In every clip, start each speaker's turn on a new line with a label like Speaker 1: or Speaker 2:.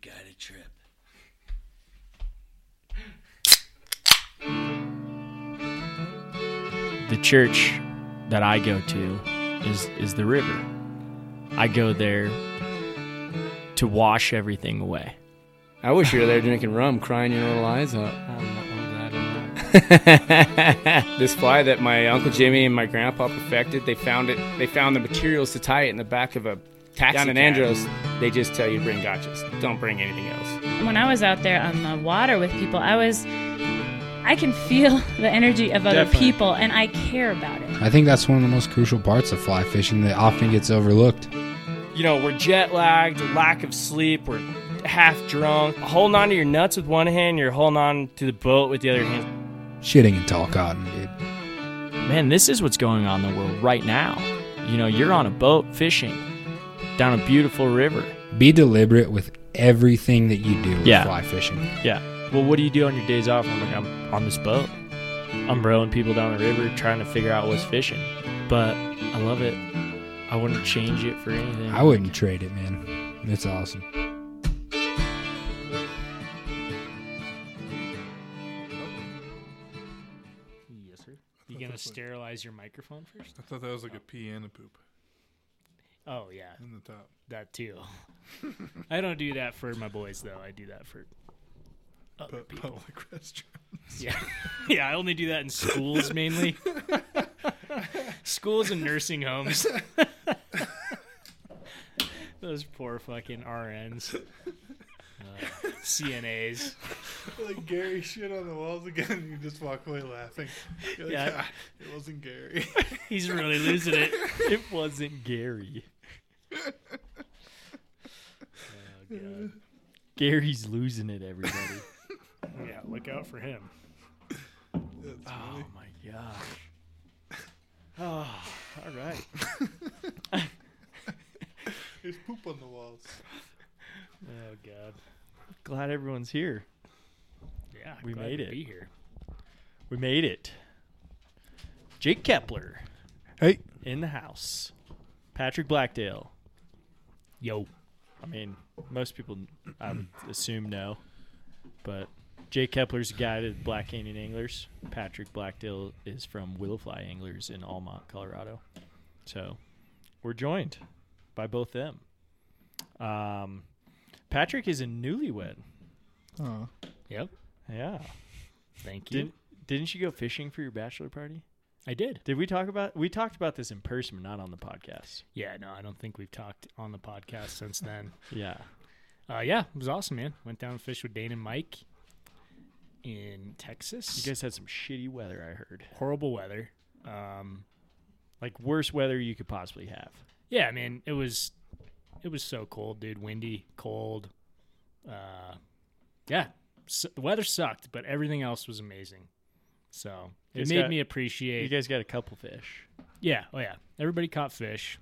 Speaker 1: guided trip.
Speaker 2: the church that I go to is is the river. I go there to wash everything away.
Speaker 3: I wish you were there drinking rum, crying your little eyes out. this fly that my uncle Jimmy and my grandpa perfected, they found it. They found the materials to tie it in the back of a taxi down in
Speaker 4: cab.
Speaker 3: Andros. They just tell you to bring gotchas. Don't bring anything else.
Speaker 5: When I was out there on the water with people, I was, I can feel the energy of other
Speaker 4: Definitely.
Speaker 5: people, and I care about it.
Speaker 6: I think that's one of the most crucial parts of fly fishing that often gets overlooked.
Speaker 4: You know, we're jet lagged, lack of sleep, we're half drunk, holding on to your nuts with one hand, you're holding on to the boat with the other hand.
Speaker 6: Shitting in tall cotton, dude.
Speaker 2: Man, this is what's going on in the world right now. You know, you're on a boat fishing down a beautiful river.
Speaker 6: Be deliberate with everything that you do with
Speaker 2: Yeah.
Speaker 6: fly fishing.
Speaker 2: Yeah. Well, what do you do on your days off? I'm like, I'm on this boat. I'm rowing people down the river trying to figure out what's fishing. But I love it. I wouldn't change it for anything.
Speaker 6: I wouldn't trade it, man. It's awesome.
Speaker 2: Yes, sir. You gonna sterilize your microphone first?
Speaker 7: I thought that was like a pee and a poop
Speaker 2: Oh yeah,
Speaker 7: in the top.
Speaker 2: that too. I don't do that for my boys though. I do that for Oh,
Speaker 7: Pu- public restaurants.
Speaker 2: yeah, yeah. I only do that in schools mainly. schools and nursing homes. Those poor fucking RNs, uh, CNAs.
Speaker 7: like Gary shit on the walls again, and you just walk away laughing. You're like,
Speaker 2: Yeah.
Speaker 7: "Ah, it wasn't Gary.
Speaker 2: He's really losing it. It wasn't Gary. Oh, God. Gary's losing it, everybody. yeah, look out for him.
Speaker 7: That's
Speaker 2: Oh
Speaker 7: funny.
Speaker 2: my gosh. Oh, all right.
Speaker 7: There's poop on the walls.
Speaker 2: Oh God. Glad everyone's here. Yeah, we made it. Be here. We made it. Jake Kepler
Speaker 7: Hey,
Speaker 2: in the house. Patrick Blackdale. Yo. I mean, most people I would assume know, but Jake Kepler's a guide at Black Canyon Anglers. Patrick Blackdale is from Willowfly Anglers in Almont, Colorado. So we're joined by both them. Um, Patrick is a newlywed.
Speaker 7: oh,
Speaker 4: Yep.
Speaker 2: Yeah.
Speaker 4: Thank you.
Speaker 2: Did, didn't you go fishing for your bachelor party?
Speaker 4: I did.
Speaker 2: Did we talk about we talked about this in person, but not on the podcast.
Speaker 4: Yeah, no, I don't think we've talked on the podcast since then.
Speaker 2: Yeah.
Speaker 4: Uh, yeah, it was awesome, man. Went down and fished with Dane and Mike in Texas.
Speaker 2: You guys had some shitty weather, I heard.
Speaker 4: horrible weather. Um,
Speaker 2: Like worst weather you could possibly have.
Speaker 4: yeah, I mean, it was it was so cold, dude. Windy, cold. Uh, yeah, S the weather sucked, but everything else was amazing. So it
Speaker 2: It's
Speaker 4: made
Speaker 2: got-
Speaker 4: me
Speaker 2: You
Speaker 4: appreciate.
Speaker 2: guys got a couple fish.
Speaker 4: yeah, oh yeah. Everybody caught fish.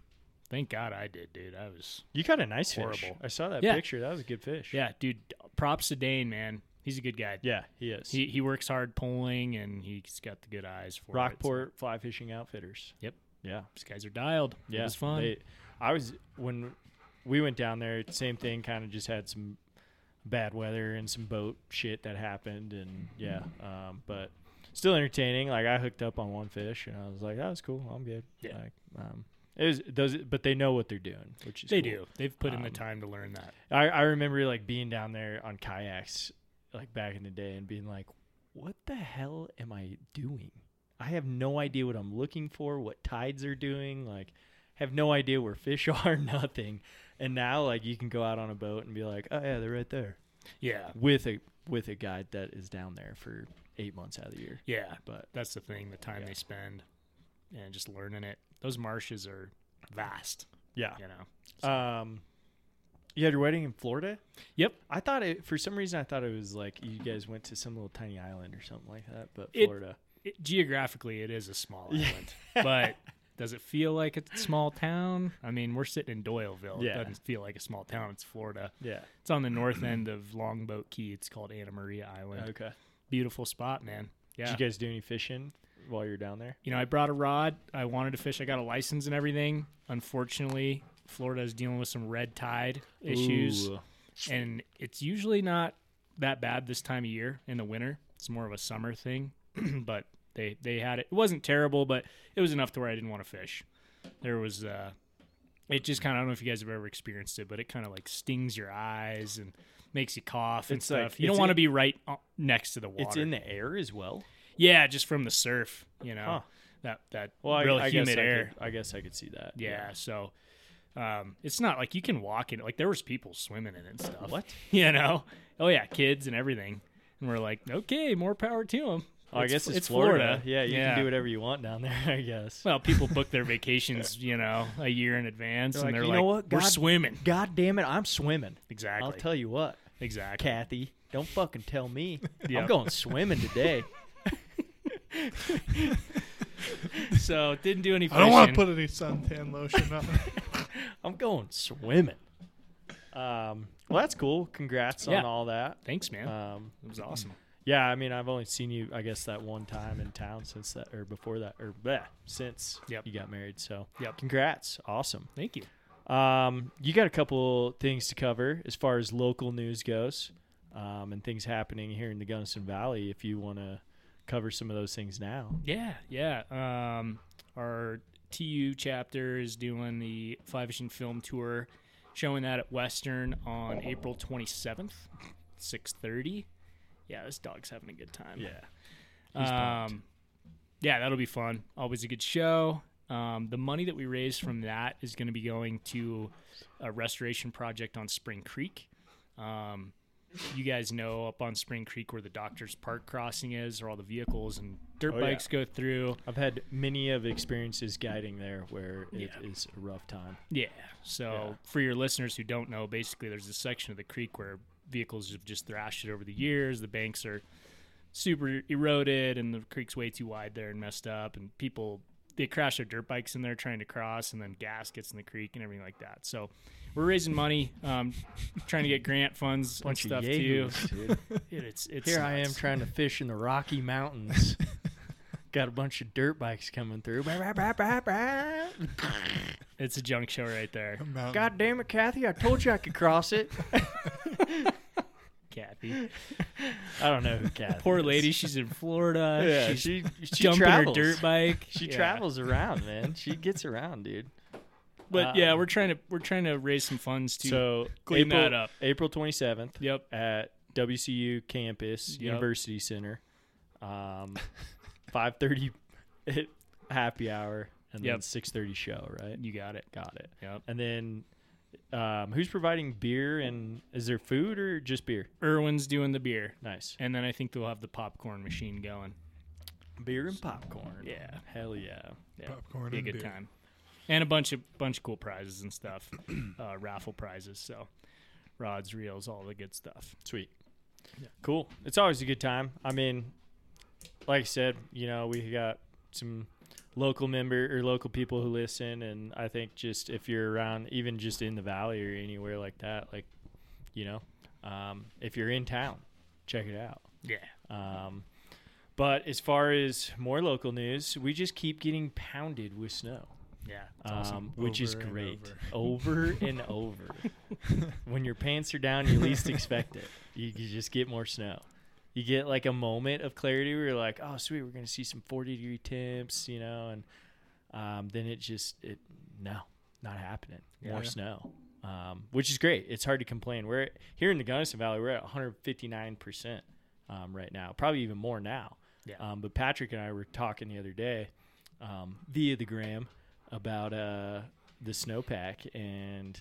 Speaker 4: Thank God I did, dude. I was
Speaker 2: You caught a nice fish.
Speaker 4: Horrible.
Speaker 2: I saw that
Speaker 4: Yeah.
Speaker 2: picture. That was a good fish.
Speaker 4: yeah, dude. Props to Dane, man. He's a good guy.
Speaker 2: Yeah, he is.
Speaker 4: He he works hard pulling, and he's got the good eyes for it.
Speaker 2: Rockport Fly Fishing Outfitters.
Speaker 4: Yep.
Speaker 2: Yeah.
Speaker 4: These guys are dialed.
Speaker 2: Yeah.
Speaker 4: it was fun.
Speaker 2: they- I was when we went down there, same thing, kind of just had some bad weather and some boat shit that happened and yeah. Um, but still entertaining. Like I hooked up on one fish and I was like, That was cool, I'm good.
Speaker 4: Yeah.
Speaker 2: Like, um it was those but they know what they're doing, which is
Speaker 4: they
Speaker 2: cool.
Speaker 4: do. They've put in the
Speaker 2: Um,
Speaker 4: time to learn that.
Speaker 2: I, I remember like being down there on kayaks like back in the day and being like, what the hell am I doing? I have no idea what I'm looking for, what tides are doing, like have no idea where fish are, nothing. And now like you can go out on a boat and be like, Oh yeah, they're right there.
Speaker 4: Yeah,
Speaker 2: With a with a guide that is down there for eight months out of the year.
Speaker 4: yeah.
Speaker 2: But
Speaker 4: That's the thing. The time
Speaker 2: Yeah.
Speaker 4: they spend and just learning it. Those marshes are vast.
Speaker 2: yeah.
Speaker 4: You know.
Speaker 2: Um you had your wedding in Florida?
Speaker 4: Yep.
Speaker 2: I thought it for some reason I thought it was like you guys went to some little tiny island or something like that, but
Speaker 4: It-
Speaker 2: Florida.
Speaker 4: It, geographically, it is a small
Speaker 2: Yeah.
Speaker 4: island, but does it feel like a small town? I mean, we're sitting in Doyleville.
Speaker 2: Yeah.
Speaker 4: It doesn't feel like a small town. It's Florida.
Speaker 2: Yeah.
Speaker 4: It's on the north end of Longboat Key. It's called Anna Maria Island.
Speaker 2: Okay.
Speaker 4: Beautiful spot, man. Yeah.
Speaker 2: Did you guys do any fishing while you're down there?
Speaker 4: you know, I brought a rod. I wanted to fish. I got a license and everything. Unfortunately, Florida is dealing with some red tide issues. and it's usually not that bad this time of year in the winter. It's more of a summer thing, but they they had it. It wasn't terrible, but it was enough to where I didn't want to fish. There was uh it just kind of I don't know if you guys have ever experienced it, but it kind of like stings your eyes and makes you cough and
Speaker 2: It's like-
Speaker 4: stuff. you don't
Speaker 2: it's
Speaker 4: want to
Speaker 2: in-
Speaker 4: be right o- next to the water.
Speaker 2: It's in the air as well.
Speaker 4: Yeah, just from the surf, you know.
Speaker 2: Huh.
Speaker 4: That that
Speaker 2: Well, I,
Speaker 4: real
Speaker 2: I guess
Speaker 4: humid
Speaker 2: I
Speaker 4: air.
Speaker 2: Could, I guess I could see that.
Speaker 4: Yeah, so um, it's not like you can walk in. Like there was people swimming in it and stuff.
Speaker 2: What?
Speaker 4: You know? Oh yeah, kids and everything. And we're like, okay, more power to them.
Speaker 2: Oh, I guess it's, Florida. Yeah, you can do whatever you want down there. I guess.
Speaker 4: Well, people book their vacations, you know, a year in advance,
Speaker 2: They're
Speaker 4: and
Speaker 2: like,
Speaker 4: they're
Speaker 2: "You
Speaker 4: like,
Speaker 2: know what?
Speaker 4: we're
Speaker 2: God-
Speaker 4: swimming.
Speaker 2: God damn it, I'm swimming.
Speaker 4: Exactly.
Speaker 2: I'll tell you what,
Speaker 4: Exactly.
Speaker 2: Kathy. Don't fucking tell me.
Speaker 4: Yeah.
Speaker 2: I'm going swimming today.
Speaker 4: So it didn't do any.
Speaker 7: I don't want to
Speaker 4: fishing.
Speaker 7: put any suntan lotion on.
Speaker 2: Oh, I'm going swimming. Um, well, that's cool. Congrats
Speaker 4: Yeah.
Speaker 2: on all that.
Speaker 4: Thanks, man.
Speaker 2: Um,
Speaker 4: it was awesome.
Speaker 2: yeah, I mean, I've only seen you, I guess, that one time in town since that, or before that, or bleh, since
Speaker 4: Yep.
Speaker 2: you got married. So,
Speaker 4: Yep.
Speaker 2: congrats. Awesome.
Speaker 4: Thank you.
Speaker 2: Um, you got a couple things to cover as far as local news goes um, and things happening here in the Gunnison Valley if you want to cover some of those things now.
Speaker 4: Yeah, yeah. Um, our TU chapter is doing the Five Vision Film Tour, showing that at Western on April 27th, 6:30. Yeah, this dog's having a good time. Um, yeah, that'll be fun. Always a good show. Um, the money that we raise from that is going to be going to a restoration project on Spring Creek. Um, you guys know up on Spring Creek where the Doctor's Park crossing is, where all the vehicles and dirt
Speaker 2: Oh, yeah.
Speaker 4: bikes go through.
Speaker 2: I've had many of experiences guiding there where it is
Speaker 4: Yeah.
Speaker 2: a rough time.
Speaker 4: Yeah. So
Speaker 2: Yeah.
Speaker 4: for your listeners who don't know, basically there's a section of the creek where vehicles have just thrashed it over the years. The banks are super eroded and the creek's way too wide there and messed up and people they crash their dirt bikes in there trying to cross and then gas gets in the creek and everything like that. So we're raising money, um, trying to get grant funds and
Speaker 2: Bunch of
Speaker 4: stuff too.
Speaker 2: yahoos, dude.
Speaker 4: Dude, it's it's
Speaker 2: Here I am
Speaker 4: nuts.
Speaker 2: trying to fish in the Rocky Mountains. Got a bunch of dirt bikes coming through. God
Speaker 4: It's a junk show right there,
Speaker 7: Mountain.
Speaker 2: damn it, Kathy! I told you I could cross it.
Speaker 4: Kathy.
Speaker 2: I don't know who Kathy.
Speaker 4: Poor
Speaker 2: is.
Speaker 4: lady, she's in Florida.
Speaker 2: Yeah,
Speaker 4: she's
Speaker 2: she she
Speaker 4: jumping
Speaker 2: travels.
Speaker 4: her dirt bike.
Speaker 2: She
Speaker 4: Yeah.
Speaker 2: travels around, man. She gets around, dude.
Speaker 4: But
Speaker 2: Uh,
Speaker 4: yeah, we're trying to we're trying to raise some funds to.
Speaker 2: so
Speaker 4: clean
Speaker 2: April,
Speaker 4: that up.
Speaker 2: April 27th
Speaker 4: yep.
Speaker 2: at WCU campus,
Speaker 4: Yep.
Speaker 2: University Center, um, 5:30 at happy hour, and then
Speaker 4: Yep.
Speaker 2: 6:30 show. Right?
Speaker 4: You got it.
Speaker 2: Got it.
Speaker 4: Yep.
Speaker 2: And then, um, who's providing beer? And is there food or just beer?
Speaker 4: Irwin's doing the beer,
Speaker 2: Nice.
Speaker 4: and then I think they'll have the popcorn machine going.
Speaker 2: Beer and popcorn.
Speaker 4: Yeah.
Speaker 2: Hell yeah.
Speaker 4: Yeah.
Speaker 7: Popcorn
Speaker 4: Be a
Speaker 7: and beer.
Speaker 4: good time, and a bunch of bunch of cool prizes and stuff, uh, raffle prizes. So rods, reels, all the good stuff.
Speaker 2: Sweet. Cool. It's always a good time. I mean, like I said, you know, we got some local member or local people who listen and I think just if you're around even just in the valley or anywhere like that, like you know, um, if you're in town, check it out.
Speaker 4: Yeah.
Speaker 2: Um, but as far as more local news, we just keep getting pounded with snow,
Speaker 4: Yeah. It's
Speaker 2: um,
Speaker 4: awesome.
Speaker 2: which is
Speaker 7: Over and
Speaker 2: great. Over and over. when your pants are down, you least expect it. You, you just get more snow. You get like a moment of clarity where you're like, oh, sweet, we're going to see some 40 degree temps, you know, and um, then it just, it no, not happening. More
Speaker 7: Yeah.
Speaker 2: snow, um, which is great. It's hard to complain. We're at, here in the Gunnison Valley, we're at 159% um, right now, probably even more now.
Speaker 4: Yeah.
Speaker 2: Um, but Patrick and I were talking the other day um, via the gram about uh, the snowpack and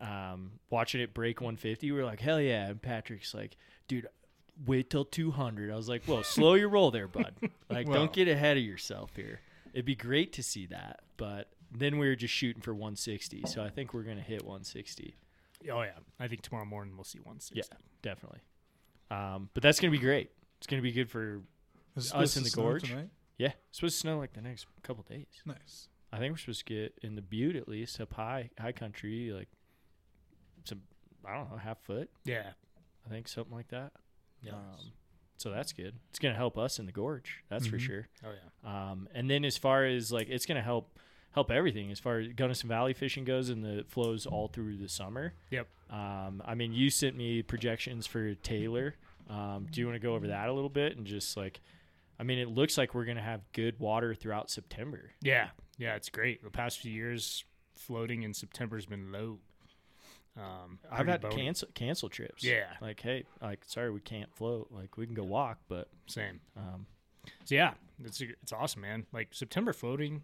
Speaker 2: um, watching it break 150. We were like, hell yeah. And Patrick's like, dude, wait till 200. I was like, well, slow your roll there, bud. Like,
Speaker 7: Well-
Speaker 2: don't get ahead of yourself here. It'd be great to see that, but then we were just shooting for 160. So I think we're gonna hit 160.
Speaker 4: Oh yeah. I think tomorrow morning we'll see one sixty.
Speaker 2: definitely. Um, but that's gonna be great. It's gonna be good for
Speaker 7: Is it
Speaker 2: Us
Speaker 7: supposed
Speaker 2: in
Speaker 7: to
Speaker 2: the
Speaker 7: snow
Speaker 2: gorge?
Speaker 7: Tonight?
Speaker 2: yeah. It's supposed to snow like the next couple days.
Speaker 7: Nice.
Speaker 2: I think we're supposed to get in the Butte at least up high, high country, like some I don't know, half foot.
Speaker 4: Yeah.
Speaker 2: I think something like that.
Speaker 4: Yeah.
Speaker 2: Um, so that's good. It's gonna help us in the gorge. That's for
Speaker 7: Mhm.
Speaker 2: sure.
Speaker 4: oh yeah.
Speaker 2: Um, and then as far as like, it's going to help help everything as far as Gunnison Valley fishing goes, and the flows all through the summer.
Speaker 4: Yep.
Speaker 2: Um, I mean, you sent me projections for Taylor. Um, do you want to go over that a little bit and just like, I mean, it looks like we're gonna have good water throughout September.
Speaker 4: Yeah, yeah, it's great. The past few years, floating in September's been low. Um,
Speaker 2: I've
Speaker 4: pretty
Speaker 2: had
Speaker 4: bony.
Speaker 2: cancel cancel trips.
Speaker 4: Yeah.
Speaker 2: Like, hey, like, sorry, we can't float. Like, we can go walk, but
Speaker 4: Same.
Speaker 2: um,
Speaker 4: So yeah, it's it's awesome, man. Like September floating,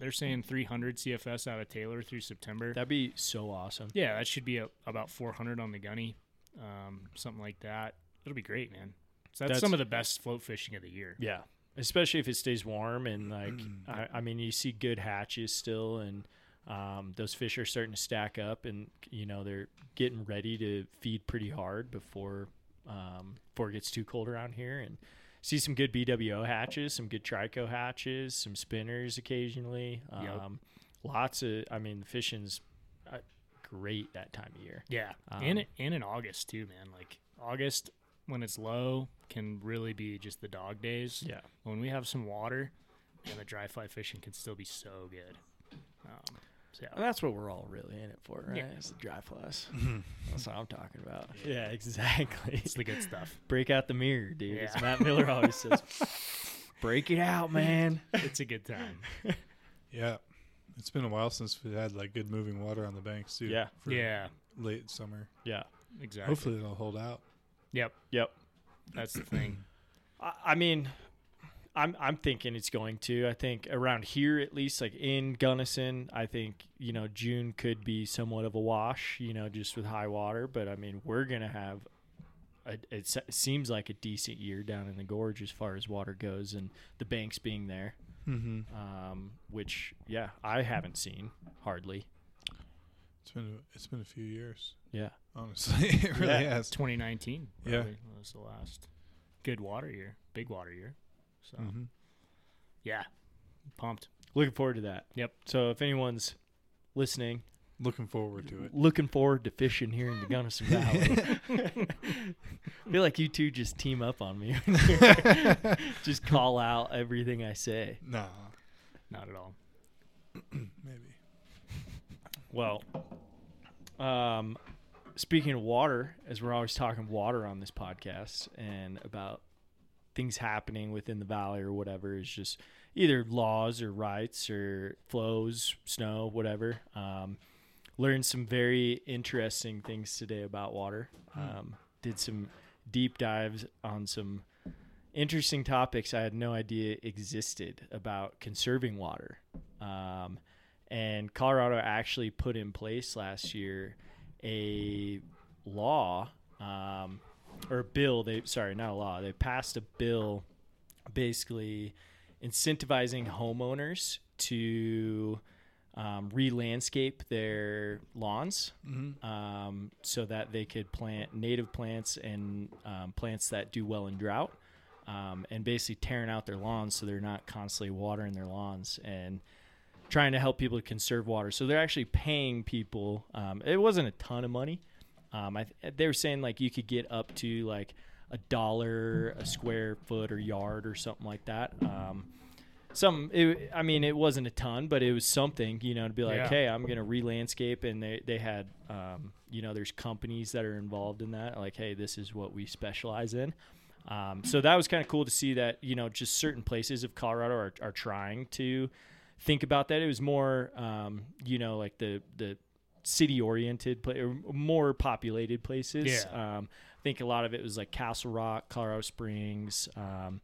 Speaker 4: they're saying 300 CFS out of Taylor through September.
Speaker 2: that'd be so awesome.
Speaker 4: yeah, that should be a, about 400 on the gunny, um, something like that. It'll be great, man. So that's,
Speaker 2: That's-
Speaker 4: some of the best float fishing of the year.
Speaker 2: Yeah. Especially if it stays warm and like
Speaker 1: Mm-hmm.
Speaker 2: I, I mean you see good hatches still and um, those fish are starting to stack up and you know they're getting ready to feed pretty hard before um, before it gets too cold around here and see some good BWO hatches, some good trico hatches, some spinners occasionally. Um,
Speaker 4: Yep.
Speaker 2: Lots of I mean the fishing's uh, great that time of year.
Speaker 4: Yeah,
Speaker 2: Um,
Speaker 4: and it- and in August too, man. Like August when it's low can really be just the dog days.
Speaker 2: Yeah.
Speaker 4: When we have some water, and the dry fly fishing can still be so good. Um, so yeah.
Speaker 1: that's what we're all really in it for, right?
Speaker 4: Yeah.
Speaker 1: It's the dry flies. that's what I'm talking about.
Speaker 2: Yeah, exactly.
Speaker 4: It's the good stuff.
Speaker 2: Break out the mirror, dude. As
Speaker 4: Yeah.
Speaker 2: Matt Miller always says,
Speaker 1: Break it out, man.
Speaker 4: It's a good time.
Speaker 7: Yeah. It's been a while since we had like good moving water on the banks too.
Speaker 2: Yeah.
Speaker 7: for
Speaker 4: yeah,
Speaker 7: Late summer.
Speaker 2: yeah.
Speaker 4: exactly.
Speaker 7: Hopefully it'll hold out.
Speaker 4: Yep,
Speaker 2: Yep.
Speaker 4: that's the thing.
Speaker 2: I, I mean, I'm I'm thinking it's going to. I think around here at least, like in Gunnison, I think you know June could be somewhat of a wash. You know, just with high water. But I mean, we're gonna have. A, it se- seems like a decent year down in the gorge as far as water goes, and the banks being there,
Speaker 7: Mm-hmm.
Speaker 2: um, which yeah, I haven't seen hardly.
Speaker 7: It's been it's been a few years.
Speaker 2: Yeah.
Speaker 7: Honestly, it really
Speaker 2: Yeah.
Speaker 7: has.
Speaker 4: 2019.
Speaker 7: Yeah.
Speaker 4: probably was the last good water year, big water year. So
Speaker 2: Hmm.
Speaker 7: Mhm.
Speaker 4: yeah, pumped.
Speaker 2: Looking forward to that.
Speaker 4: Yep.
Speaker 2: So if anyone's listening,
Speaker 7: Looking forward to it.
Speaker 2: looking forward to fishing here in the Gunnison Valley. I feel like you two just team up on me. just call out everything I say.
Speaker 7: Nah,
Speaker 4: Not at all.
Speaker 7: maybe.
Speaker 2: Well, um, speaking of water, as we're always talking water on this podcast and about things happening within the valley or whatever, is just either laws or rights or flows, snow, whatever. Um, learned some very interesting things today about water. Um, did some deep dives on some interesting topics I had no idea existed about conserving water. Um, and Colorado actually put in place last year a law um, or a bill. They sorry, not a law. They passed a bill basically incentivizing homeowners to um, re-landscape their lawns um, so that they could plant native plants and um, plants that do well in drought um, and basically tearing out their lawns so they're not constantly watering their lawns and trying to help people to conserve water. So they're actually paying people. Um, it wasn't a ton of money. Um, I th- they were saying like you could get up to like a dollar a square foot or yard or something like that. Um, some, it, I mean, it wasn't a ton, but it was something, you know, to be like,
Speaker 4: Yeah.
Speaker 2: hey, I'm gonna re-landscape, and they they had, um, you know, there's companies that are involved in that, like, hey, this is what we specialize in. Um, so that was kind of cool to see that you know just certain places of Colorado are, are trying to think about that. It was more um, you know like the the city oriented pla- or more populated places.
Speaker 4: Yeah.
Speaker 2: Um, I think a lot of it was like Castle Rock, Colorado Springs. Um,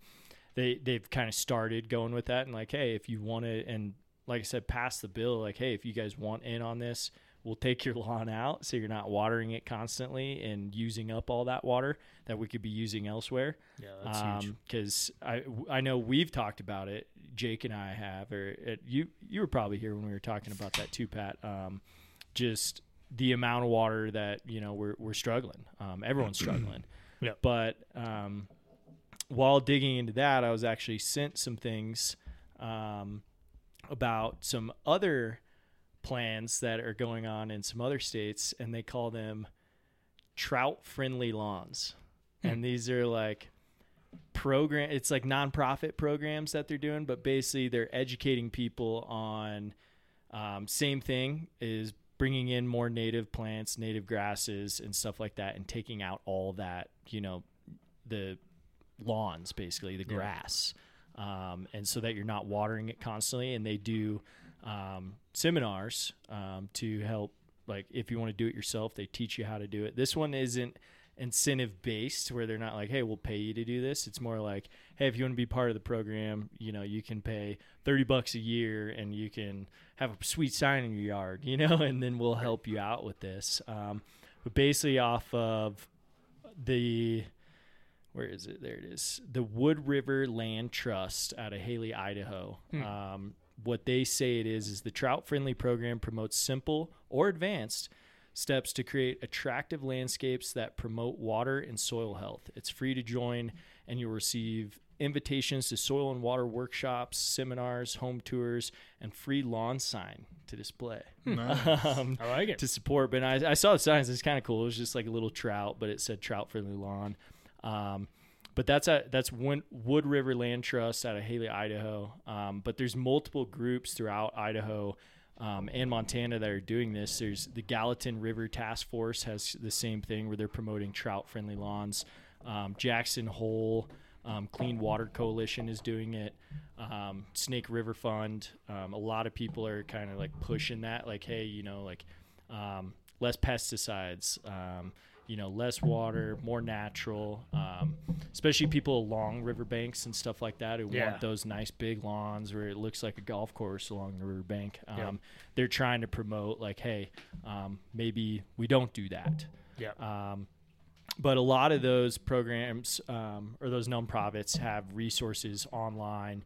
Speaker 2: they they've kind of started going with that and like hey if you want to and like I said pass the bill like hey if you guys want in on this we'll take your lawn out so you're not watering it constantly and using up all that water that we could be using elsewhere
Speaker 4: Yeah, that's
Speaker 2: Um,
Speaker 4: huge.
Speaker 2: because I I know we've talked about it Jake and I have or uh you you were probably here when we were talking about that too Pat um just the amount of water that you know we're we're struggling um everyone's struggling
Speaker 4: Yeah.
Speaker 2: but um while digging into that, I was actually sent some things um, about some other plans that are going on in some other states, and they call them trout friendly lawns.
Speaker 4: Hmm.
Speaker 2: And these are like program it's like nonprofit programs that they're doing, but basically they're educating people on Um, same thing is bringing in more native plants, native grasses, and stuff like that, and taking out all that, you know, the lawns, basically, the grass. Um, and so that you're not watering it constantly. And they do um, seminars um, to help, like, if you want to do it yourself, they teach you how to do it. This one isn't incentive based where they're not like hey we'll pay you to do this it's more like hey if you want to be part of the program you know you can pay 30 bucks a year and you can have a sweet sign in your yard you know and then we'll help you out with this um, but basically off of the where is it there it is the wood river land trust out of haley idaho um, what they say it is is the trout friendly program promotes simple or advanced steps to create attractive landscapes that promote water and soil health. It's free to join, and you'll receive invitations to soil and water workshops, seminars, home tours, and free lawn sign to display. Um,
Speaker 4: I like it.
Speaker 2: to support. But I, I saw the signs. It's kind of cool. It was just like a little trout, but it said trout friendly lawn. Um, but that's a, that's Win- Wood River Land Trust out of Haley, Idaho. Um, but there's multiple groups throughout Idaho um, and Montana that are doing this. There's the Gallatin River Task Force has the same thing where they're promoting trout friendly lawns. Um, Jackson Hole um, Clean Water Coalition is doing it. Um, Snake River Fund. Um, a lot of people are kind of like pushing that, like, hey, you know, like um, less pesticides, um, you know, less water, more natural, um, especially people along riverbanks and stuff like that who
Speaker 4: Yeah.
Speaker 2: want those nice big lawns where it looks like a golf course along the riverbank. Um, They're trying to promote, like, hey, um, maybe we don't do that.
Speaker 4: Yeah.
Speaker 2: Um, but a lot of those programs um, or those nonprofits have resources online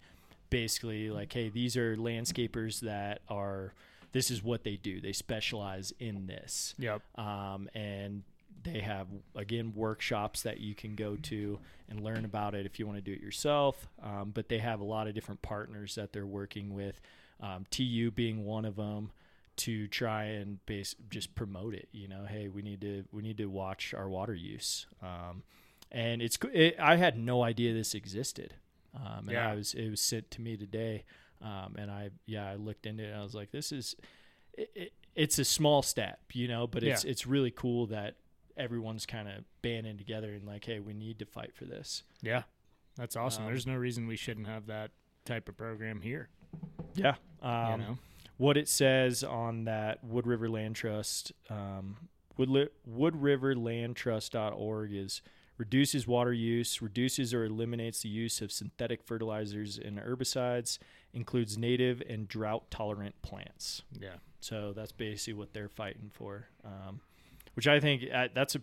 Speaker 2: basically like hey these are landscapers that are this is what they do they specialize in this
Speaker 4: Yep.
Speaker 2: um, and they have again workshops that you can go to and learn about it if you want to do it yourself um, but they have a lot of different partners that they're working with um, tu being one of them to try and base just promote it you know hey we need to we need to watch our water use um, and it's co- it, i had no idea this existed um, and
Speaker 4: Yeah.
Speaker 2: i was it was sent to me today um, and i yeah i looked into it and i was like this is it, it, it's a small step, you know, but it's
Speaker 4: Yeah.
Speaker 2: it's really cool that everyone's kind of banding together and like, hey, we need to fight for this.
Speaker 4: Yeah. That's awesome.
Speaker 2: Um,
Speaker 4: There's no reason we shouldn't have that type of program here.
Speaker 2: Yeah.
Speaker 4: You
Speaker 2: Um,
Speaker 4: know?
Speaker 2: What it says on that Wood River Land Trust, um, Wood, Wood River Land Trust.org is reduces water use, reduces or eliminates the use of synthetic fertilizers and herbicides, includes native and drought tolerant plants.
Speaker 4: Yeah.
Speaker 2: So that's basically what they're fighting for, um, which I think uh, that's a,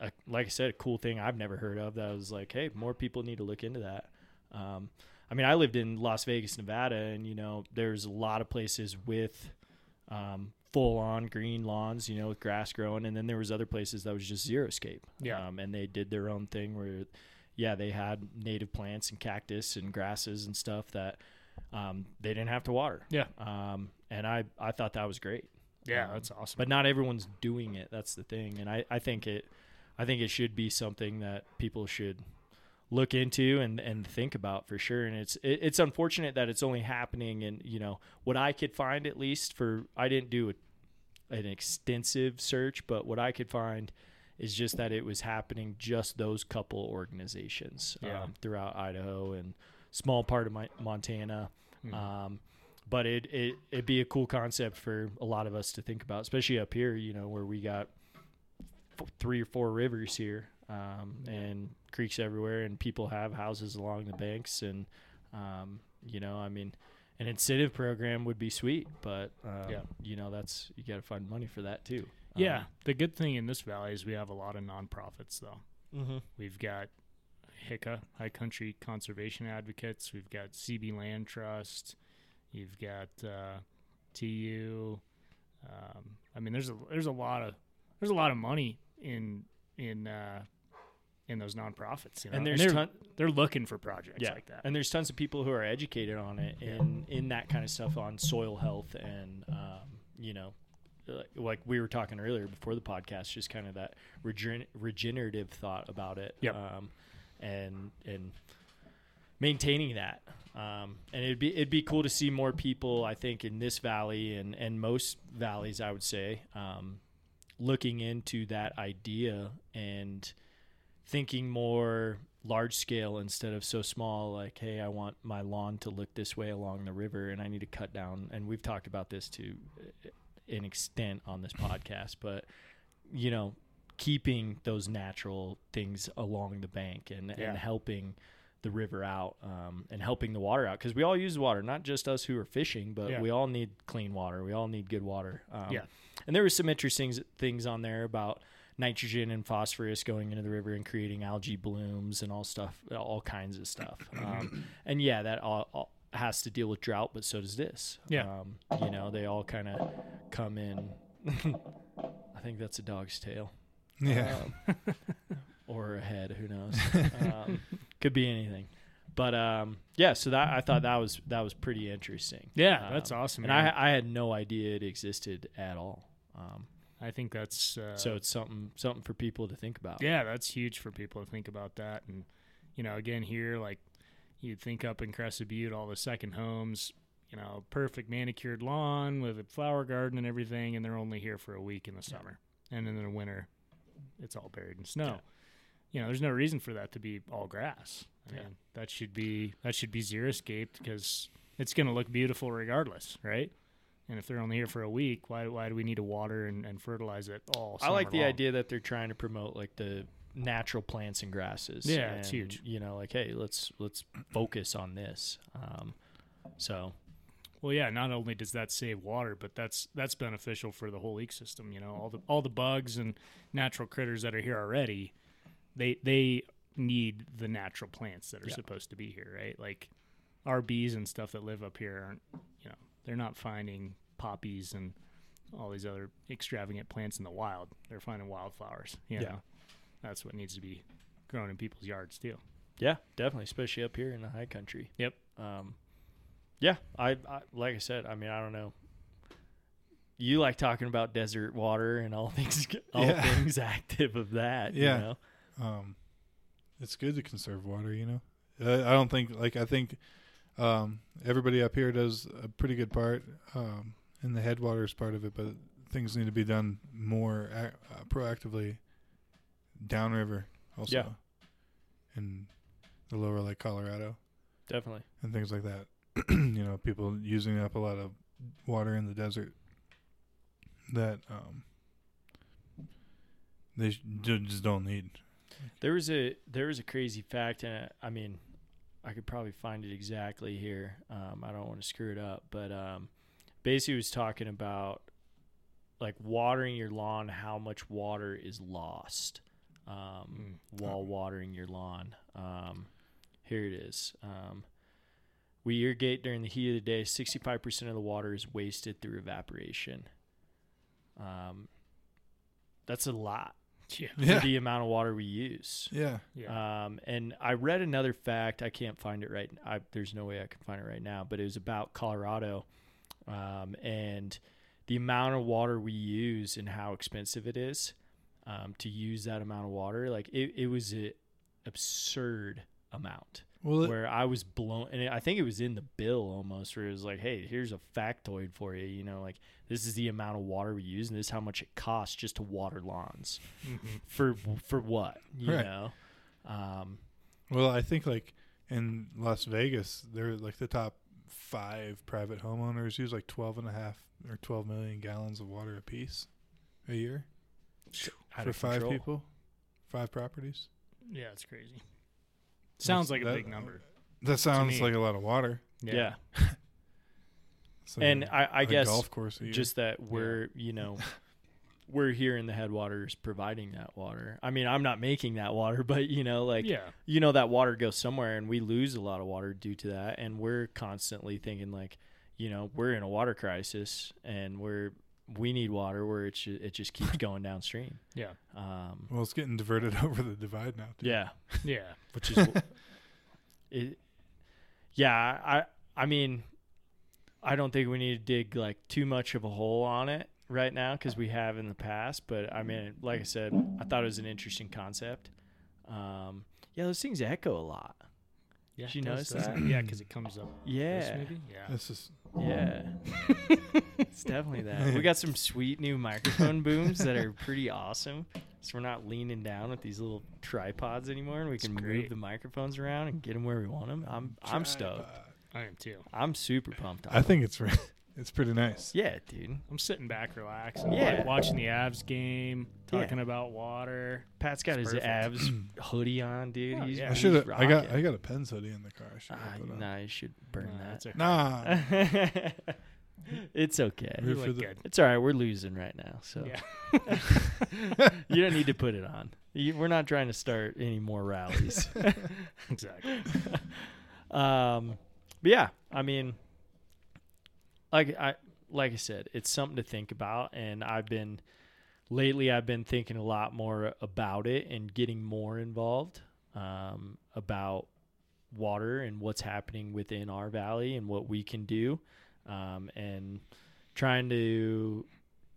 Speaker 2: a, like I said, a cool thing I've never heard of. That I was like, hey, more people need to look into that. Um, I mean, I lived in Las Vegas, Nevada, and you know, there's a lot of places with um, full on green lawns, you know, with grass growing, and then there was other places that was just xeriscape.
Speaker 4: Yeah.
Speaker 2: um, and they did their own thing where, yeah, they had native plants and cactus and grasses and stuff that um, they didn't have to water.
Speaker 4: Yeah.
Speaker 2: Um, and I, I thought that was great.
Speaker 4: Yeah.
Speaker 2: Um,
Speaker 4: that's awesome.
Speaker 2: But not everyone's doing it. That's the thing. And I, I think it I think it should be something that people should look into and, and think about for sure. And it's it, it's unfortunate that it's only happening in, you know, what I could find at least for I didn't do a, an extensive search, but what I could find is just that it was happening just those couple organizations
Speaker 4: Yeah.
Speaker 2: um, throughout Idaho and small part of my, Montana. Um, but it, it it'd be a cool concept for a lot of us to think about, especially up here, you know, where we got f- three or four rivers here um, and creeks everywhere, and people have houses along the banks, and um, you know, I mean, an incentive program would be sweet, but um,
Speaker 4: Yeah.
Speaker 2: you know, that's you got to find money for that too. Um,
Speaker 4: yeah. Um, the good thing in this valley is we have a lot of nonprofits, though.
Speaker 2: mm-hmm.
Speaker 4: We've got HICA, High Country Conservation Advocates. We've got CB Land Trust. You've got uh, TU. Um, I mean, there's a there's a lot of there's a lot of money in in uh, in those nonprofits, you know?
Speaker 2: and there's
Speaker 4: they're,
Speaker 2: ton-
Speaker 4: they're looking for projects like that.
Speaker 2: And there's tons of people who are educated on it in in that kind of stuff on soil health and um, you know like- like we were talking earlier before the podcast just kind of that um, regener- regenerative thought about it
Speaker 4: Yep.
Speaker 2: um, and and maintaining that. Um, and it'd be it'd be cool to see more people. I think in this valley and and most valleys, I would say, um, looking into that idea and thinking more large scale instead of so small like hey i want my lawn to look this way along the river and i need to cut down and we've talked about this to uh, an extent on this podcast but you know keeping those natural things along the bank and, and helping the river out um, and helping the water out because we all use water not just us who are fishing but
Speaker 4: Yeah.
Speaker 2: we all need clean water we all need good water um,
Speaker 4: Yeah.
Speaker 2: and there was some interesting s- things on there about nitrogen and phosphorus going into the river and creating algae blooms and all stuff, all kinds of stuff. Um, and yeah, that all, all has to deal with drought, but so does this.
Speaker 4: Yeah.
Speaker 2: Um, you know, they all kind of come in. I think that's a dog's tail
Speaker 7: Yeah.
Speaker 2: Uh, Um, or a head. Who knows? um, could be anything. But um, yeah, so that I thought that was that was pretty interesting.
Speaker 4: Yeah,
Speaker 2: Um,
Speaker 4: that's awesome.
Speaker 2: And I, I had no idea it existed at all. Um,
Speaker 4: I, I think that's uh,
Speaker 2: so it's something something for people to think about.
Speaker 4: Yeah, that's huge for people to think about that. And, you know, again, here, like, you'd think up in Crested Butte, all the second homes, you know, perfect manicured lawn with a flower garden and everything, and they're only here for a week in the summer. And then in the winter, it's all buried in snow. You know, there's no reason for that to be all grass. I mean, that should be that should be xeriscaped because it's going to look beautiful regardless, right? And if they're only here for a week, why why do we need to water and, and fertilize it all?
Speaker 2: I like
Speaker 4: summer
Speaker 2: the
Speaker 4: long?
Speaker 2: idea that they're trying to promote like the natural plants and grasses.
Speaker 4: Yeah, it's
Speaker 2: and,
Speaker 4: huge.
Speaker 2: You know, like hey, let's let's focus on this. Um, so
Speaker 4: Well, yeah. Not only does that save water, but that's that's beneficial for the whole ecosystem. You know, all the all the bugs and natural critters that are here already, they they need the natural plants that are supposed to be here, right? Like our bees and stuff that live up here aren't, you know, they're not finding poppies and all these other extravagant plants in the wild. They're finding wildflowers. You yeah, know? that's what needs to be grown in people's yards too.
Speaker 2: yeah, definitely, especially up here in the high country.
Speaker 4: Yep.
Speaker 2: Um, yeah, I, I like I said. I mean, I don't know. You like talking about desert water and all things, all
Speaker 7: Yeah.
Speaker 2: things active of that.
Speaker 7: Yeah.
Speaker 2: You know?
Speaker 7: um, it's good to conserve water. You know, I, I don't think like I think um, everybody up here does a pretty good part um, in the headwaters part of it, but things need to be done more ac- uh, proactively downriver also,
Speaker 2: Yeah.
Speaker 7: and the lower like Colorado
Speaker 2: Definitely.
Speaker 7: and things like that. you know, people using up a lot of water in the desert that um, they sh- ju- just don't need.
Speaker 2: There was a there was a crazy fact, and I, I mean, I could probably find it exactly here. Um, I don't want to screw it up, but um, basically, it was talking about like watering your lawn, how much water is lost um, while watering your lawn. Um, here it is. Um, we irrigate during the heat of the day. Sixty-five percent of the water is wasted through evaporation. Um, that's a lot
Speaker 4: Yeah. Uh,
Speaker 2: for
Speaker 7: Yeah,
Speaker 2: the amount of water we use.
Speaker 7: yeah.
Speaker 4: Yeah.
Speaker 2: Um, and I read another fact. I can't find it right. I, there's no way I can find it right now. But it was about Colorado, um, and the amount of water we use and how expensive it is um, to use that amount of water. Like it, it was an absurd amount.
Speaker 7: Well, it-
Speaker 2: where I was blown, and I think it was in the bill almost, where it was like, "Hey, here's a factoid for you. You know, like this is the amount of water we use, and this is how much it costs just to water lawns
Speaker 4: Mm-hmm.
Speaker 2: for for what you
Speaker 7: Right.
Speaker 2: know." Um,
Speaker 7: Well, I think like in Las Vegas, they're like the top five private homeowners use like 12 and a half or 12 million gallons of water apiece a year for five people, five properties.
Speaker 4: Yeah, it's crazy. Sounds like a
Speaker 7: that-
Speaker 4: big number.
Speaker 7: That sounds
Speaker 4: me.
Speaker 7: like a lot of water.
Speaker 2: Yeah.
Speaker 7: It's like
Speaker 2: And
Speaker 7: a-
Speaker 2: I, I
Speaker 7: a
Speaker 2: guess
Speaker 7: golf course a year.
Speaker 2: just that we're, you know, we're here in the headwaters providing that water. I mean, I'm not making that water, but, you know, like,
Speaker 4: Yeah.
Speaker 2: you know, that water goes somewhere and we lose a lot of water due to that. And we're constantly thinking, like, you know, we're in a water crisis and we're, we need water where it, ju- it just keeps going downstream.
Speaker 4: Yeah.
Speaker 2: Um,
Speaker 7: well, it's getting diverted over the divide now. Too.
Speaker 2: yeah.
Speaker 4: Yeah.
Speaker 2: which is it, yeah i i mean i don't think we need to dig like too much of a hole on it right now because we have in the past but i mean like i said i thought it was an interesting concept um yeah those things echo a lot
Speaker 4: Yeah,
Speaker 2: She
Speaker 4: it
Speaker 2: knows
Speaker 4: does, doesn't it? Yeah, because it comes up.
Speaker 2: Yeah.
Speaker 4: First, maybe. Yeah.
Speaker 7: That's just
Speaker 2: Yeah. it's definitely that. We got some sweet new microphone booms that are pretty awesome. So we're not leaning down with these little tripods anymore, and we can move
Speaker 4: great.
Speaker 2: the microphones around and get them where we want them. I'm I'm stoked.
Speaker 4: I am too.
Speaker 2: I'm super pumped. On
Speaker 7: I
Speaker 2: it.
Speaker 7: think it's re- it's pretty nice.
Speaker 2: Yeah, dude.
Speaker 4: I'm sitting back, relaxing.
Speaker 2: Yeah.
Speaker 4: like, watching the Avs game,
Speaker 2: Yeah.
Speaker 4: talking about water.
Speaker 2: Pat's got his
Speaker 4: perfect.
Speaker 2: abs hoodie on, dude.
Speaker 4: Oh,
Speaker 2: he's
Speaker 4: yeah.
Speaker 7: I
Speaker 2: he's
Speaker 7: should have. I got.
Speaker 2: rocking.
Speaker 7: I got a Penn's hoodie in the car. I should
Speaker 2: Ah,
Speaker 7: have put on.
Speaker 2: nah, you should burn
Speaker 4: Uh,
Speaker 2: that.
Speaker 4: that's okay.
Speaker 7: Nah.
Speaker 2: it's okay.
Speaker 7: Root
Speaker 4: look
Speaker 7: for the-
Speaker 4: good.
Speaker 2: It's all right. We're losing right now, so
Speaker 4: Yeah.
Speaker 2: you don't need to put it on. You, we're not trying to start any more rallies.
Speaker 4: exactly.
Speaker 2: um, but yeah, I mean, like I like I said, it's something to think about, and I've been lately. I've been thinking a lot more about it and getting more involved um, about water and what's happening within our valley and what we can do, um, and trying to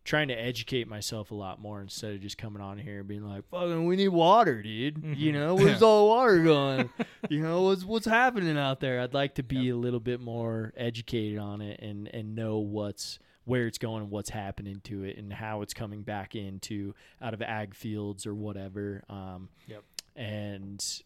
Speaker 2: trying to educate myself a lot more instead of just coming on here and being like, "Fucking, we need water, dude." You know, where's all the water going? you know, what's what's happening out there? I'd like to be a little bit more educated on it and and know what's where it's going and what's happening to it and how it's coming back into out of ag fields or whatever. Um,
Speaker 4: Yep.
Speaker 2: And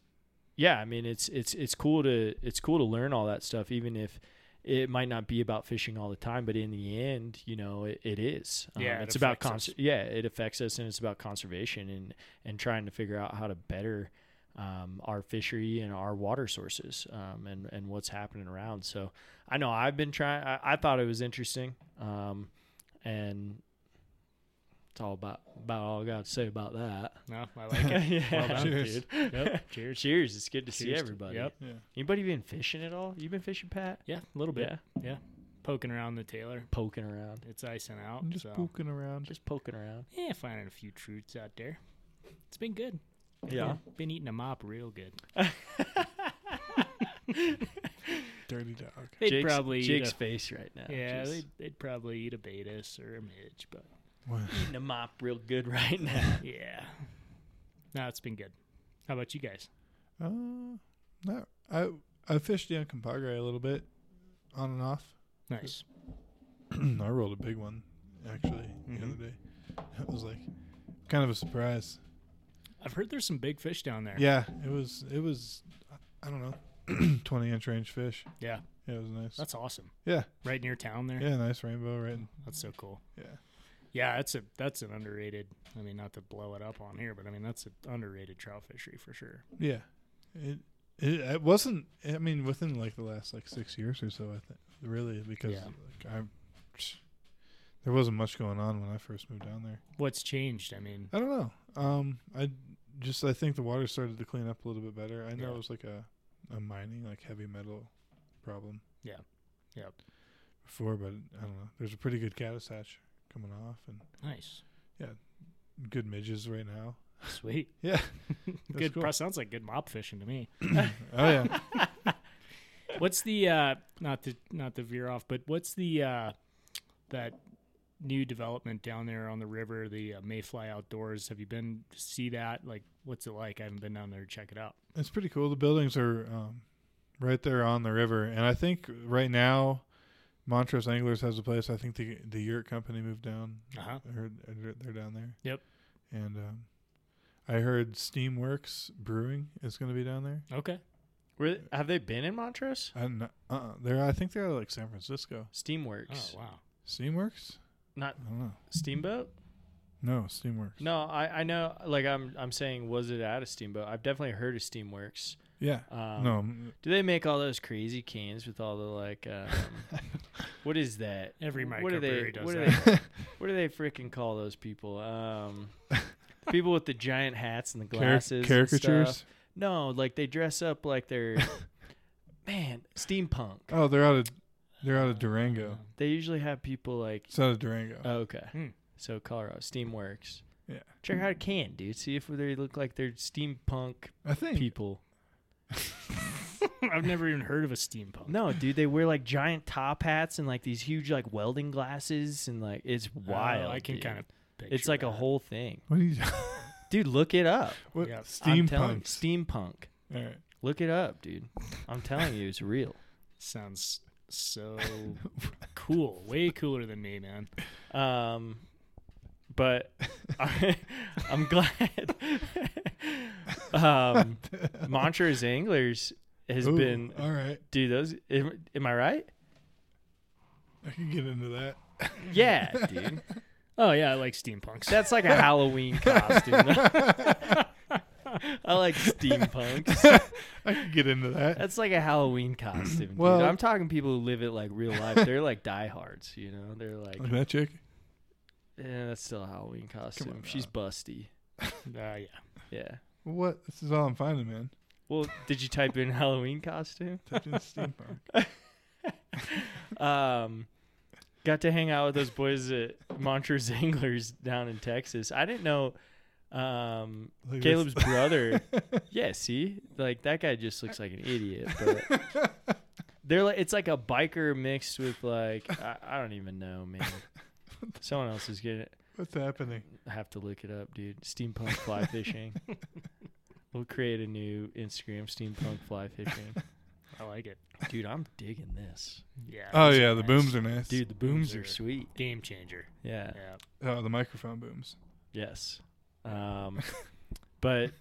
Speaker 2: yeah, I mean it's it's it's cool to it's cool to learn all that stuff, even if it might not be about fishing all the time, but in the end, you know, it, it is. Um,
Speaker 4: Yeah, it
Speaker 2: it's about
Speaker 4: affects
Speaker 2: cons- yeah, it affects us, and it's about conservation and and trying to figure out how to better um, our fishery and our water sources um, and and what's happening around. So I know I've been trying. I, I thought it was interesting, um, and it's all about about all I got to say about that.
Speaker 4: No, I like it.
Speaker 2: yeah,
Speaker 4: Well done,
Speaker 2: cheers.
Speaker 4: dude. Yep.
Speaker 2: Cheers. Cheers. It's good to see
Speaker 4: Cheers to-
Speaker 2: everybody.
Speaker 4: Yep.
Speaker 7: Yeah.
Speaker 2: Anybody been fishing at all? You been fishing, Pat?
Speaker 4: Yeah, a little bit.
Speaker 2: Yeah.
Speaker 4: Yeah. Poking around the Taylor.
Speaker 2: Poking around.
Speaker 4: It's icing out.
Speaker 7: I'm just
Speaker 4: so.
Speaker 7: poking around.
Speaker 2: Just poking around.
Speaker 4: Yeah, finding a few truths out there. It's been good. Been eating a mop real good.
Speaker 7: Dirty dog.
Speaker 4: They'd
Speaker 2: Jake's,
Speaker 4: probably
Speaker 2: Jake's
Speaker 4: eat
Speaker 2: face right now.
Speaker 4: a, yeah,
Speaker 2: just
Speaker 4: they'd, they'd probably eat a Betis or a Midge, but
Speaker 2: eating a mop real good right now.
Speaker 4: yeah. No, it's been good. How about you guys?
Speaker 7: Uh, no, I I fished down Campagre a little bit, on and off.
Speaker 4: Nice.
Speaker 7: I rolled a big one actually the
Speaker 4: Mhm.
Speaker 7: other day. That was like kind of a surprise.
Speaker 4: I've heard there's some big fish down there.
Speaker 7: Yeah, it was. It was. I don't know, twenty inch range fish.
Speaker 4: Yeah,
Speaker 7: Yeah, it was nice.
Speaker 4: that's awesome.
Speaker 7: yeah,
Speaker 4: Right near town there.
Speaker 7: yeah, nice rainbow. Right. in-
Speaker 4: That's so cool.
Speaker 7: Yeah.
Speaker 4: Yeah, that's a that's an underrated. I mean, not to blow it up on here, but I mean that's an underrated trout fishery for sure.
Speaker 7: Yeah, it, it it wasn't. I mean, within like the last like six years or so, I think really because
Speaker 4: Yeah.
Speaker 7: like, I there wasn't much going on when I first moved down there.
Speaker 4: What's changed? I mean,
Speaker 7: I don't know. Um, I just I think the water started to clean up a little bit better. I know
Speaker 4: Yeah.
Speaker 7: it was like a a mining like heavy metal problem.
Speaker 4: Yeah. Yep.
Speaker 7: Before, but I don't know. There's a pretty good caddis hatch coming off and
Speaker 4: nice,
Speaker 7: good midges right now.
Speaker 4: sweet,
Speaker 7: Yeah.
Speaker 4: good.
Speaker 7: cool.
Speaker 4: pro- sounds like good mop fishing to me.
Speaker 7: Oh yeah.
Speaker 4: What's the uh not to not to veer off, but what's the uh that new development down there on the river, the uh, Mayfly Outdoors? Have you been to see that? Like, what's it like? I haven't been down there to check it out.
Speaker 7: it's pretty cool. The buildings are um, right there on the river, and I think right now Montrose Anglers has a place. I think the the yurt company moved down.
Speaker 4: Uh huh.
Speaker 7: I heard I heard they're down there.
Speaker 4: Yep.
Speaker 7: And um, I heard Steamworks Brewing is going to be down there.
Speaker 4: Okay.
Speaker 2: Were, have they been in Montrose?
Speaker 7: And uh, uh, they're I think they're like San Francisco.
Speaker 4: Oh
Speaker 2: Steamworks,
Speaker 4: wow.
Speaker 7: Steamworks?
Speaker 2: not
Speaker 7: I don't know.
Speaker 2: Steamboat.
Speaker 7: No, Steamworks.
Speaker 2: No, I, I know. Like I'm I'm saying, was it out of Steamboat? I've definitely heard of Steamworks.
Speaker 7: Yeah.
Speaker 2: Um,
Speaker 7: no. mm,
Speaker 2: Do they make all those crazy cans with all the like? Um, what is that?
Speaker 4: Every
Speaker 2: what are they?
Speaker 4: microbrewery does
Speaker 2: what are
Speaker 4: that.
Speaker 2: they? What do they freaking call those people? Um, the people with the giant hats and the
Speaker 7: caric-
Speaker 2: glasses. and
Speaker 7: caricatures.
Speaker 2: stuff. No, like they dress up like they're man steampunk.
Speaker 7: Oh, they're out of they're out of Durango.
Speaker 2: They usually have people like
Speaker 7: It's out of Durango.
Speaker 2: oh, okay,
Speaker 4: Hmm.
Speaker 2: so Colorado Steamworks.
Speaker 7: Yeah.
Speaker 2: check out a can, dude. See if they look like they're steampunk
Speaker 7: I think
Speaker 2: people.
Speaker 4: I've never even heard of a steampunk.
Speaker 2: No, dude, they wear like giant top hats and like these huge like welding glasses and like it's
Speaker 4: Oh,
Speaker 2: wild.
Speaker 4: I can
Speaker 2: dude.
Speaker 4: kind of. Picture
Speaker 2: It's like a
Speaker 4: that.
Speaker 2: whole thing,
Speaker 7: What do you
Speaker 2: dude. Look it up.
Speaker 7: what
Speaker 4: Yeah.
Speaker 2: I'm telling-
Speaker 7: steampunks?
Speaker 2: Steampunk.
Speaker 7: All right.
Speaker 2: Look it up, dude. I'm telling you, it's real.
Speaker 4: Sounds so cool. Way cooler than me, man.
Speaker 2: Um, but I, I'm glad. um, Montrose Anglers has
Speaker 7: Ooh,
Speaker 2: been.
Speaker 7: all right.
Speaker 2: Dude, those am, am I right?
Speaker 7: I can get into that.
Speaker 2: Yeah, dude.
Speaker 4: Oh yeah, I like steampunks.
Speaker 2: That's like a Halloween costume. I like steampunks.
Speaker 7: I can get into that.
Speaker 2: That's like a Halloween costume. Dude.
Speaker 7: Well-
Speaker 2: I'm talking people who live it like real life. They're like diehards, you know. They're like,
Speaker 7: Look at that chick.
Speaker 2: yeah, that's still a Halloween costume.
Speaker 7: on,
Speaker 2: She's busty.
Speaker 4: Ah, yeah.
Speaker 2: Yeah.
Speaker 7: What? This is all I'm finding, man.
Speaker 2: Well, did you type in Halloween costume?
Speaker 7: Typed in steampunk.
Speaker 2: Um, got to hang out with those boys at Montrose Anglers down in Texas. I didn't know um,
Speaker 7: Look at
Speaker 2: Caleb's
Speaker 7: this.
Speaker 2: brother. Yeah, see, like that guy just looks like an idiot. But they're like, it's like a biker mixed with like I, I don't even know, man. Someone else is gonna
Speaker 7: What's happening?
Speaker 2: have to look it up, dude. Steampunk fly fishing. we'll create a new Instagram, steampunk fly fishing.
Speaker 4: I like it.
Speaker 2: Dude, I'm digging this.
Speaker 4: Yeah.
Speaker 7: Oh
Speaker 4: those
Speaker 7: yeah,
Speaker 4: are
Speaker 7: the
Speaker 4: nice.
Speaker 7: booms are nice.
Speaker 2: Dude, the booms are
Speaker 4: Booms are-
Speaker 2: sweet.
Speaker 4: Game changer.
Speaker 2: Yeah.
Speaker 4: Yeah.
Speaker 7: Oh, the microphone booms.
Speaker 2: Yes. Um, but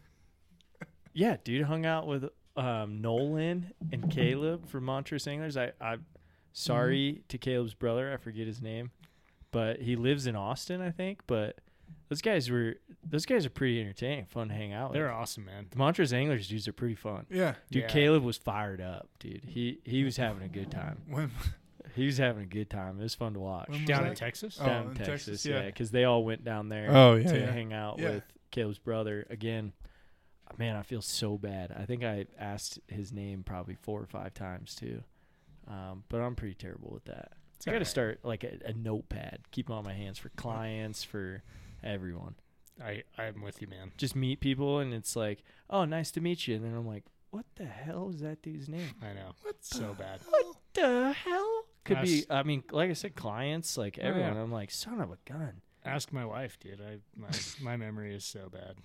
Speaker 2: yeah, dude, hung out with um, Nolan and Caleb from Montrose Anglers. I, I'm sorry to Caleb's brother, I forget his name, but he lives in Austin, I think. But those guys were those guys are pretty entertaining, fun to hang out
Speaker 4: They're
Speaker 2: with.
Speaker 4: awesome, man.
Speaker 2: The Montrose Anglers dudes are pretty fun.
Speaker 7: Yeah.
Speaker 2: Dude,
Speaker 4: Yeah.
Speaker 2: Caleb was fired up, dude. He he was having a good time.
Speaker 7: When?
Speaker 2: He was having a good time. It was fun to watch.
Speaker 7: When was
Speaker 4: Down
Speaker 7: that?
Speaker 4: in Texas.
Speaker 7: Oh.
Speaker 2: down in
Speaker 7: in
Speaker 2: Texas,
Speaker 7: Texas,
Speaker 2: yeah,
Speaker 7: yeah.
Speaker 2: because they all went down there
Speaker 7: Oh, yeah,
Speaker 2: to
Speaker 7: yeah.
Speaker 2: hang out
Speaker 7: Yeah.
Speaker 2: with Caleb's brother again. Man, I feel so bad. I think I asked his name probably four or five times too, um, but I'm pretty terrible with that. I got to
Speaker 4: alright.
Speaker 2: start like a, a notepad, keep it on my hands for clients, for everyone.
Speaker 4: I I'm with you, man.
Speaker 2: Just meet people and it's like, oh, nice to meet you, and then I'm like, what the hell is that dude's name?
Speaker 4: I know. so bad.
Speaker 2: What the hell? Could be.
Speaker 4: That's-
Speaker 2: I mean, like I said, clients, like
Speaker 4: Oh, yeah.
Speaker 2: everyone. I'm like, son of a gun.
Speaker 4: Ask my wife, dude. I my, my memory is so bad.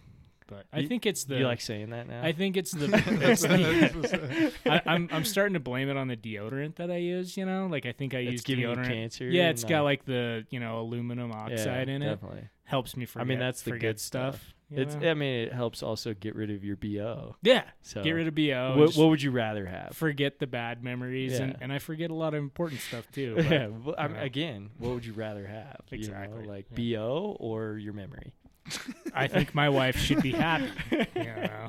Speaker 4: But
Speaker 2: You-
Speaker 4: I think it's the
Speaker 2: you like saying that now?
Speaker 4: I think it's the. it's the- I, I'm I'm starting to blame it on the deodorant that I use. You know, like I think I
Speaker 2: It's
Speaker 4: use
Speaker 2: giving you
Speaker 4: deodorant.
Speaker 2: cancer
Speaker 4: Yeah, it's
Speaker 2: and,
Speaker 4: got
Speaker 2: uh,
Speaker 4: like the you know aluminum oxide in it.
Speaker 2: Definitely.
Speaker 4: Helps me forget.
Speaker 2: I mean, that's the
Speaker 4: forget
Speaker 2: good
Speaker 4: stuff.
Speaker 2: stuff.
Speaker 4: you
Speaker 2: It's.
Speaker 4: know?
Speaker 2: I mean, it helps also get rid of your bo.
Speaker 4: yeah.
Speaker 2: So
Speaker 4: Get rid of bo.
Speaker 2: What,
Speaker 4: just
Speaker 2: what would you rather have?
Speaker 4: forget the bad memories, and,
Speaker 2: Yeah.
Speaker 4: and I forget a lot of important stuff too. but-
Speaker 2: yeah. well, I mean,
Speaker 4: yeah.
Speaker 2: Again, what would you rather have? you know,
Speaker 4: Exactly,
Speaker 2: like
Speaker 4: yeah.
Speaker 2: bo or your memory.
Speaker 4: I think my wife should be happy. You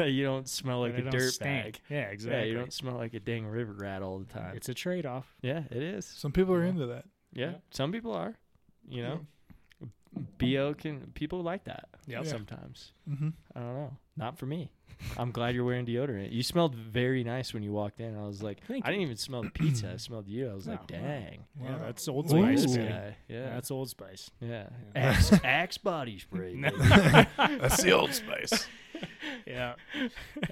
Speaker 4: know,
Speaker 2: you don't smell like
Speaker 4: That I
Speaker 2: a
Speaker 4: don't
Speaker 2: dirt
Speaker 4: stink.
Speaker 2: bag.
Speaker 4: Yeah,
Speaker 2: Yeah.
Speaker 4: exactly.
Speaker 2: You don't smell like a dang river rat all the time.
Speaker 4: it's a trade off.
Speaker 2: yeah. It is.
Speaker 7: Some people are into that.
Speaker 2: Yeah.
Speaker 4: yeah.
Speaker 2: Some people are. You know. Bo can people like that
Speaker 4: Yep.
Speaker 7: Yeah.
Speaker 2: sometimes.
Speaker 7: Mm-hmm.
Speaker 2: I don't know. Not for me. I'm glad you're wearing deodorant. You smelled very nice when you walked in. I was like,
Speaker 4: Thank
Speaker 2: I didn't even smell the pizza. I smelled you. I was
Speaker 4: Oh, wow.
Speaker 2: like, dang.
Speaker 4: Yeah, that's Old
Speaker 7: Ooh.
Speaker 4: Spice.
Speaker 2: This
Speaker 7: Ooh.
Speaker 4: baby.
Speaker 2: guy. Yeah.
Speaker 4: That's Old Spice.
Speaker 2: yeah. Axe, axe body spray. baby.
Speaker 7: That's the old spice.
Speaker 4: Yeah.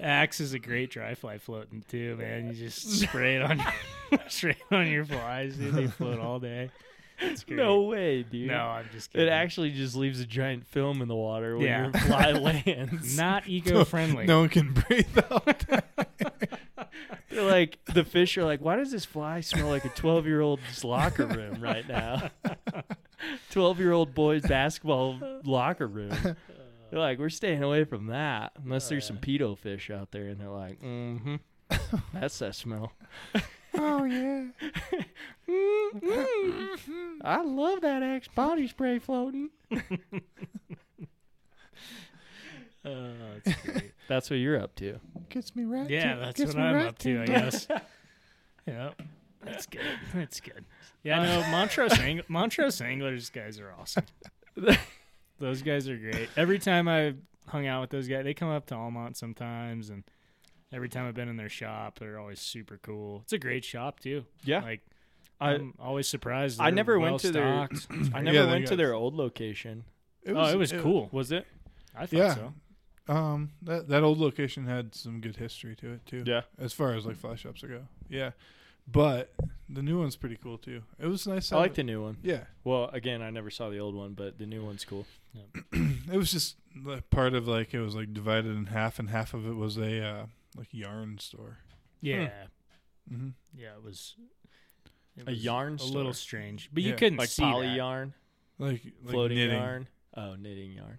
Speaker 4: Axe is a great dry fly floating too, man. You just spray it on straight on your flies, dude. They float all day. It's great.
Speaker 2: no way, dude.
Speaker 4: No, I'm just
Speaker 2: It
Speaker 4: kidding.
Speaker 2: actually just leaves a giant film in the water when
Speaker 4: Yeah.
Speaker 2: your fly lands.
Speaker 4: not eco friendly.
Speaker 7: No one can breathe out.
Speaker 2: They're like the fish are like, why does this fly smell like a 12 year old's locker room right now? 12 year old boys basketball locker room. They're like, we're staying away from that unless there's some pedo fish out there, and they're like, mm-hmm, that's that smell.
Speaker 7: oh yeah.
Speaker 2: Mm-mm. I love that Axe body spray floating.
Speaker 4: Oh, that's great.
Speaker 2: That's what you're up to.
Speaker 7: Gets me right.
Speaker 4: Yeah,
Speaker 7: to-
Speaker 4: that's
Speaker 7: gets
Speaker 4: what
Speaker 7: me
Speaker 4: I'm
Speaker 7: right
Speaker 4: up to, I guess. yeah. That's good. That's good. Yeah, no, Montrose Ang- Montrose Anglers guys are awesome. those guys are great. Every time I hung out with those guys, they come up to Almont sometimes and every time I've been in their shop, they're always super cool. It's a great shop too.
Speaker 2: Yeah.
Speaker 4: Like
Speaker 2: I-
Speaker 4: I'm always surprised.
Speaker 2: I
Speaker 4: they're
Speaker 2: never went to their-
Speaker 4: well-stocked.
Speaker 2: Um, I
Speaker 7: Yeah,
Speaker 2: never
Speaker 7: they
Speaker 2: went to
Speaker 7: got-
Speaker 2: their old location.
Speaker 4: oh, it was cool.
Speaker 2: Was it?
Speaker 4: I thought
Speaker 7: Yeah.
Speaker 4: so.
Speaker 7: Um, that that old location had some good history to it too.
Speaker 2: Yeah.
Speaker 7: As far as like flash ups go. Yeah. But the new one's pretty cool too. It was nice.
Speaker 2: I
Speaker 7: to
Speaker 2: like
Speaker 7: have it-
Speaker 2: the new one.
Speaker 7: Yeah.
Speaker 2: Well, again, I never saw the old one, but the new one's cool.
Speaker 7: It was just like, part of like it was like divided in half, and half of it was a uh, like yarn store.
Speaker 4: Yeah,
Speaker 7: Mm-hmm.
Speaker 4: yeah, it was. it
Speaker 2: A
Speaker 4: was
Speaker 2: yarn
Speaker 4: a
Speaker 2: store.
Speaker 4: little strange, but you
Speaker 7: Yeah.
Speaker 4: couldn't
Speaker 2: like
Speaker 4: see
Speaker 2: poly
Speaker 4: that.
Speaker 2: yarn,
Speaker 7: Like, like
Speaker 2: floating
Speaker 7: knitting.
Speaker 2: yarn. Oh, knitting yarn.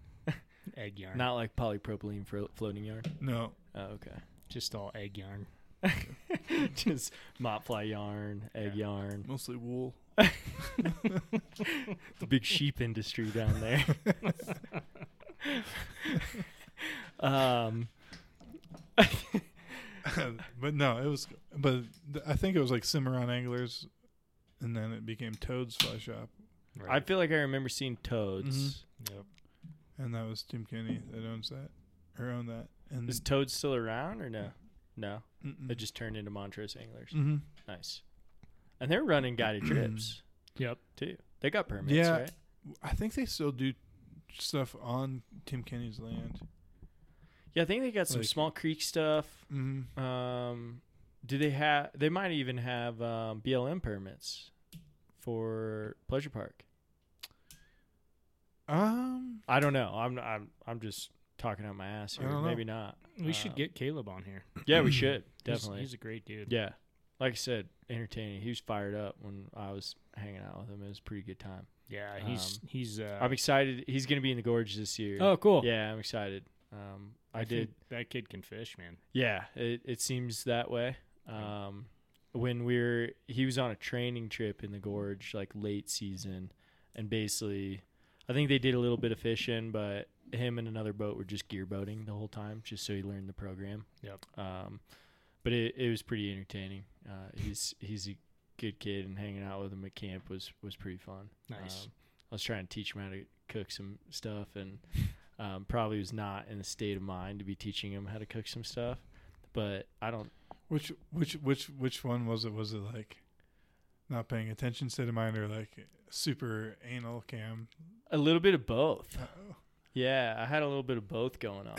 Speaker 4: egg yarn,
Speaker 2: Not like polypropylene fro- floating yarn.
Speaker 7: No,
Speaker 2: Oh, okay.
Speaker 4: just all egg yarn.
Speaker 2: Just mop fly yarn, egg yarn.
Speaker 7: mostly wool.
Speaker 2: The big sheep industry down there.
Speaker 4: Uh,
Speaker 2: um,
Speaker 7: but no, it was. But th- I think it was like Cimarron Anglers, and then it became Toad's Fly Shop,
Speaker 2: I feel like I remember seeing toads.
Speaker 7: Mm-hmm.
Speaker 4: Yep.
Speaker 7: and that was Tim Kenny that owns that or owned that. And
Speaker 2: Is Toad still around or no?
Speaker 7: Mm-hmm.
Speaker 2: No,
Speaker 7: mm-mm.
Speaker 2: it just turned into Montrose Anglers.
Speaker 7: Mhm.
Speaker 2: Nice, and they're running guided trips
Speaker 4: Yep.
Speaker 2: too. They got permits,
Speaker 7: Yeah.
Speaker 2: right?
Speaker 7: I think they still do stuff on Tim Kenny's land.
Speaker 2: Yeah, I think they got some
Speaker 7: Like-
Speaker 2: small creek stuff.
Speaker 7: Mm-hmm.
Speaker 2: Um, do they have? They might even have um, BLM permits for pleasure park.
Speaker 7: Um,
Speaker 2: I don't know. I'm I'm I'm just talking out my ass
Speaker 7: I
Speaker 2: here.
Speaker 7: don't know.
Speaker 2: Maybe not.
Speaker 4: We should
Speaker 2: Uh,
Speaker 4: get Caleb on here.
Speaker 2: Yeah, we
Speaker 4: He's-
Speaker 2: should definitely.
Speaker 4: he's, a great dude.
Speaker 2: yeah, like I said, entertaining. He was fired up when I was hanging out with him. It was a pretty good time.
Speaker 4: Yeah, he's
Speaker 2: Um,
Speaker 4: he's. Uh,
Speaker 2: I'm excited. He's going to be in the gorge this year.
Speaker 4: oh, cool.
Speaker 2: yeah, I'm excited. Um, I,
Speaker 4: think
Speaker 2: did.
Speaker 4: That kid can fish, man.
Speaker 2: Yeah, it, it seems that way. Um, when we are he was on a training trip in the gorge like late season, and basically, I think they did a little bit of fishing, but him and another boat were just gear boating the whole time, just so he learned the program.
Speaker 4: Yep.
Speaker 2: Um, but it, it was pretty entertaining. Uh, he's he's a good kid, and hanging out with him at camp was was pretty fun.
Speaker 4: Nice.
Speaker 2: Um, I was trying to teach him how to cook some stuff, and um, probably was not in the state of mind to be teaching him how to cook some stuff. But I don't.
Speaker 7: which which which which one was it? Was it like not paying attention state of mind or like super anal cam?
Speaker 2: A little bit of both.
Speaker 7: Uh-oh.
Speaker 2: Yeah, I had a little bit of both going on,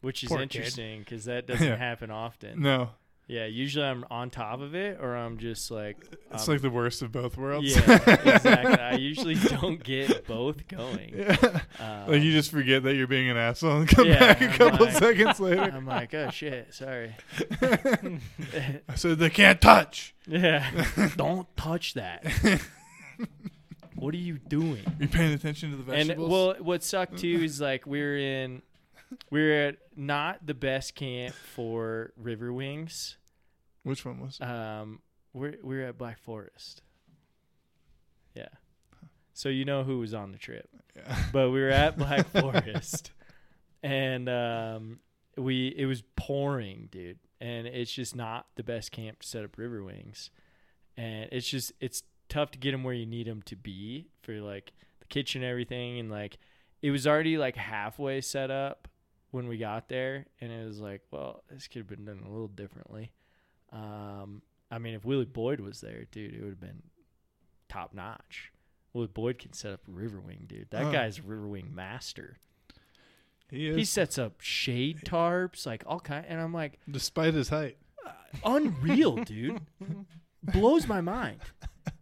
Speaker 2: which is
Speaker 4: Poor kid.
Speaker 2: interesting because that doesn't
Speaker 7: Yeah.
Speaker 2: happen often.
Speaker 7: No,
Speaker 2: Yeah, usually I'm on top of it, or I'm just like
Speaker 7: it's
Speaker 2: um,
Speaker 7: like the worst of both worlds.
Speaker 2: Yeah, exactly. I usually don't get both going.
Speaker 7: Yeah.
Speaker 2: Um,
Speaker 7: Like you just forget that you're being an asshole and come
Speaker 2: Yeah,
Speaker 7: back a
Speaker 2: I'm
Speaker 7: couple
Speaker 2: like-
Speaker 7: seconds later.
Speaker 2: I'm like, oh shit, sorry.
Speaker 7: I said they can't touch.
Speaker 2: Yeah, don't touch that. what are you doing?
Speaker 7: You paying attention to the
Speaker 2: And
Speaker 7: vegetables?
Speaker 2: well, what sucked too is like we we're in, we we're at not the best camp for river wings.
Speaker 7: Which one was? it?
Speaker 2: Um, we're we we're at Black Forest. Yeah, so you know who was on the trip.
Speaker 7: Yeah.
Speaker 2: but we were at Black Forest, and um, we it was pouring, dude, and it's just not the best camp to set up river wings, and it's just it's tough to get them where you need them to be for like the kitchen and everything, and like it was already like halfway set up when we got there, and it was like, well, this could have been done a little differently. Um, I mean, if Willie Boyd was there, dude, it would have been top notch. Willie Boyd can set up a river wing, dude. That
Speaker 7: Huh.
Speaker 2: guy's a river wing master.
Speaker 7: He is,
Speaker 2: He sets up shade tarps, like all kind, and I'm like, uh,
Speaker 7: despite his height.
Speaker 2: unreal, dude. Blows my mind.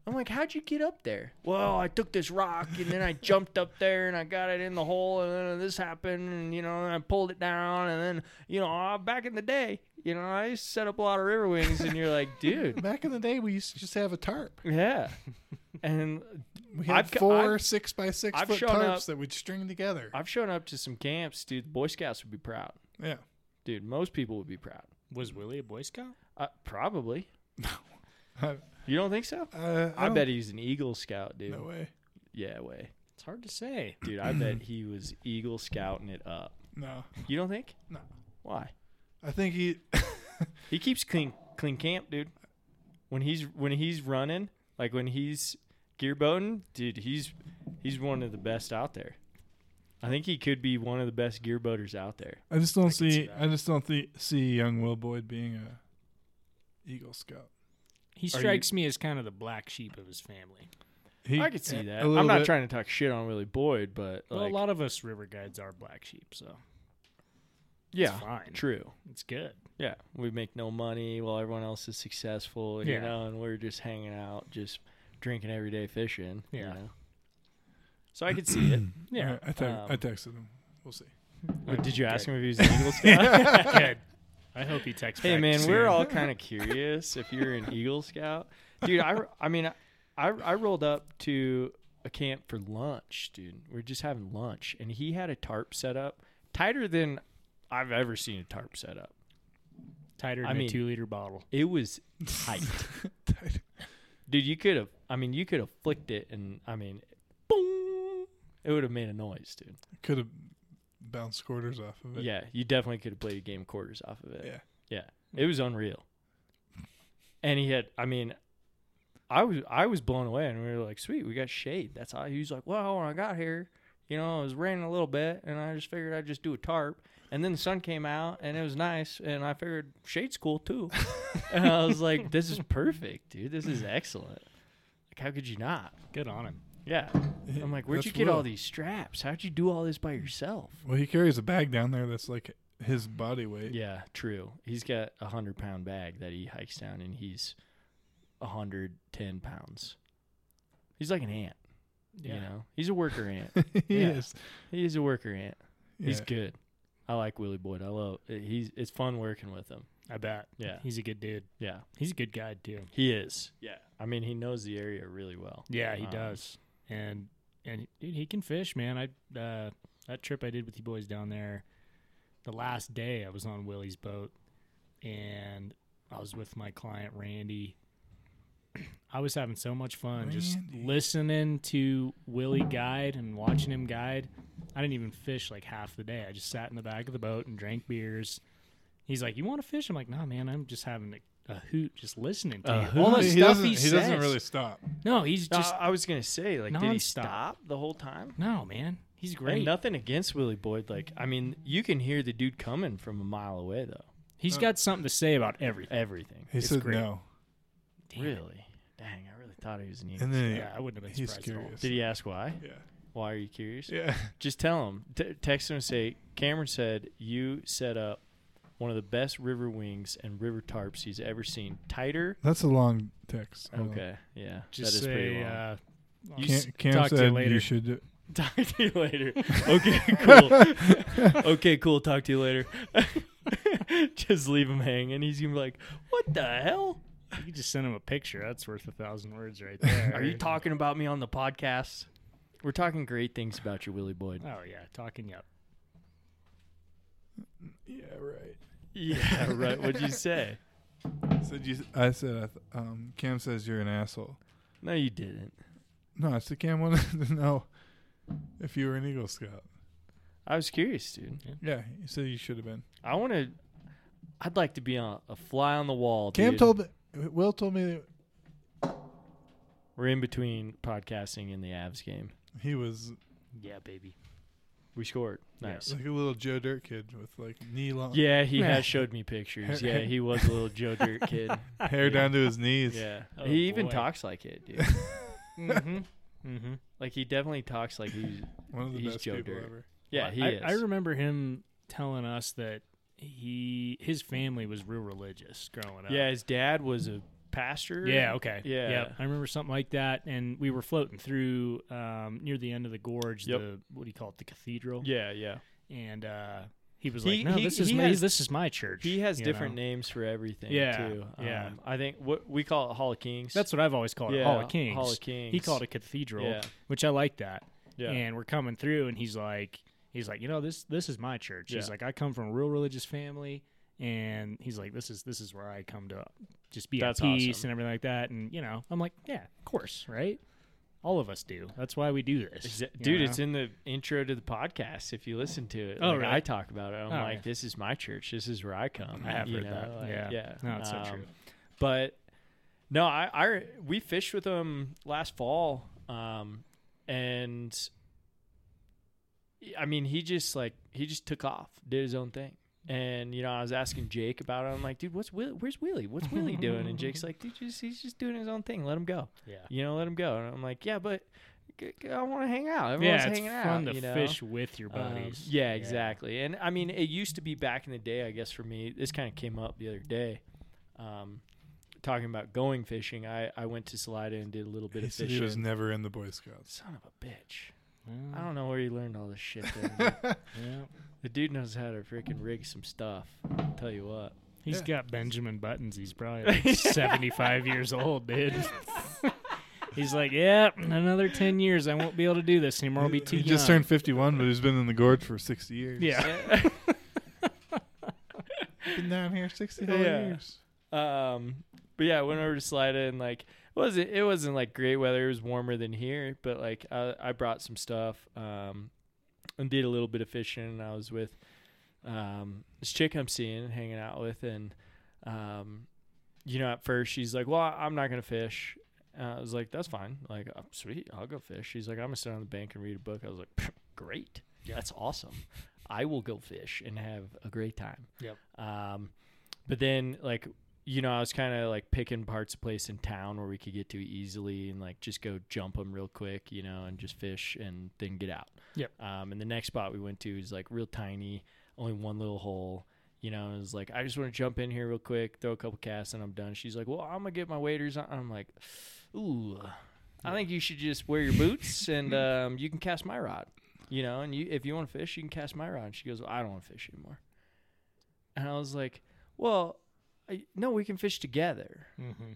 Speaker 2: I'm like, how'd you get up there? Well, I took this rock and then I jumped up there and I got it in the hole and then this happened and you know and I pulled it down and then you know uh, back in the day, you know I used to set up a lot of river wings and you're like, dude,
Speaker 7: Back in the day, we used to just have a tarp.
Speaker 2: yeah. And
Speaker 7: We had
Speaker 2: I've co-
Speaker 7: 4
Speaker 2: I've-
Speaker 7: six by 6
Speaker 2: I've
Speaker 7: foot
Speaker 2: shown
Speaker 7: tarps
Speaker 2: up-
Speaker 7: that we'd string together.
Speaker 2: I've shown up to some camps, dude. The Boy Scouts would be proud,
Speaker 7: yeah,
Speaker 2: dude. Most people would be proud.
Speaker 4: Was Willie a Boy Scout?
Speaker 2: Uh, probably.
Speaker 7: I,
Speaker 2: You don't think so?
Speaker 7: Uh, I,
Speaker 2: I,
Speaker 7: don't-
Speaker 2: bet he's an Eagle Scout, dude.
Speaker 7: No way.
Speaker 2: Yeah, way.
Speaker 4: It's hard to say.
Speaker 2: Dude, I bet he was eagle scouting it up.
Speaker 7: No,
Speaker 2: You don't think?
Speaker 7: no.
Speaker 2: Why?
Speaker 7: I think he.
Speaker 2: He keeps clean clean camp, dude. When he's when he's running, like when he's gear boating, dude, he's he's one of the best out there. I think he could be one of the best gear boaters out there.
Speaker 7: I just don't
Speaker 4: see
Speaker 7: see.
Speaker 4: that.
Speaker 7: I just don't thi- see young Will Boyd being a Eagle Scout.
Speaker 4: He strikes me as kind of the black sheep of his family.
Speaker 7: He,
Speaker 2: I could see that.
Speaker 7: little
Speaker 2: I'm not
Speaker 7: bit.
Speaker 2: trying to talk shit on Willie Boyd, but
Speaker 4: well,
Speaker 2: like,
Speaker 4: a lot of us river guides are black sheep, so
Speaker 2: yeah,
Speaker 4: it's fine.
Speaker 2: true.
Speaker 4: It's good.
Speaker 2: Yeah, we make no money while everyone else is successful, you
Speaker 4: Yeah.
Speaker 2: know, and we're just hanging out, just drinking every day fishing. You
Speaker 4: Yeah.
Speaker 2: know? So I could see it.
Speaker 4: Yeah,
Speaker 7: Alright, I, te-
Speaker 2: um,
Speaker 7: I texted him. We'll see.
Speaker 2: Wait, did you ask
Speaker 4: good.
Speaker 2: him if he was an Eagle Scout?
Speaker 4: good. I hope he texts.
Speaker 2: Hey
Speaker 4: back
Speaker 2: man,
Speaker 4: soon.
Speaker 2: we're all kind of curious if you're an Eagle Scout, dude. I, I mean, I I rolled up to a camp for lunch, dude. We are just having lunch, and he had a tarp set up tighter than I've ever seen a tarp set up.
Speaker 4: tighter than
Speaker 2: I mean-
Speaker 4: a two liter bottle.
Speaker 2: It was tight, dude. You could have, I mean, you could have flicked it, and I mean, boom, it would have made a noise, dude.
Speaker 7: Could have bounced quarters off of it.
Speaker 2: Yeah, you definitely could have played a game quarters off of it.
Speaker 7: Yeah.
Speaker 2: Yeah. It was unreal. And he had I mean I was I was blown away and we were like, sweet, we got shade. That's how he was like, Well, when I got here, you know, it was raining a little bit and I just figured I'd just do a tarp. And then the sun came out and it was nice and I figured shade's cool too. and I was like, This is perfect, dude. This is excellent. Like how could you not?
Speaker 4: Good on him.
Speaker 2: Yeah. I'm like, where'd
Speaker 7: That's
Speaker 2: you get all
Speaker 7: real.
Speaker 2: these straps? How'd you do all this by yourself?
Speaker 7: Well, he carries a bag down there that's like his body weight.
Speaker 2: Yeah, true. He's got a hundred pound bag that he hikes down, and he's hundred ten pounds. He's like an ant. You know, he's a worker ant.
Speaker 7: he
Speaker 2: Yeah.
Speaker 7: is.
Speaker 2: he's a worker ant. He's
Speaker 7: Yeah.
Speaker 2: good. I like Willie Boyd. I love. eh, He's it's fun working with him.
Speaker 4: I bet.
Speaker 2: Yeah.
Speaker 4: he's a good dude.
Speaker 2: Yeah,
Speaker 4: He's a good guy too.
Speaker 2: he is. Yeah, I mean he knows the area really well.
Speaker 4: Yeah, he
Speaker 2: Um,
Speaker 4: does. And and dude, he can fish, man. I uh, that trip I did with you boys down there, the last day I was on Willie's boat, and I was with my client Randy. I was having so much fun just
Speaker 7: Randy.
Speaker 4: listening to Willie guide and watching him guide. I didn't even fish like half the day. I just sat in the back of the boat and drank beers. He's like, "You want to fish?" I'm like, "Nah, man. I'm just having a, a hoot, just listening to
Speaker 2: A Ah.
Speaker 4: you. all the
Speaker 7: he
Speaker 4: stuff
Speaker 7: doesn't,
Speaker 4: he,
Speaker 7: he
Speaker 4: says.
Speaker 7: doesn't really stop.
Speaker 4: No, he's
Speaker 2: No,
Speaker 4: just
Speaker 2: I was gonna say like, did he
Speaker 4: nonstop.
Speaker 2: stop the whole time?
Speaker 4: No, man, he's great.
Speaker 2: And nothing against Willie Boyd. Like, I mean, you can hear the dude coming from a mile away though.
Speaker 7: Oh.
Speaker 4: He's got something to say about everything.
Speaker 2: Everything.
Speaker 7: He
Speaker 4: It's
Speaker 7: said
Speaker 4: great.
Speaker 7: no,
Speaker 4: Damn it.
Speaker 2: Really? Dang, I really thought he was an Eagle.
Speaker 7: and then he-
Speaker 4: Yeah, I wouldn't have been
Speaker 7: he's
Speaker 4: surprised at all.
Speaker 7: curious.
Speaker 2: Did he ask why?
Speaker 7: Yeah,
Speaker 2: Why are you curious?
Speaker 7: yeah.
Speaker 2: Just tell him. T- text him and say, Cameron said you set up one of the best river wings and river tarps he's ever seen. Tighter.
Speaker 7: That's a long text. Hold on.
Speaker 2: Okay. Yeah.
Speaker 4: Just
Speaker 2: that is pretty
Speaker 4: say,
Speaker 2: long.
Speaker 4: uh,
Speaker 2: you
Speaker 7: Cam,
Speaker 2: s-
Speaker 7: Cam
Speaker 4: talk to
Speaker 7: said
Speaker 4: you
Speaker 7: you,
Speaker 4: later.
Speaker 7: should. do-
Speaker 2: talk to you later. Okay, cool. okay, cool. Talk to you later. Just leave him hanging. He's gonna be like, "What the hell?
Speaker 4: you just send him a picture. That's worth a thousand words right there.
Speaker 2: Are you talking about me on the podcast?" We're talking great things about you, Willie Boyd.
Speaker 4: Oh yeah, talking up.
Speaker 7: Yeah, right.
Speaker 2: Yeah, right. What'd you say?
Speaker 7: Said you. I said. I th- um, Cam says you're an asshole.
Speaker 2: No, you didn't.
Speaker 7: No, I said Cam wanted to know if you were an Eagle Scout.
Speaker 2: I was curious, dude.
Speaker 7: Yeah, he said you should have been.
Speaker 2: I want to. I'd like to be on a fly on the wall.
Speaker 7: Cam
Speaker 2: dude.
Speaker 7: told me. Will told me that
Speaker 2: we're in between podcasting and the Avs game.
Speaker 7: he was
Speaker 4: Yeah, baby.
Speaker 2: We scored. Nice.
Speaker 7: like a little Joe Dirt kid with like knee long
Speaker 2: Yeah, he has showed me pictures. Yeah, he was a little Joe Dirt kid.
Speaker 7: hair down to his knees.
Speaker 2: Yeah,
Speaker 4: Oh,
Speaker 2: he even
Speaker 4: boy.
Speaker 2: talks like it, dude.
Speaker 4: Mm-hmm. mm-hmm.
Speaker 2: Like he definitely talks like he's.
Speaker 7: One of the
Speaker 2: He's
Speaker 7: best
Speaker 2: Joe
Speaker 7: people
Speaker 2: Dirt.
Speaker 7: ever.
Speaker 2: Yeah,
Speaker 4: Well,
Speaker 2: he
Speaker 4: I,
Speaker 2: is.
Speaker 4: I remember him telling us that he his family was real religious growing up.
Speaker 2: yeah, his dad was a pastor.
Speaker 4: Yeah, okay.
Speaker 2: Yeah.
Speaker 4: I remember something like that. And we were floating through um, near the end of the gorge,
Speaker 2: Yep.
Speaker 4: the what do you call it, the cathedral?
Speaker 2: Yeah, yeah.
Speaker 4: And uh, he was
Speaker 2: He-
Speaker 4: like, No,
Speaker 2: he-
Speaker 4: this is
Speaker 2: he
Speaker 4: my,
Speaker 2: has-
Speaker 4: this is my church.
Speaker 2: He has
Speaker 4: you
Speaker 2: different
Speaker 4: know?
Speaker 2: names for everything.
Speaker 4: Yeah,
Speaker 2: too.
Speaker 4: yeah.
Speaker 2: Um, I think what we call it Hall of Kings.
Speaker 4: That's what I've always called it. Hall
Speaker 2: Yeah,
Speaker 4: of Kings.
Speaker 2: Hall of Kings.
Speaker 4: He called it cathedral,
Speaker 2: Yeah.
Speaker 4: which I like that.
Speaker 2: yeah.
Speaker 4: And we're coming through, and he's like, he's like, you know, this this is my church. He's
Speaker 2: Yeah.
Speaker 4: like, I come from a real religious family, and he's like, this is this is where I come to just be
Speaker 2: That's
Speaker 4: at peace
Speaker 2: awesome.
Speaker 4: and everything like that. And you know, I'm like, yeah, of course, right? All of us do. That's why we do this,
Speaker 2: Exa-
Speaker 4: you
Speaker 2: Dude,
Speaker 4: know?
Speaker 2: it's in the intro to the podcast. If you listen to it,
Speaker 4: Oh,
Speaker 2: like,
Speaker 4: really?
Speaker 2: I talk about it. I'm
Speaker 4: Oh,
Speaker 2: like,
Speaker 4: yeah.
Speaker 2: this is my church. This is where I come.
Speaker 4: I have
Speaker 2: you
Speaker 4: heard that.
Speaker 2: like,
Speaker 4: Yeah.
Speaker 2: yeah. Um,
Speaker 4: No, it's so true.
Speaker 2: But no, I, I we fished with them last fall, um, and I mean, he just like he just took off, did his own thing. And you know, I was asking Jake about it. I'm like, dude, what's Will- where's Willie? What's Willie doing? And Jake's like, dude, just, he's just doing his own thing. Let him go
Speaker 4: yeah.
Speaker 2: you know, let him go. And I'm like, yeah, but g- g- I want to hang out. Everyone's
Speaker 4: Yeah, it's
Speaker 2: hanging
Speaker 4: fun
Speaker 2: out,
Speaker 4: to
Speaker 2: you know?
Speaker 4: fish with your
Speaker 2: Um,
Speaker 4: buddies.
Speaker 2: yeah, exactly. And I mean, it used to be back in the day, I guess, for me. This kind of came up the other day. Um, talking about going fishing, I, I went to Salida and did a little bit
Speaker 7: He
Speaker 2: of
Speaker 7: said
Speaker 2: fishing.
Speaker 7: he was never in the Boy Scouts.
Speaker 2: Son of a bitch.
Speaker 4: Yeah.
Speaker 2: I don't know where he learned all this shit. Then, but
Speaker 4: Yeah.
Speaker 2: The dude knows how to freaking rig some stuff. I'll tell you what.
Speaker 4: He's
Speaker 7: Yeah.
Speaker 4: got Benjamin Buttons. He's probably like 75 years old, dude. He's like, yeah, in another 10 years, I won't be able to do this anymore. I'll be too
Speaker 7: he
Speaker 4: young.
Speaker 7: just turned 51, but he's been in the gorge for 60 years.
Speaker 4: Yeah.
Speaker 7: been down here 60
Speaker 2: whole Yeah.
Speaker 7: years.
Speaker 2: Um, but yeah, I went over to Slida and like it wasn't it wasn't like great weather. It was warmer than here, but like I, I brought some stuff. Um, and did a little bit of fishing. And I was with um this chick I'm seeing hanging out with, and um, you know, at first she's like, "Well, I'm not gonna fish." And I was like, "That's fine. Like, oh, sweet, I'll go fish." She's like, "I'm gonna sit on the bank and read a book." I was like, "Great, that's awesome. I will go fish and have a great time."
Speaker 4: Yep.
Speaker 2: Um, but then like you know, I was kind of like picking parts of place in town where we could get to easily and like just go jump them real quick, you know, and just fish and then get out.
Speaker 4: Yep.
Speaker 2: Um, and the next spot we went to is like real tiny, only one little hole, you know. And it was like, I just want to jump in here real quick, throw a couple casts, and I'm done. She's like, Well, I'm gonna get my waders on. I'm like, Ooh, I think you should just wear your boots and um, you can cast my rod, you know. And you, if you want to fish, you can cast my rod. And she goes, well, I don't want to fish anymore. And I was like, Well. I, no, we can fish together,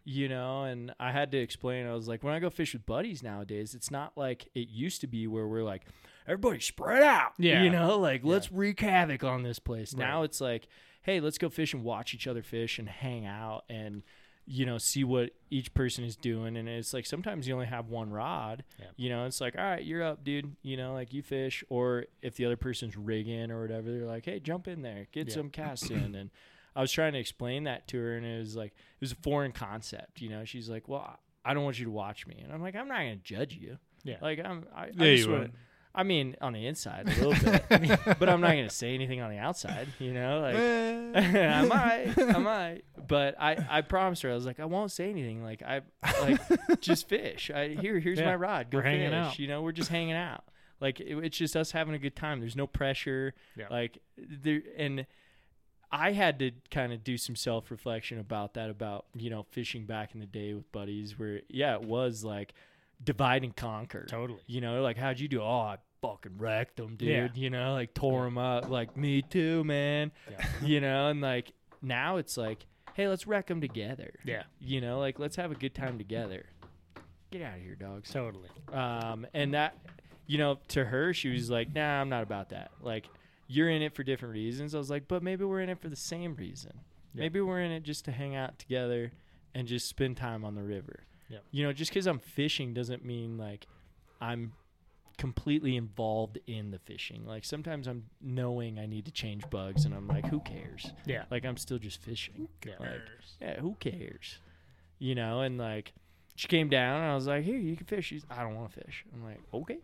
Speaker 2: you know. And I had to explain. I was like, when I go fish with buddies nowadays, it's not like it used to be where we're like, everybody spread out,
Speaker 4: Yeah.
Speaker 2: you know, like let's wreak havoc on this place. Now it's like, hey, let's go fish and watch each other fish and hang out and you know see what each person is doing. And it's like sometimes you only have one rod, you know. It's like, all right, you're up, dude. You know, like you fish, or if the other person's rigging or whatever, they're like, hey, jump in there, get some casts in, and I was trying to explain that to her, and it was like it was a foreign concept. You know, she's like, "Well, I- I don't want you to watch me," and I'm like, "I'm not going to judge you."
Speaker 4: Yeah.
Speaker 2: Like I'm. I, I
Speaker 7: Yeah,
Speaker 2: just
Speaker 7: you
Speaker 2: wanna-
Speaker 7: won't.
Speaker 2: I mean, on the inside a little bit, but I'm not going to say anything on the outside. You know, like I might, I might, but I, I promised her I was like, I won't say anything. Like I, like just fish. I here, here's
Speaker 4: Yeah.
Speaker 2: my rod. Go
Speaker 4: We're
Speaker 2: fish.
Speaker 4: hanging out.
Speaker 2: You know, we're just hanging out. Like it, it's just us having a good time. There's no pressure.
Speaker 4: Yeah.
Speaker 2: Like there, and I had to kind of do some self reflection about that. About you know, fishing back in the day with buddies, where yeah, it was like divide and conquer.
Speaker 4: Totally.
Speaker 2: You know, like how'd you do? Oh, I fucking wrecked them, dude.
Speaker 4: Yeah.
Speaker 2: You know, like tore them up. Like me too, man. You know, and like now it's like, hey, let's wreck them together.
Speaker 4: Yeah.
Speaker 2: You know, like let's have a good time together. Get out of here, dogs.
Speaker 4: Totally.
Speaker 2: Um, and that, you know, to her, she was like, nah, I'm not about that. Like, you're in it for different reasons. I was like, but maybe we're in it for the same reason.
Speaker 4: Yeah.
Speaker 2: Maybe we're in it just to hang out together and just spend time on the river.
Speaker 4: Yeah.
Speaker 2: You know, just because I'm fishing doesn't mean like I'm completely involved in the fishing. Like sometimes I'm knowing I need to change bugs and I'm like, who cares?
Speaker 4: Yeah.
Speaker 2: Like I'm still just fishing.
Speaker 4: Yeah.
Speaker 2: Like, yeah, who cares? You know, and like she came down and I was like, Here, you can fish. She's I don't want to fish. I'm like, Okay.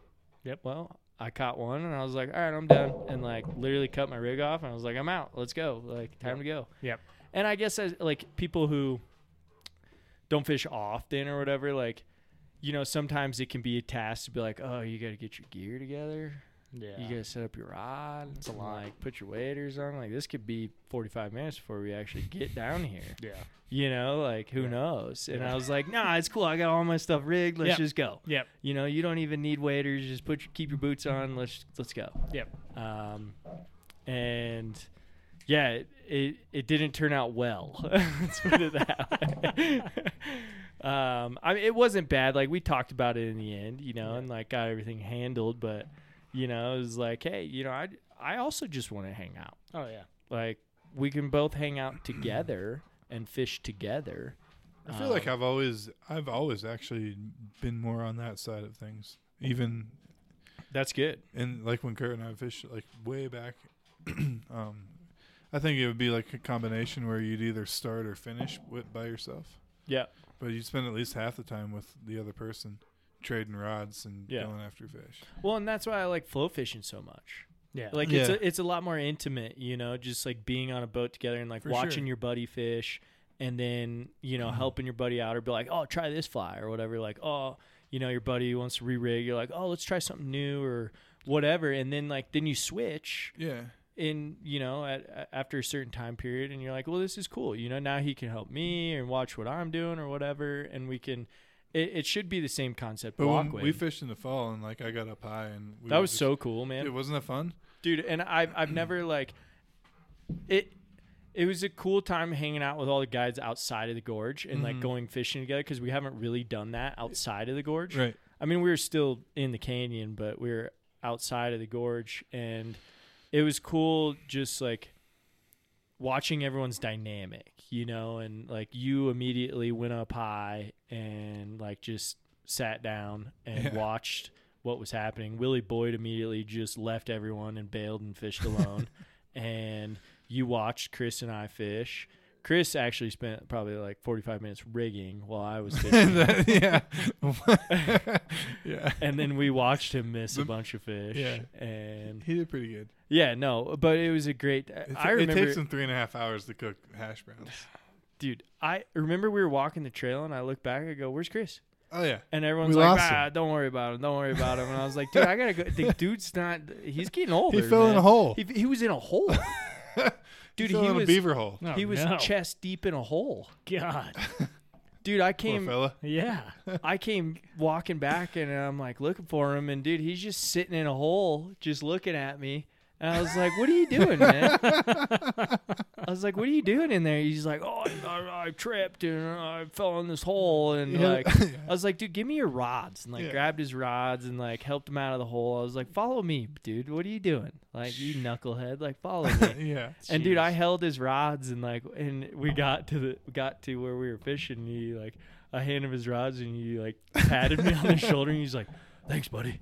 Speaker 4: Yep.
Speaker 2: Well, I caught one and I was like, All right, I'm done and like literally cut my rig off and I was like, I'm out. Let's go. Like, time to go.
Speaker 4: Yep.
Speaker 2: And I guess as like people who don't fish often or whatever, like you know, sometimes it can be a task to be like, Oh, you gotta get your gear together.
Speaker 4: Yeah.
Speaker 2: You gotta set up your rod. It's a Like, put your waders on. Like, this could be 45 minutes before we actually get down here.
Speaker 4: yeah.
Speaker 2: You know, like, who knows? And I was like, Nah, it's cool. I got all my stuff rigged. Let's
Speaker 4: Yep.
Speaker 2: just go.
Speaker 4: Yep.
Speaker 2: You know, you don't even need waders. Just put your, keep your boots on. Let's let's go.
Speaker 4: Yep.
Speaker 2: Um, and yeah, it, it it didn't turn out well. Let's put it that way. um, I mean, it wasn't bad. Like we talked about it in the end, you know, and like got everything handled. But you know, it was like, hey, you know, I I also just want to hang out.
Speaker 4: Oh, yeah.
Speaker 2: Like we can both hang out together and fish together.
Speaker 7: I feel
Speaker 2: Um,
Speaker 7: like I've always, I've always actually been more on that side of things. Even
Speaker 2: That's good.
Speaker 7: and like when Kurt and I fished, like way back, um, I think it would be like a combination where you'd either start or finish with, by yourself,
Speaker 2: Yeah.
Speaker 7: but you'd spend at least half the time with the other person, trading rods and
Speaker 2: Yeah.
Speaker 7: going after fish.
Speaker 2: Well, and that's why I like flow fishing so much.
Speaker 4: Yeah.
Speaker 2: Like it's
Speaker 7: Yeah.
Speaker 2: a, it's a lot more intimate, you know, just like being on a boat together and like
Speaker 7: For
Speaker 2: watching
Speaker 7: sure. Mm-hmm.
Speaker 2: your buddy fish and then, you know, helping your buddy out or be like, "Oh, try this fly" or whatever like, "Oh, you know, your buddy wants to re-rig." You're like, "Oh, let's try something new" or whatever and then like then you switch
Speaker 7: Yeah,
Speaker 2: in you know at, a- after a certain time period and you're like well this is cool you know now he can help me and watch what i'm doing or whatever and we can it, it should be the same concept
Speaker 7: but
Speaker 2: walk
Speaker 7: when
Speaker 2: with.
Speaker 7: we fished in the fall and like I got up high and we
Speaker 2: that
Speaker 7: were
Speaker 2: was
Speaker 7: just-
Speaker 2: so cool man
Speaker 7: Dude, wasn't that fun?
Speaker 2: dude. And I've I've never like it. It was a cool time hanging out with all the guys outside of the gorge and like going fishing together because we haven't really done that outside of the gorge.
Speaker 7: Right.
Speaker 2: I mean, we were still in the canyon, but we were outside of the gorge, and it was cool just like watching everyone's dynamic, you know, and like you immediately went up high and like just sat down and
Speaker 7: Yeah.
Speaker 2: watched what was happening. Willie Boyd immediately just left everyone and bailed and fished alone, and you watched Chris and I fish. Chris actually spent probably like 45 minutes rigging while I was fishing.
Speaker 7: yeah. yeah.
Speaker 2: and then we watched him miss a
Speaker 7: The-
Speaker 2: bunch of fish.
Speaker 7: yeah.
Speaker 2: And
Speaker 7: He did pretty good.
Speaker 2: yeah, no, but it was a great.
Speaker 7: It,
Speaker 2: I
Speaker 7: it
Speaker 2: remember,
Speaker 7: takes him three and a half hours to cook hash browns.
Speaker 2: dude. I remember we were walking the trail, and I look back. I go, "Where's Chris?"
Speaker 7: Oh yeah.
Speaker 2: And everyone's
Speaker 7: We
Speaker 2: like,
Speaker 7: lost him.
Speaker 2: "Ah, don't worry about him. Don't worry about him." And I was like, "Dude, I gotta go. The dude's not. He's getting older.
Speaker 7: He fell in
Speaker 2: man.
Speaker 7: a hole.
Speaker 2: He, he was in a hole, dude.
Speaker 7: he fell
Speaker 2: he
Speaker 7: in
Speaker 2: was
Speaker 7: a beaver hole.
Speaker 4: Oh,
Speaker 2: he was
Speaker 4: no.
Speaker 2: chest deep in a hole,
Speaker 4: God.
Speaker 2: dude. I
Speaker 7: Poor
Speaker 2: came.
Speaker 7: fella.
Speaker 2: Yeah. I came walking back and I'm like looking for him and dude, he's just sitting in a hole just looking at me. And I was like, "What are you doing, man?" I was like, "What are you doing in there?" He's like, "Oh, I, I, I tripped and I fell in this hole." And
Speaker 7: Yeah.
Speaker 2: like, I was like, "Dude, give me your rods." And like,
Speaker 7: Yeah.
Speaker 2: grabbed his rods and like helped him out of the hole. I was like, "Follow me, dude. What are you doing? Like, you knucklehead. Like, follow me."
Speaker 7: Yeah.
Speaker 2: And dude, I held his rods and like, and we got to the got to where we were fishing. And he like, I handed him his rods and he like patted me on the shoulder and he's like, "Thanks, buddy,"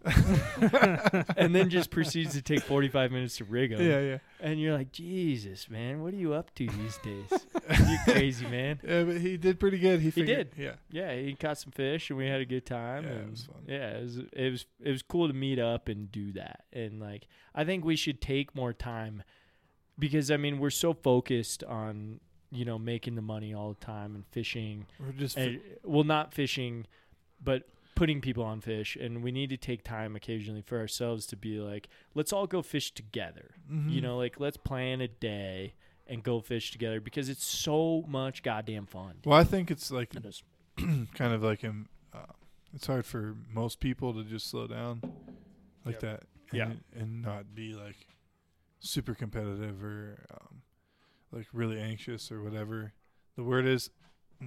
Speaker 2: and then just proceeds to take forty five minutes to rig 'em.
Speaker 7: Yeah, yeah.
Speaker 2: And you're like, Jesus, man, what are you up to these days? you crazy man.
Speaker 7: Yeah, but he did pretty good. He, figured,
Speaker 2: did.
Speaker 7: Yeah.
Speaker 2: Yeah, he caught some fish and we had a good time.
Speaker 7: Yeah, it
Speaker 2: and
Speaker 7: was fun.
Speaker 2: Yeah, it was it was it was cool to meet up and do that. And like I think we should take more time because I mean we're so focused on you know making the money all the time and fishing.
Speaker 7: We're just
Speaker 2: And, well, not fishing, but putting people on fish. And we need to take time occasionally for ourselves to be like, let's all go fish together.
Speaker 7: mm-hmm.
Speaker 2: You
Speaker 7: Mm.
Speaker 2: know, like let's plan a day and go fish together because it's so much goddamn fun.
Speaker 7: Well, I think it's like
Speaker 4: That is-
Speaker 7: kind of like um, uh, it's hard for most people to just slow down like that and,
Speaker 2: Yeah.
Speaker 7: and not be like super competitive or um, like really anxious or whatever the word is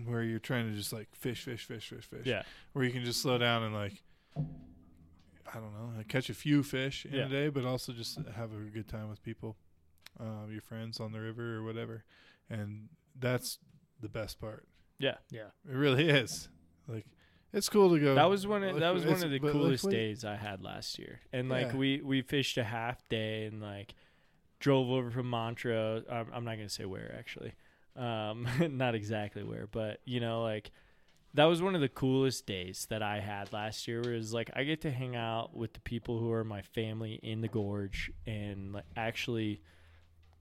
Speaker 7: where you're trying to just like fish fish fish fish fish
Speaker 2: Yeah.
Speaker 7: where you can just slow down and like i don't know like catch a few fish in
Speaker 2: Yeah.
Speaker 7: a day but also just have a good time with people um, your friends on the river or whatever and that's the best part
Speaker 4: Yeah.
Speaker 7: it really is. Like it's cool to go.
Speaker 2: That was one. Of,
Speaker 7: like,
Speaker 2: that was one
Speaker 7: it's-
Speaker 2: of the
Speaker 7: but, like,
Speaker 2: coolest
Speaker 7: what-
Speaker 2: days I had last year. And like
Speaker 7: Yeah.
Speaker 2: we we fished a half day and like drove over from Montrose. I'm, I'm not gonna say where actually, um, not exactly where, but you know like that was one of the coolest days that I had last year. Where it was like I get to hang out with the people who are my family in the gorge and like actually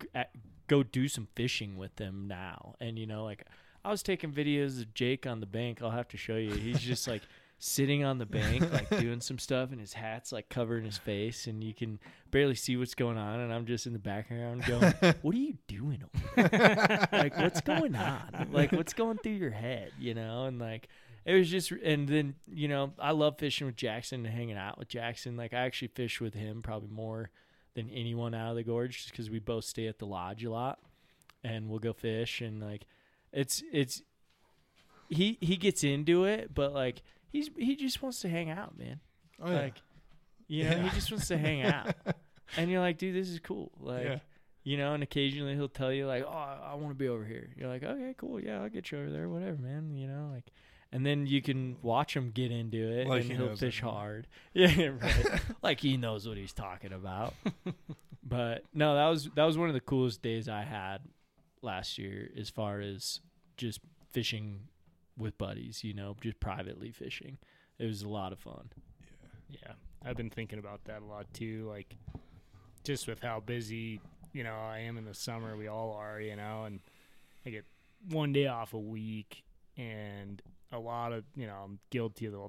Speaker 2: g- a- go do some fishing with them now. And you know like. I was taking videos of Jake on the bank. I'll have to show you. He's just like sitting on the bank, like doing some stuff, and his hat's like covering his face, and you can barely see what's going on. And I'm just in the background going, "What are you doing? Over there? like, what's going on? Like, what's going through your head? You know?" And like, it was just. And then you know, I love fishing with Jackson and hanging out with Jackson. Like, I actually fish with him probably more than anyone out of the gorge, just because we both stay at the lodge a lot, and we'll go fish and like. It's it's he he gets into it, but like he's he just wants to hang out, man.
Speaker 7: Oh, yeah.
Speaker 2: Like you know, he
Speaker 7: Yeah.
Speaker 2: just wants to hang out. And you're like, dude, this is cool. Like
Speaker 7: Yeah.
Speaker 2: you know, and occasionally he'll tell you like, Oh, I, I wanna be over here. You're like, Okay, cool, yeah, I'll get you over there, whatever, man, you know, like and then you can watch him get into it
Speaker 7: Like
Speaker 2: and
Speaker 7: he
Speaker 2: he'll
Speaker 7: knows what
Speaker 2: fish
Speaker 7: he means.
Speaker 2: hard. Yeah, right. like he knows what he's talking about. but no, that was that was one of the coolest days I had last year as far as just fishing with buddies, you know, just privately fishing. It was a lot of fun.
Speaker 4: Yeah. I've been thinking about that a lot too. Like, just with how busy, you know, I am in the summer. We all are, you know, and I get one day off a week. And a lot of, you know, I'm guilty of the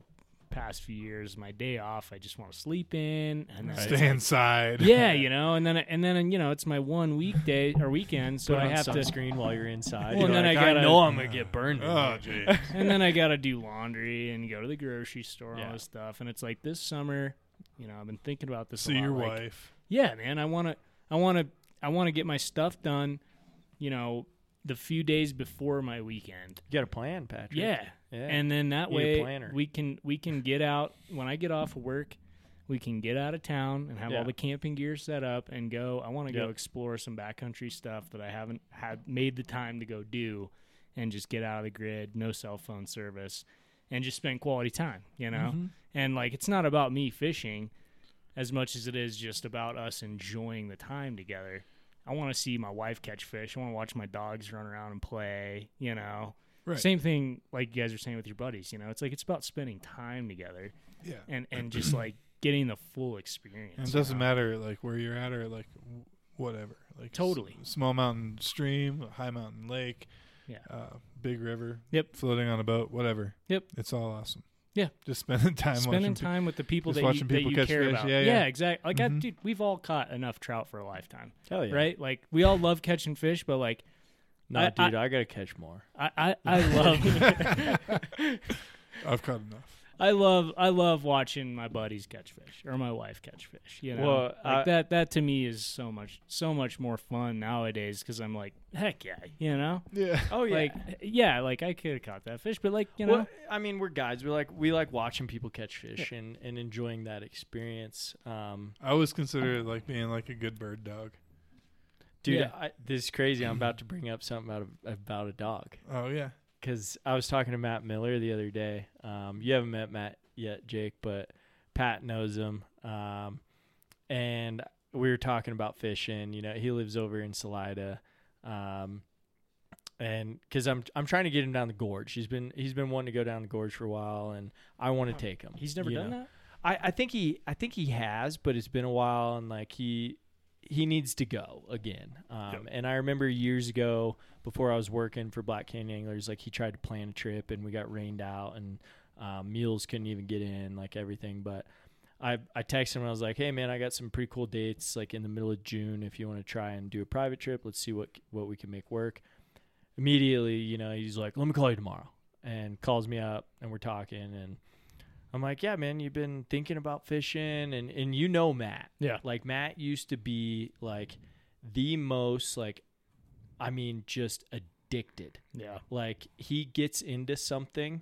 Speaker 4: past few years. My day off, I just want to sleep in. And then
Speaker 7: stay inside.
Speaker 4: Yeah, you know, and then and then you know it's my one weekday or weekend, so
Speaker 2: Put
Speaker 4: I
Speaker 2: on
Speaker 4: have to,
Speaker 2: sunscreen while you're inside.
Speaker 4: Well,
Speaker 2: You're
Speaker 4: then
Speaker 2: like,
Speaker 4: I gotta-
Speaker 2: know I'm gonna get burned. in
Speaker 7: Oh
Speaker 2: here."
Speaker 7: gee.
Speaker 4: and then I gotta do laundry and go to the grocery store and
Speaker 2: Yeah.
Speaker 4: all this stuff, and it's like this summer, you know, I've been thinking about this. a
Speaker 7: See
Speaker 4: lot,
Speaker 7: your
Speaker 4: like,
Speaker 7: wife.
Speaker 4: yeah, man, I want to, I want to, I want to get my stuff done. You know, the few days before my weekend.
Speaker 2: You got a plan, Patrick.
Speaker 4: Yeah.
Speaker 2: Yeah.
Speaker 4: And then that
Speaker 2: Need a
Speaker 4: way
Speaker 2: planner.
Speaker 4: we can we can get out when I get off of work, we can get out of town and have
Speaker 2: Yeah.
Speaker 4: all the camping gear set up and go. I want to go
Speaker 2: Yep.
Speaker 4: explore some backcountry stuff that I haven't had made the time to go do and just get out of the grid, no cell phone service and just spend quality time, you know?
Speaker 2: Mm-hmm.
Speaker 4: And like it's not about me fishing as much as it is just about us enjoying the time together. I want to see my wife catch fish. I want to watch my dogs run around and play, you know.
Speaker 7: Right.
Speaker 4: Same thing like you guys are saying with your buddies, you know. It's like it's about spending time together
Speaker 7: Yeah.
Speaker 4: and and just like getting the full experience.
Speaker 7: And it
Speaker 4: you
Speaker 7: doesn't
Speaker 4: know?
Speaker 7: matter like where you're at or like w- whatever. Like s-
Speaker 4: Totally.
Speaker 7: small mountain stream, high mountain lake,
Speaker 4: Yeah.
Speaker 7: uh, big river.
Speaker 4: Yep.
Speaker 7: Floating on a boat, whatever.
Speaker 4: Yep.
Speaker 7: It's all awesome.
Speaker 4: Yeah.
Speaker 7: Just spending time. watching
Speaker 4: Spending
Speaker 7: pe-
Speaker 4: time with the people
Speaker 7: just
Speaker 4: that you,
Speaker 7: watching
Speaker 4: that
Speaker 7: people
Speaker 4: you
Speaker 7: catch
Speaker 4: care
Speaker 7: fish.
Speaker 4: about.
Speaker 7: Yeah,
Speaker 4: Yeah,
Speaker 7: yeah.
Speaker 4: exactly. Like, I,
Speaker 7: Mhm.
Speaker 4: dude, we've all caught enough trout for a lifetime,
Speaker 2: Hell yeah.
Speaker 4: right? Like, we all love catching fish, but like,
Speaker 2: No,
Speaker 4: I-
Speaker 2: dude, I, gotta catch more.
Speaker 4: I, I, I love,
Speaker 7: I've caught enough.
Speaker 4: I love, I love watching my buddies catch fish or my wife catch fish. You know,
Speaker 2: Well,
Speaker 4: like
Speaker 2: I-
Speaker 4: that. That to me is so much, so much more fun nowadays because I'm like, heck yeah, you know.
Speaker 7: Yeah.
Speaker 2: Oh
Speaker 4: Like, yeah, like I could have caught that fish, but like, you know,
Speaker 2: Well, I mean, we're guys. We like we like watching people catch fish and, and enjoying that experience. Um,
Speaker 7: I always consider it like being like a good bird dog.
Speaker 2: dude,
Speaker 4: Yeah.
Speaker 2: I, this is crazy. I'm about to bring up something about a, about a dog
Speaker 7: Oh yeah.
Speaker 2: because I was talking to Matt Miller the other day. Um, you haven't met Matt yet, Jake, but Pat knows him. Um, and we were talking about fishing. You know, he lives over in Salida. Um, and because I'm I'm trying to get him down the gorge. He's been he's been wanting to go down the gorge for a while, and I want to take him.
Speaker 4: he's never
Speaker 2: you
Speaker 4: done
Speaker 2: know?
Speaker 4: that.
Speaker 2: I, I think he I think he has, but it's been a while, and like he he needs to go again. Um, And I remember years ago, before I was working for Black Canyon Anglers, like he tried to plan a trip, and we got rained out, and um, mules couldn't even get in, like everything. But I I texted him, and I was like, Hey man, I got some pretty cool dates, like in the middle of June, if you want to try and do a private trip, let's see what what we can make work. Immediately, you know, he's like, Let me call you tomorrow, and calls me up, and we're talking, and I'm like, yeah, man, you've been thinking about fishing, and and you know Matt,
Speaker 4: Yeah.
Speaker 2: like Matt used to be like the most like, I mean, just addicted.
Speaker 4: Yeah.
Speaker 2: Like he gets into something,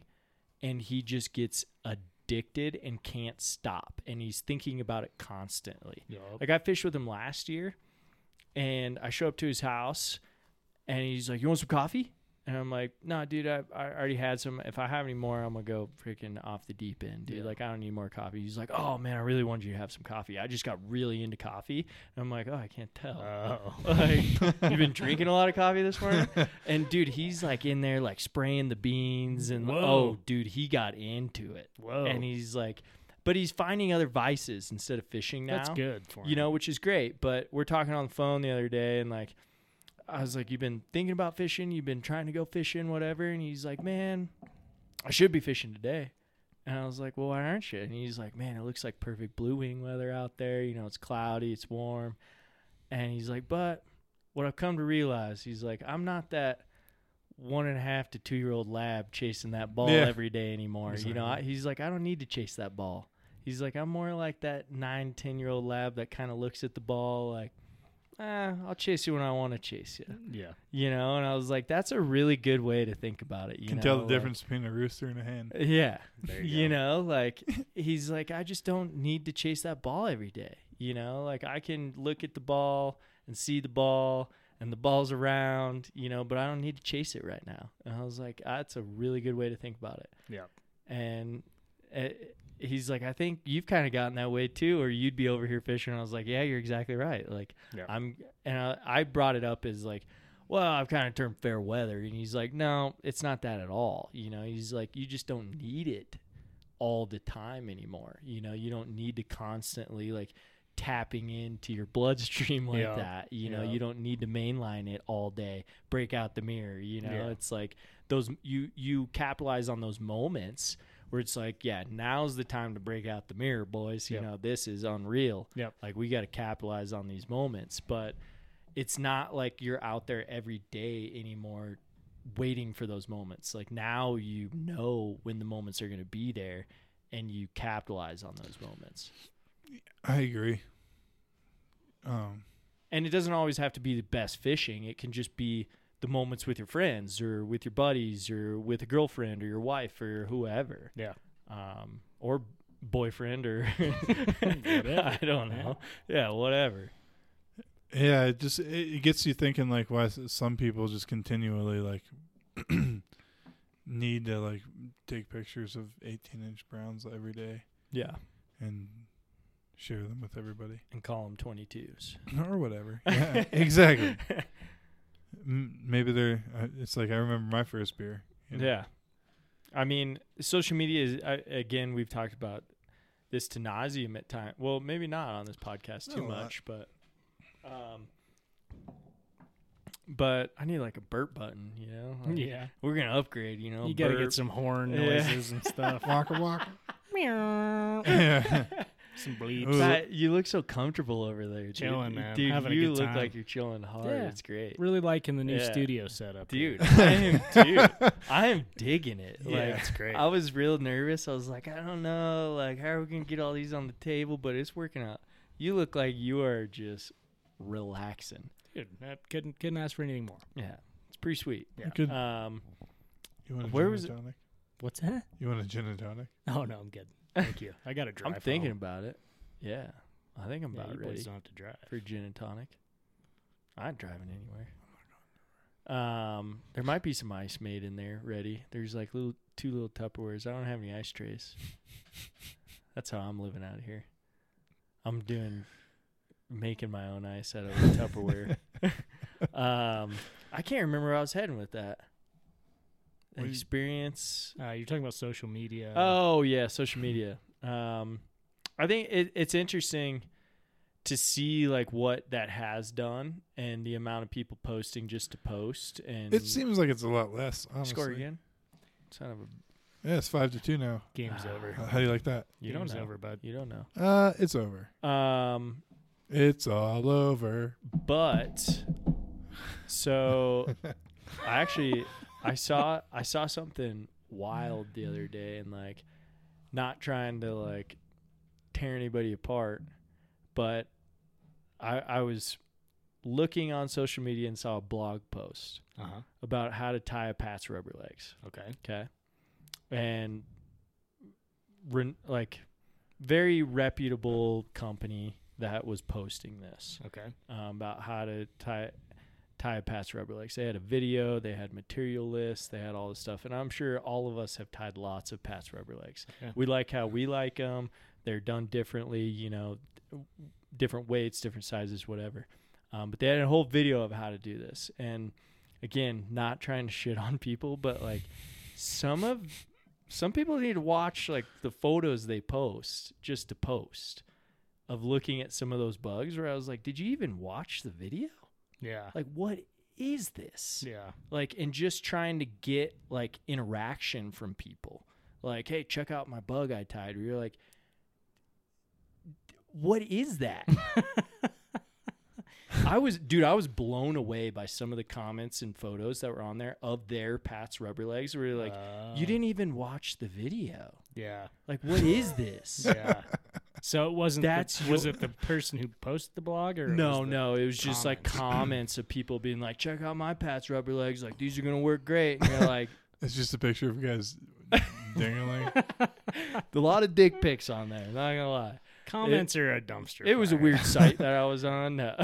Speaker 2: and he just gets addicted and can't stop, and he's thinking about it constantly. Like I fished with him last year, and I show up to his house, and he's like, "You want some coffee?" And I'm like, "No, dude, I, I already had some. If I have any more, I'm gonna go freaking off the deep end, dude. Like I don't need more coffee." He's like, "Oh man, I really wanted you to have some coffee. I just got really into coffee." And I'm like, "Oh, I can't tell."
Speaker 4: Oh.
Speaker 2: like you've been drinking a lot of coffee this morning and dude he's like in there like spraying the beans and
Speaker 4: Whoa. Oh.
Speaker 2: oh dude he got into it
Speaker 4: Whoa.
Speaker 2: and he's like but he's finding other vices instead of fishing now
Speaker 4: That's good for
Speaker 2: you know, which is great. But we're talking on the phone the other day, and like, I was like, "You've been thinking about fishing. You've been trying to go fishing, whatever." And he's like, "Man, I should be fishing today." And I was like, "Well, why aren't you?" And he's like, "Man, it looks like perfect blue wing weather out there. You know, it's cloudy, it's warm." And he's like, "But what I've come to realize, he's like, I'm not that." One and a half to two year old lab chasing that ball
Speaker 7: Yeah.
Speaker 2: every day anymore. You know, I, he's like, I don't need to chase that ball. He's like, I'm more like that nine, ten year old lab that kind of looks at the ball like, eh, I'll chase you when I want to chase you.
Speaker 4: Yeah.
Speaker 2: You know, and I was like, that's a really good way to think about it. You
Speaker 7: can
Speaker 2: know,
Speaker 7: tell the
Speaker 2: like-
Speaker 7: difference between a rooster and a hen.
Speaker 2: Yeah.
Speaker 4: There
Speaker 2: You know, like he's like, I just don't need to chase that ball every day. You know, like I can look at the ball and see the ball and the ball's around, you know, but I don't need to chase it right now. And I was like, that's a really good way to think about it
Speaker 4: Yeah.
Speaker 2: and uh he's like, I think you've kind of gotten that way too, or you'd be over here fishing. And I was like, Yeah, you're exactly right. Like,
Speaker 4: Yeah.
Speaker 2: I'm, and I, I brought it up as like, well, I've kind of turned fair weather, and he's like, No, it's not that at all. You know, he's like, You just don't need it all the time anymore. You know, you don't need to constantly like tapping into your bloodstream like
Speaker 4: Yeah.
Speaker 2: that. You know,
Speaker 4: Yeah.
Speaker 2: you don't need to mainline it all day. Break out the mirror. You know,
Speaker 4: Yeah.
Speaker 2: it's like those you you capitalize on those moments where it's like, yeah, now's the time to break out the mirror, boys. You
Speaker 4: Yep.
Speaker 2: know, this is unreal.
Speaker 4: Yep.
Speaker 2: Like we got to capitalize on these moments, but it's not like you're out there every day anymore waiting for those moments. Like now you know when the moments are going to be there and you capitalize on those moments.
Speaker 7: I agree. Um,
Speaker 2: and it doesn't always have to be the best fishing. It can just be the moments with your friends or with your buddies or with a girlfriend or your wife or whoever.
Speaker 4: Yeah.
Speaker 2: Um, or boyfriend or I
Speaker 4: Whatever.
Speaker 2: don't know. Yeah, whatever.
Speaker 7: yeah, it just it, it gets you thinking like why s- some people just continually like need to like take pictures of 18 inch browns every day
Speaker 2: Yeah.
Speaker 7: and share them with everybody
Speaker 2: And call them 22s.
Speaker 7: or whatever. Yeah, exactly. M- maybe they're. Uh, it's like I remember my first beer. you know?
Speaker 2: Yeah. I mean, social media is, I, again, we've talked about this to nauseum at time. Well, maybe not on this podcast
Speaker 7: Not a
Speaker 2: too
Speaker 7: lot.
Speaker 2: much, but, um, but I need like a burp button, you know? Like,
Speaker 4: Yeah.
Speaker 2: We're going to upgrade, you know?
Speaker 4: You got to
Speaker 2: burp.
Speaker 4: get some horn
Speaker 2: Yeah.
Speaker 4: noises and stuff.
Speaker 7: Waka waka. yeah.
Speaker 4: some bleeps.
Speaker 7: Ooh.
Speaker 2: Pat, you look so comfortable over there. Dude.
Speaker 4: Chilling, man.
Speaker 2: Dude,
Speaker 4: Having a
Speaker 2: you
Speaker 4: good
Speaker 2: look
Speaker 4: time.
Speaker 2: like you're chilling hard.
Speaker 4: Yeah.
Speaker 2: It's great.
Speaker 4: Really liking the new
Speaker 2: Yeah.
Speaker 4: studio setup.
Speaker 2: Dude, I am dude, I am digging it.
Speaker 4: Yeah,
Speaker 2: like
Speaker 4: it's great.
Speaker 3: Uh,
Speaker 2: I was real nervous. I was like, I don't know, like how are we gonna get all these on the table? But it's working out. You look like you are just relaxing.
Speaker 4: Dude, I couldn't couldn't ask for anything more.
Speaker 2: Yeah, it's pretty sweet.
Speaker 4: Yeah. Uh,
Speaker 7: Good.
Speaker 2: Um,
Speaker 7: You want a
Speaker 2: Where
Speaker 7: gin
Speaker 2: was
Speaker 7: and tonic?
Speaker 4: What's that?
Speaker 7: You want a gin and tonic?
Speaker 4: Oh no, I'm good. Thank you. I got to drive.
Speaker 2: I'm thinking
Speaker 4: home.
Speaker 2: about it. Yeah, I think I'm
Speaker 4: Yeah,
Speaker 2: about
Speaker 4: you
Speaker 2: ready
Speaker 4: boys don't have to drive.
Speaker 2: for gin and tonic. I'm driving anywhere. Um, there might be some ice made in there ready. There's like little two little Tupperwares. I don't have any ice trays. That's how I'm living out here. I'm doing making my own ice out of a Tupperware. um, I can't remember where I was heading with that.
Speaker 7: What do you- Uh,
Speaker 2: Experience.
Speaker 4: Uh, you're talking about social media.
Speaker 2: Oh yeah, social media. Um, I think it, it's interesting to see like what that has done and the amount of people posting just to post and
Speaker 7: It seems like it's a lot less. Honestly.
Speaker 2: Mm-hmm. score again. Son of a
Speaker 7: Yeah, it's five to two now.
Speaker 4: game's over.
Speaker 7: How do you like that?
Speaker 2: you
Speaker 4: game's
Speaker 2: don't know.
Speaker 4: over, bud.
Speaker 2: You don't know.
Speaker 7: Uh, it's over.
Speaker 2: Um,
Speaker 7: It's all over.
Speaker 2: but so I actually I saw I saw something wild the other day and like not trying to like tear anybody apart, but I I was looking on social media and saw a blog post
Speaker 4: Uh huh.
Speaker 2: about how to tie a pat's rubber legs.
Speaker 4: Okay.
Speaker 2: Okay. And re- like very reputable company that was posting this
Speaker 4: Okay.
Speaker 2: um, about how to tie tie a pat's rubber legs. They had a video, they had material lists, they had all this stuff, and I'm sure all of us have tied lots of pat's rubber legs.
Speaker 4: Yeah.
Speaker 2: We like how we like them. They're done differently, you know, different weights, different sizes, whatever. Um, but they had a whole video of how to do this, and again, not trying to shit on people, but like some of some people need to watch like the photos they post just to post of looking at some of those bugs where I was like, did you even watch the video?
Speaker 4: Yeah.
Speaker 2: Like, what is this?
Speaker 4: Yeah.
Speaker 2: Like, and just trying to get like interaction from people. Like, hey, check out my bug I tied. Or you're like, what is that? I was, dude, I was blown away by some of the comments and photos that were on there of their Pat's rubber legs where you're like, you
Speaker 4: Uh,
Speaker 2: didn't even watch the video.
Speaker 4: Yeah.
Speaker 2: Like, what is this?
Speaker 4: Yeah. so it wasn't.
Speaker 2: That's
Speaker 4: the, was
Speaker 2: your-
Speaker 4: it the person who posted the blog or it
Speaker 2: No,
Speaker 4: was the-
Speaker 2: no, it was just like comments of people being like, "Check out my Pat's rubber legs. Like these are gonna work great." And you're like,
Speaker 7: It's just a picture of guys dangling.
Speaker 2: a lot of dick pics on there. Not gonna lie,
Speaker 4: Comments are a dumpster.
Speaker 2: it was a
Speaker 4: fire.
Speaker 2: weird site that I was on. No.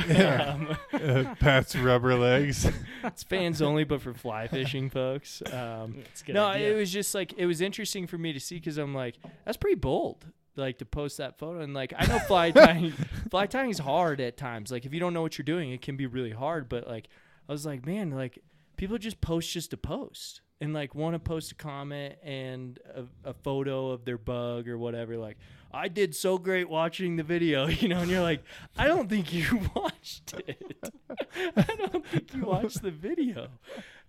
Speaker 2: Um,
Speaker 7: uh, Pat's rubber legs.
Speaker 2: it's fans only, but for fly fishing, folks. Um,
Speaker 4: It's a good
Speaker 2: no,
Speaker 4: idea.
Speaker 2: it was just like it was interesting for me to see because I'm like, that's pretty bold. Like to post that photo and like I know fly tying, fly tying is hard at times. Like if you don't know what you're doing, it can be really hard. But like I was like, man, like people just post just to post and like want to post a comment and a, a photo of their bug or whatever. Like I did so great watching the video, you know, and you're like, I don't think you watched it. I don't think you watched the video.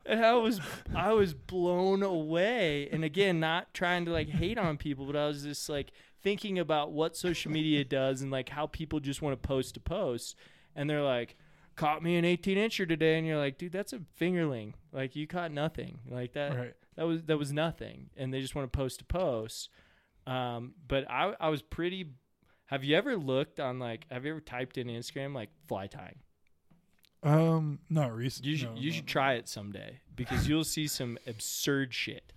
Speaker 2: And I was I was blown away. And again, not trying to like hate on people, but I was just like thinking about what social media does and like how people just want to post to post. And they're like, caught me an 18 incher today. And you're like, dude, that's a fingerling. Like you caught nothing like that.
Speaker 7: Right.
Speaker 2: That was, that was nothing. And they just want to post to post. Um, but I, I was pretty Have you ever looked on like? Have you ever typed in Instagram like fly tying?
Speaker 7: Um, not recent.
Speaker 2: You should
Speaker 7: no,
Speaker 2: you
Speaker 7: no,
Speaker 2: should
Speaker 7: no.
Speaker 2: try it someday because you'll see some absurd shit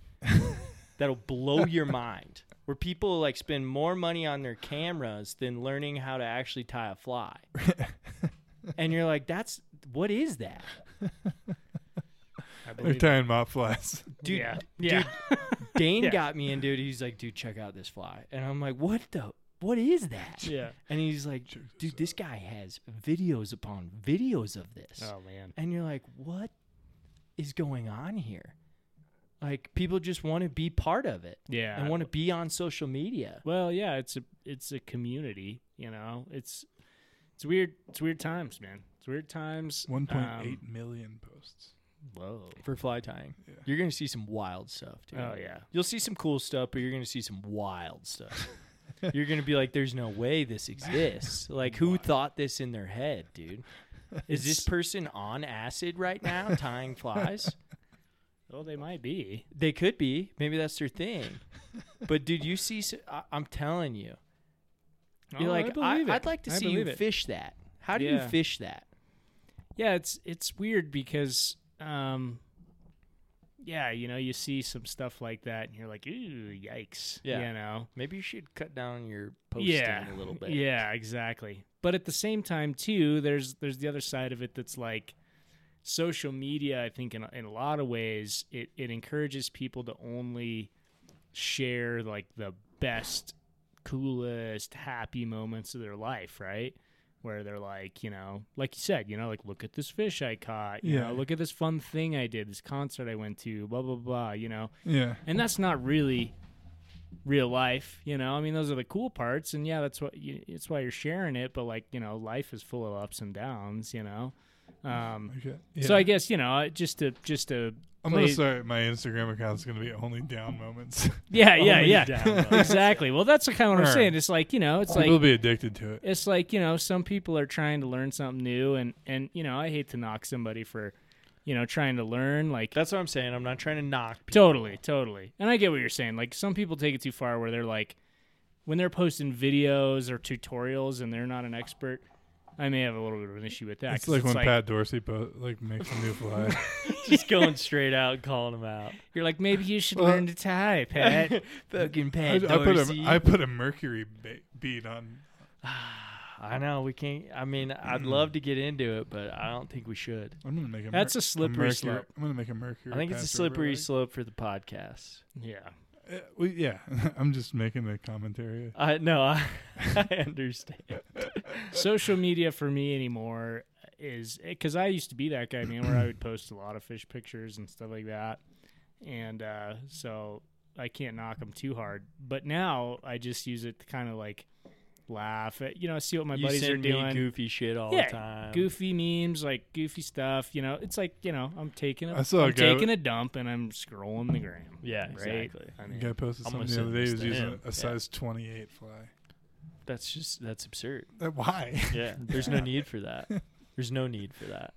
Speaker 2: that'll blow your mind. Where people like spend more money on their cameras than learning how to actually tie a fly. and you're like, that's what is that?
Speaker 4: I
Speaker 7: They're
Speaker 4: believe.
Speaker 7: tying mop flies.
Speaker 2: Dude,
Speaker 4: yeah. Yeah.
Speaker 2: Dane
Speaker 4: Yeah.
Speaker 2: got me into it. He's like, dude, check out this fly. And I'm like, what the what is that?
Speaker 4: yeah.
Speaker 2: And he's like, dude, this guy has videos upon videos of this.
Speaker 4: Oh man.
Speaker 2: and you're like, what is going on here? Like people just want to be part of it
Speaker 4: Yeah.
Speaker 2: and want to be on social media.
Speaker 4: Well, yeah, it's a it's a community, you know. It's it's weird it's weird times, man. It's weird times.
Speaker 7: One point
Speaker 4: Um,
Speaker 7: eight million posts.
Speaker 4: Whoa.
Speaker 2: For fly tying, you're gonna see some wild stuff, dude.
Speaker 4: Oh yeah.
Speaker 2: You'll see some cool stuff, but you're gonna see some wild stuff. you're gonna be like, "There's no way this exists." Like, who thought this in their head, dude? Is this person on acid right now tying flies?
Speaker 4: Well, they might be.
Speaker 2: They could be. Maybe that's their thing. But dude, you see, s- I, am telling you, you're
Speaker 4: Oh,
Speaker 2: like, I
Speaker 4: believe it.
Speaker 2: would like to
Speaker 4: I
Speaker 2: see you
Speaker 4: believe it.
Speaker 2: fish that. How do
Speaker 4: Yeah.
Speaker 2: you fish that?
Speaker 4: Yeah, it's it's weird because um yeah, you know, you see some stuff like that and you're like, "Ooh, yikes."
Speaker 2: Yeah.
Speaker 4: You know.
Speaker 2: Maybe you should cut down your posting a little bit.
Speaker 4: Yeah, exactly. But at the same time, too, there's there's the other side of it that's like social media. I think in a- in a lot of ways, it it encourages people to only share like the best, coolest, happy moments of their life, right? Where they're like, you know, like you said, you know, like look at this fish I caught, you
Speaker 7: Yeah.
Speaker 4: know, look at this fun thing I did, this concert I went to, blah blah blah, you know
Speaker 7: Yeah.
Speaker 4: and that's not really real life you know i mean those are the cool parts and yeah that's what you it's why you're sharing it but like you know life is full of ups and downs you know um
Speaker 7: Okay.
Speaker 4: so
Speaker 7: yeah.
Speaker 4: i guess you know just to just to
Speaker 7: I'm gonna
Speaker 4: play-
Speaker 7: start my Instagram account's gonna be only down moments.
Speaker 4: yeah yeah
Speaker 2: Only
Speaker 4: yeah exactly well that's the kind of what i'm
Speaker 7: Sure.
Speaker 4: saying it's like you know it's like
Speaker 7: People will be addicted to it.
Speaker 4: it's like you know some people are trying to learn something new and and you know i hate to knock somebody for you know trying to learn like
Speaker 2: That's what I'm saying. I'm not trying to knock. People.
Speaker 4: Totally, totally. And I get what you're saying. Like some people take it too far where they're like when they're posting videos or tutorials and they're not an expert, I may have a little bit of an issue with that.
Speaker 7: It's like
Speaker 4: 'cause
Speaker 7: when Pat Dorsey po- like makes a new fly.
Speaker 2: Just going straight out, and calling them out.
Speaker 4: you're like, maybe you should
Speaker 7: Well-
Speaker 4: learn to tie, Pat.
Speaker 2: Fucking
Speaker 7: I, I
Speaker 2: Pat
Speaker 7: put
Speaker 2: Dorsey.
Speaker 7: a I put a mercury ba- bead on.
Speaker 2: I know we can't. I mean,
Speaker 7: Mm.
Speaker 2: I'd love to get into it, but I don't think we should.
Speaker 7: I'm gonna make a.
Speaker 4: That's
Speaker 7: mer-
Speaker 4: a slippery
Speaker 7: mercury-
Speaker 4: slope.
Speaker 7: I'm gonna make a mercury.
Speaker 2: I think it's a
Speaker 7: patch over
Speaker 2: slippery
Speaker 7: it.
Speaker 2: slope for the podcast.
Speaker 4: yeah.
Speaker 7: Uh, well, yeah, I'm just making the commentary.
Speaker 2: I no, I, I understand.
Speaker 4: Social media for me anymore is because I used to be that guy, man, where I would post a lot of fish pictures and stuff like that. And uh, so I can't knock them too hard. But now I just use it to kind of like laugh at, you know, see what my
Speaker 2: you
Speaker 4: buddies
Speaker 2: send
Speaker 4: are doing.
Speaker 2: me goofy shit all
Speaker 4: Yeah,
Speaker 2: the time.
Speaker 4: goofy memes, like goofy stuff. You know, it's like you know, I'm taking a,
Speaker 7: I saw a
Speaker 4: I'm
Speaker 7: guy
Speaker 4: taking a dump and I'm scrolling the gram.
Speaker 2: Yeah,
Speaker 4: right?
Speaker 2: exactly.
Speaker 4: I
Speaker 7: The
Speaker 4: mean,
Speaker 7: guy posted
Speaker 2: I'm
Speaker 7: something the
Speaker 2: gonna
Speaker 7: other
Speaker 2: send
Speaker 7: day.
Speaker 2: this
Speaker 7: He was
Speaker 2: to
Speaker 7: using
Speaker 2: him.
Speaker 7: a, a size 28 fly.
Speaker 2: That's just that's absurd.
Speaker 7: Uh, Why?
Speaker 2: Yeah, there's no need for that. There's no need for that.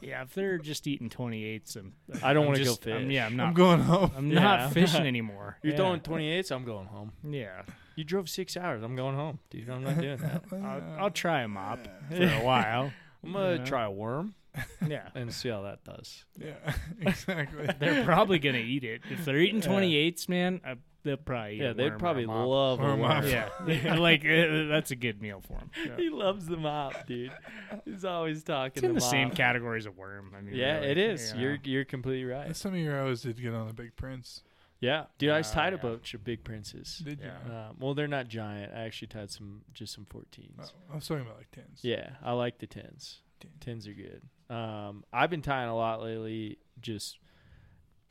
Speaker 4: yeah, if they're just eating 28s, I'm,
Speaker 2: I don't
Speaker 4: I'm
Speaker 2: wanna go
Speaker 4: just- I'm-
Speaker 2: fish.
Speaker 4: yeah, I'm not.
Speaker 7: I'm
Speaker 4: I'm,
Speaker 7: going home.
Speaker 2: Yeah.
Speaker 4: not fishing anymore.
Speaker 2: You're
Speaker 4: yeah.
Speaker 2: throwing 28s. I'm going home.
Speaker 4: Yeah,
Speaker 2: You drove six hours. I'm going home, dude. I'm not doing that.
Speaker 4: I'll, I'll try a mop for a while.
Speaker 2: I'm gonna
Speaker 4: Yeah.
Speaker 2: try a worm
Speaker 4: Yeah,
Speaker 2: and see how that does.
Speaker 7: Yeah, exactly.
Speaker 4: they're probably gonna eat it if they're eating 28s, man. I, they'll probably eat
Speaker 2: Yeah,
Speaker 4: a worm or
Speaker 2: they'd
Speaker 4: a
Speaker 2: probably
Speaker 4: mop.
Speaker 2: love a
Speaker 7: Or a mop.
Speaker 2: worm.
Speaker 4: Yeah, like uh, that's a good meal for them.
Speaker 2: He loves the mop, dude. He's always talking.
Speaker 4: It's in the
Speaker 2: mop.
Speaker 4: same category as a worm. I mean,
Speaker 2: Yeah,
Speaker 4: really,
Speaker 2: it is.
Speaker 4: you know.
Speaker 2: You're you're completely right.
Speaker 7: That's some of your always did get on the Big Prince.
Speaker 2: Yeah, dude, I just
Speaker 4: Oh,
Speaker 2: tied a
Speaker 4: yeah.
Speaker 2: bunch of big princes.
Speaker 7: Did
Speaker 4: Yeah.
Speaker 7: you?
Speaker 2: Um, well, they're not giant. I actually tied some, just some 14s.
Speaker 7: Oh, I was talking about like tens.
Speaker 2: Yeah, I like the tens.
Speaker 7: Ten.
Speaker 2: Tens are good. Um, I've been tying a lot lately, just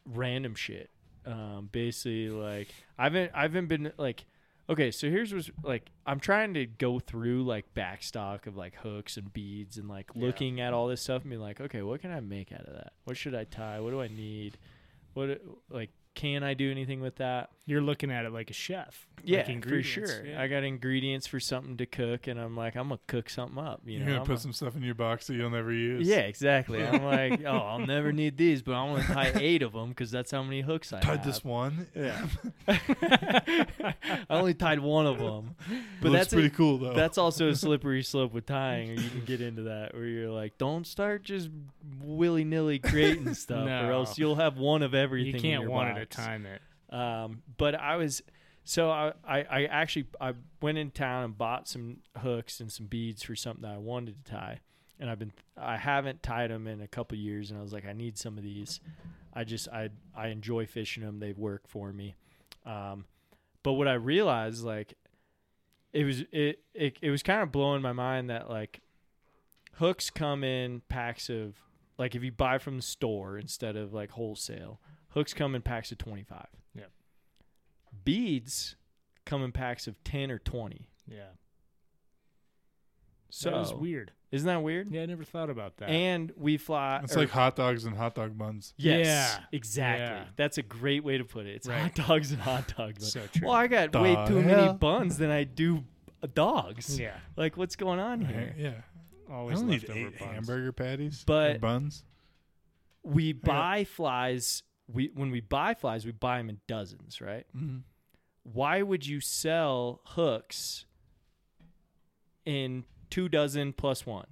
Speaker 2: random shit. Um, basically, like I haven't, I haven't been like, okay, so here's what's like, I'm trying to go through like backstock of like hooks and beads and like looking at all this stuff and be like, okay, what can I make out of that? What should I tie? What do I need? What like can I do anything with that?
Speaker 4: You're looking at it like a chef. like
Speaker 2: Yeah, for
Speaker 4: ingredients,
Speaker 2: sure.
Speaker 4: yeah.
Speaker 2: I got ingredients for something to cook, and I'm like, I'm gonna cook something up. You
Speaker 7: You're
Speaker 2: know,
Speaker 7: gonna
Speaker 2: I'm
Speaker 7: put
Speaker 2: a-
Speaker 7: some stuff in your box that you'll never use.
Speaker 2: yeah, exactly. I'm like, oh, I'll never need these, but I want to tie eight of them because that's how many hooks I
Speaker 7: Tied
Speaker 2: have.
Speaker 7: this one. Yeah.
Speaker 2: I only tied one of them, but
Speaker 7: Looks
Speaker 2: that's
Speaker 7: pretty
Speaker 2: a,
Speaker 7: cool though.
Speaker 2: that's also a slippery slope with tying, or you can get into that where you're like, don't start just willy nilly creating stuff, or
Speaker 4: No.
Speaker 2: else you'll have one of everything.
Speaker 4: You
Speaker 2: in
Speaker 4: can't
Speaker 2: your
Speaker 4: one at a
Speaker 2: box.
Speaker 4: time it.
Speaker 2: Um, but I was so I, I I actually I went in town and bought some hooks and some beads for something that I wanted to tie, and I've been I haven't tied them in a couple years, and I was like I need some of these. I just I I enjoy fishing them. They work for me. Um, but what I realized like it was it it, it was kind of blowing my mind that like hooks come in packs of like if you buy from the store instead of like wholesale hooks come in packs of 25
Speaker 4: Yep.
Speaker 2: beads come in packs of 10 or 20
Speaker 4: Yeah.
Speaker 2: so
Speaker 4: that was weird.
Speaker 2: isn't that weird
Speaker 4: Yeah, I never thought about that.
Speaker 2: and we fly
Speaker 7: it's
Speaker 2: or-
Speaker 7: like hot dogs and hot dog buns.
Speaker 2: yes
Speaker 4: Yeah.
Speaker 2: exactly
Speaker 4: Yeah.
Speaker 2: that's a great way to put it it's
Speaker 4: Right.
Speaker 2: hot dogs and hot dogs
Speaker 4: so true.
Speaker 2: well i got way
Speaker 7: The
Speaker 2: too many
Speaker 7: hell?
Speaker 2: buns than i do uh, dogs
Speaker 4: yeah,
Speaker 2: like what's going on here
Speaker 7: Right, Yeah. I
Speaker 4: always
Speaker 7: don't need
Speaker 4: leftover
Speaker 7: eight
Speaker 4: buns.
Speaker 7: hamburger patties. or
Speaker 2: But-
Speaker 7: buns.
Speaker 2: we buy flies we when we buy flies we buy them in dozens right
Speaker 4: Mm-hmm.
Speaker 7: Mhm.
Speaker 2: why would you sell hooks in two dozen plus one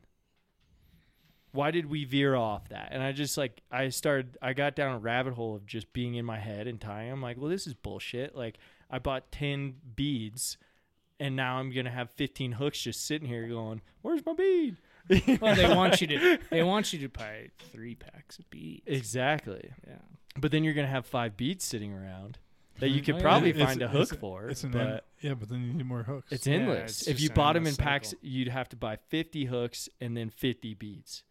Speaker 2: why did we veer off that and i just like i started i got down a rabbit hole of just being in my head and tying i'm like well this is bullshit like i bought 10 beads and now i'm gonna have 15 hooks just sitting here going where's my bead
Speaker 4: Well, they want you to. They want you to buy three packs of beads.
Speaker 2: exactly
Speaker 4: yeah.
Speaker 2: But then you're gonna have five beads sitting around that you
Speaker 4: Mhm.
Speaker 2: could
Speaker 4: Oh, yeah.
Speaker 2: probably
Speaker 7: It's-
Speaker 2: find a
Speaker 7: it's-
Speaker 2: hook for.
Speaker 7: It's an
Speaker 2: but
Speaker 7: end- yeah, but then you need more hooks.
Speaker 2: it's
Speaker 4: Yeah,
Speaker 2: endless.
Speaker 4: it's
Speaker 2: if you
Speaker 4: just
Speaker 2: bought
Speaker 4: an
Speaker 2: them in
Speaker 4: endless
Speaker 2: packs,
Speaker 4: cycle.
Speaker 2: you'd have to buy 50 hooks and then 50 beads.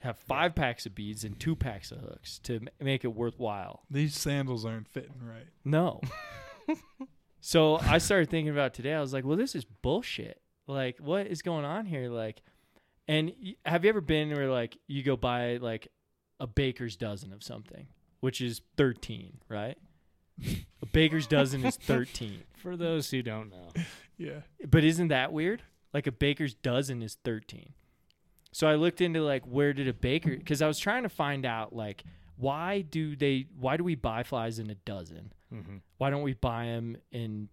Speaker 2: Have five packs of beads and two packs of hooks to m- make it worthwhile.
Speaker 7: These sandals aren't fitting right.
Speaker 2: No. so I started thinking about today. I was like, well, this is bullshit. Like, what is going on here? Like, and y- have you ever been where like you go buy like a baker's dozen of something, which is 13, right? a baker's dozen is 13.
Speaker 4: For those who don't know,
Speaker 7: Yeah.
Speaker 2: But isn't that weird? Like a baker's dozen is 13. So I looked into like where did a baker cuz I was trying to find out like why do they why do we buy flies in a dozen?
Speaker 7: Mm-hmm.
Speaker 2: why don't we buy them in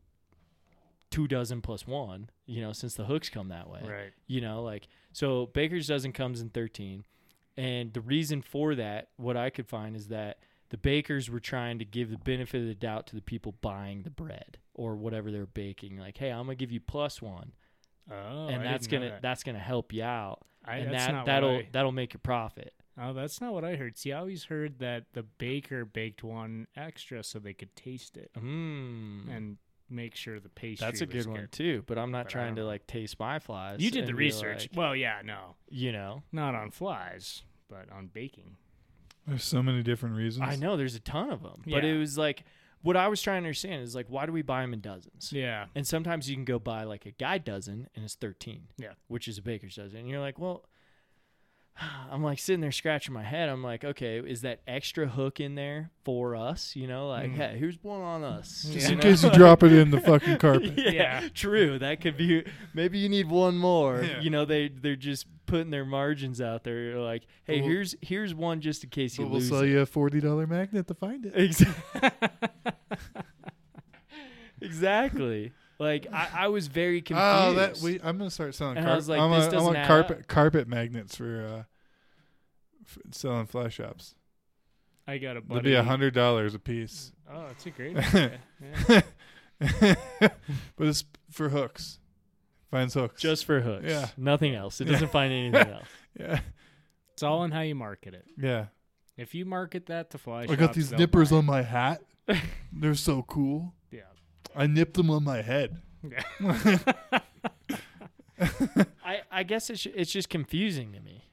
Speaker 2: two dozen plus one you know since the hooks come that way
Speaker 4: right?
Speaker 2: you know like so baker's dozen comes in 13 and the reason for that what i could find is that the bakers were trying to give the benefit of the doubt to the people buying the bread or whatever they're baking like hey i'm gonna give you plus one
Speaker 4: Oh,
Speaker 2: and
Speaker 4: I
Speaker 2: that's
Speaker 4: didn't
Speaker 2: gonna
Speaker 4: know that.
Speaker 2: that's gonna help you out
Speaker 4: I,
Speaker 2: and
Speaker 4: that's
Speaker 2: that
Speaker 4: not
Speaker 2: that'll
Speaker 4: What I,
Speaker 2: that'll make your profit
Speaker 4: oh, that's not what I heard. See, I always heard that the baker baked one extra so they could taste it
Speaker 2: mm.
Speaker 4: and make sure the pastry.
Speaker 2: that's a
Speaker 4: was
Speaker 2: good one too but i'm not
Speaker 4: But I
Speaker 2: trying to
Speaker 4: don't-
Speaker 2: like taste my flies
Speaker 4: You did the
Speaker 2: and be
Speaker 4: research.
Speaker 2: like,
Speaker 4: well, yeah, no,
Speaker 2: you know
Speaker 4: not on flies, but on baking.
Speaker 7: There's so many different reasons.
Speaker 2: I know there's a ton of them, but
Speaker 4: Yeah.
Speaker 2: it was like what I was trying to understand is like why do we buy them in dozens?
Speaker 4: Yeah,
Speaker 2: And sometimes you can go buy like a guy dozen and it's 13.
Speaker 4: Yeah.
Speaker 2: Which is a baker's dozen. And you're like, "Well, I'm like sitting there scratching my head. I'm like, "Okay, is that extra hook in there for us, you know? Like, hey, here's one on us."
Speaker 7: Mm. Just
Speaker 2: you
Speaker 7: in
Speaker 2: know?
Speaker 7: case you drop it in the fucking carpet.
Speaker 2: yeah,
Speaker 4: Yeah.
Speaker 2: true. That could be. Maybe you need one more.
Speaker 7: Yeah.
Speaker 2: You know, they they're just putting their margins out there. Like, hey,
Speaker 7: But we'll-
Speaker 2: here's here's one just in case you
Speaker 7: But we'll
Speaker 2: lose.
Speaker 7: sell
Speaker 2: it.
Speaker 7: you a forty dollar magnet to find it.
Speaker 2: Exactly. exactly. Like I, I was very confused.
Speaker 7: Oh, that we! I'm gonna start selling.
Speaker 2: And I
Speaker 7: Car-
Speaker 2: was like,
Speaker 7: I'm
Speaker 2: this
Speaker 7: gonna- I
Speaker 2: doesn't
Speaker 7: want
Speaker 2: add
Speaker 7: carpet
Speaker 2: up.
Speaker 7: carpet magnets for, uh, for selling fly shops.
Speaker 4: I got a
Speaker 7: That'd
Speaker 4: buddy.
Speaker 7: be a hundred dollars a piece,
Speaker 4: Oh, it's a great. idea. Yeah.
Speaker 7: but it's for hooks. Finds hooks.
Speaker 2: just for hooks.
Speaker 7: Yeah.
Speaker 2: Nothing else. It
Speaker 7: Yeah.
Speaker 2: doesn't find anything else.
Speaker 7: yeah,
Speaker 4: It's all in how you market it.
Speaker 7: yeah.
Speaker 4: If you market that to fly,
Speaker 7: I got these nippers on my hat. They're so cool.
Speaker 4: Yeah.
Speaker 7: I nipped them on my head.
Speaker 4: Yeah.
Speaker 2: I, I guess it's it's just confusing to me.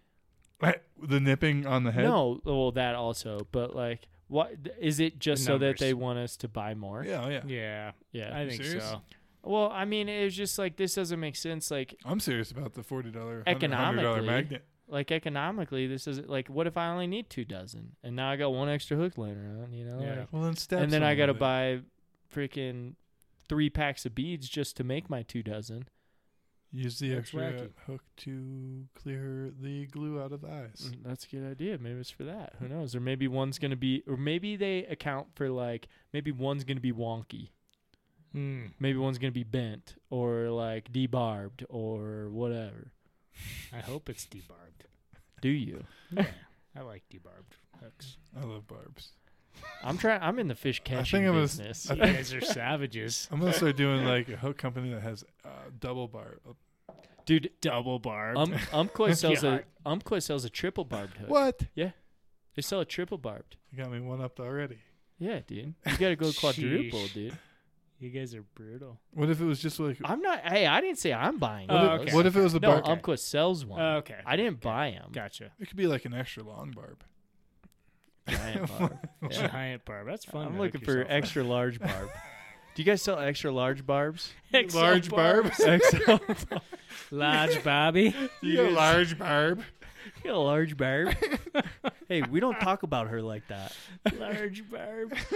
Speaker 7: the nipping on the head.
Speaker 2: No, well that also, but like what is it just
Speaker 4: The
Speaker 2: so that
Speaker 4: numbers.
Speaker 2: they want us to buy more?
Speaker 7: Yeah, yeah.
Speaker 4: Yeah,
Speaker 2: Yeah.
Speaker 4: I think
Speaker 7: serious?
Speaker 4: so.
Speaker 2: well, I mean, it was just like this doesn't make sense. Like
Speaker 7: I'm serious about the forty dollar, hundred dollar
Speaker 2: Economically.
Speaker 7: magnet.
Speaker 2: like economically, this is like, what if I only need two dozen and now I got one extra hook later on, you know?
Speaker 4: Yeah.
Speaker 2: like-
Speaker 7: Well, then stab
Speaker 2: and then I
Speaker 7: someone
Speaker 2: gotta
Speaker 7: with it.
Speaker 2: buy freaking three packs of beads just to make my two dozen.
Speaker 7: Use the
Speaker 4: That's
Speaker 7: extra
Speaker 4: wacky.
Speaker 7: hook to clear the glue out of the eyes.
Speaker 2: Mm, That's a good idea. Maybe it's for that. Who knows? Or maybe one's gonna be, or maybe they account for like, maybe one's gonna be wonky.
Speaker 4: Hmm.
Speaker 2: Maybe one's gonna be bent or like debarbed or whatever.
Speaker 4: I hope it's debarbed.
Speaker 2: Do you?
Speaker 4: I like debarbed hooks.
Speaker 7: I love barbs.
Speaker 2: Mm. I'm trying. I'm in the fish catching
Speaker 7: think I was-
Speaker 2: business.
Speaker 7: I
Speaker 4: You
Speaker 7: think-
Speaker 4: guys are savages.
Speaker 7: I'm gonna start doing like a hook company that has uh, double barb.
Speaker 2: Dude,
Speaker 4: Double barbed.
Speaker 2: um, Umpqua sells a
Speaker 4: God.
Speaker 2: Umpqua sells a triple barbed hook.
Speaker 7: What?
Speaker 2: They sell a triple barbed.
Speaker 7: You got me one up already.
Speaker 2: Yeah, dude. You gotta go quadruple,
Speaker 4: Sheesh.
Speaker 2: dude.
Speaker 4: you guys are brutal.
Speaker 7: What if it was just like?
Speaker 2: I'm not. Hey, I didn't say I'm buying.
Speaker 4: Oh,
Speaker 2: those.
Speaker 4: okay.
Speaker 7: What if it was a
Speaker 2: No,
Speaker 7: barb?
Speaker 2: Umpqua sells one.
Speaker 4: Uh, Okay.
Speaker 2: I didn't buy them.
Speaker 4: Gotcha.
Speaker 7: It could be like an extra long barb.
Speaker 2: Giant barb. Yeah.
Speaker 4: Giant barb. That's fun.
Speaker 2: I'm
Speaker 4: to hook
Speaker 2: looking for
Speaker 4: yourself up.
Speaker 2: extra large barb. Do you guys sell extra large barbs?
Speaker 4: Extra
Speaker 7: large barb.
Speaker 2: Extra
Speaker 4: Large Bobby.
Speaker 7: you got a large barb.
Speaker 2: a large barb. hey, we don't talk about her like that.
Speaker 4: Large barb.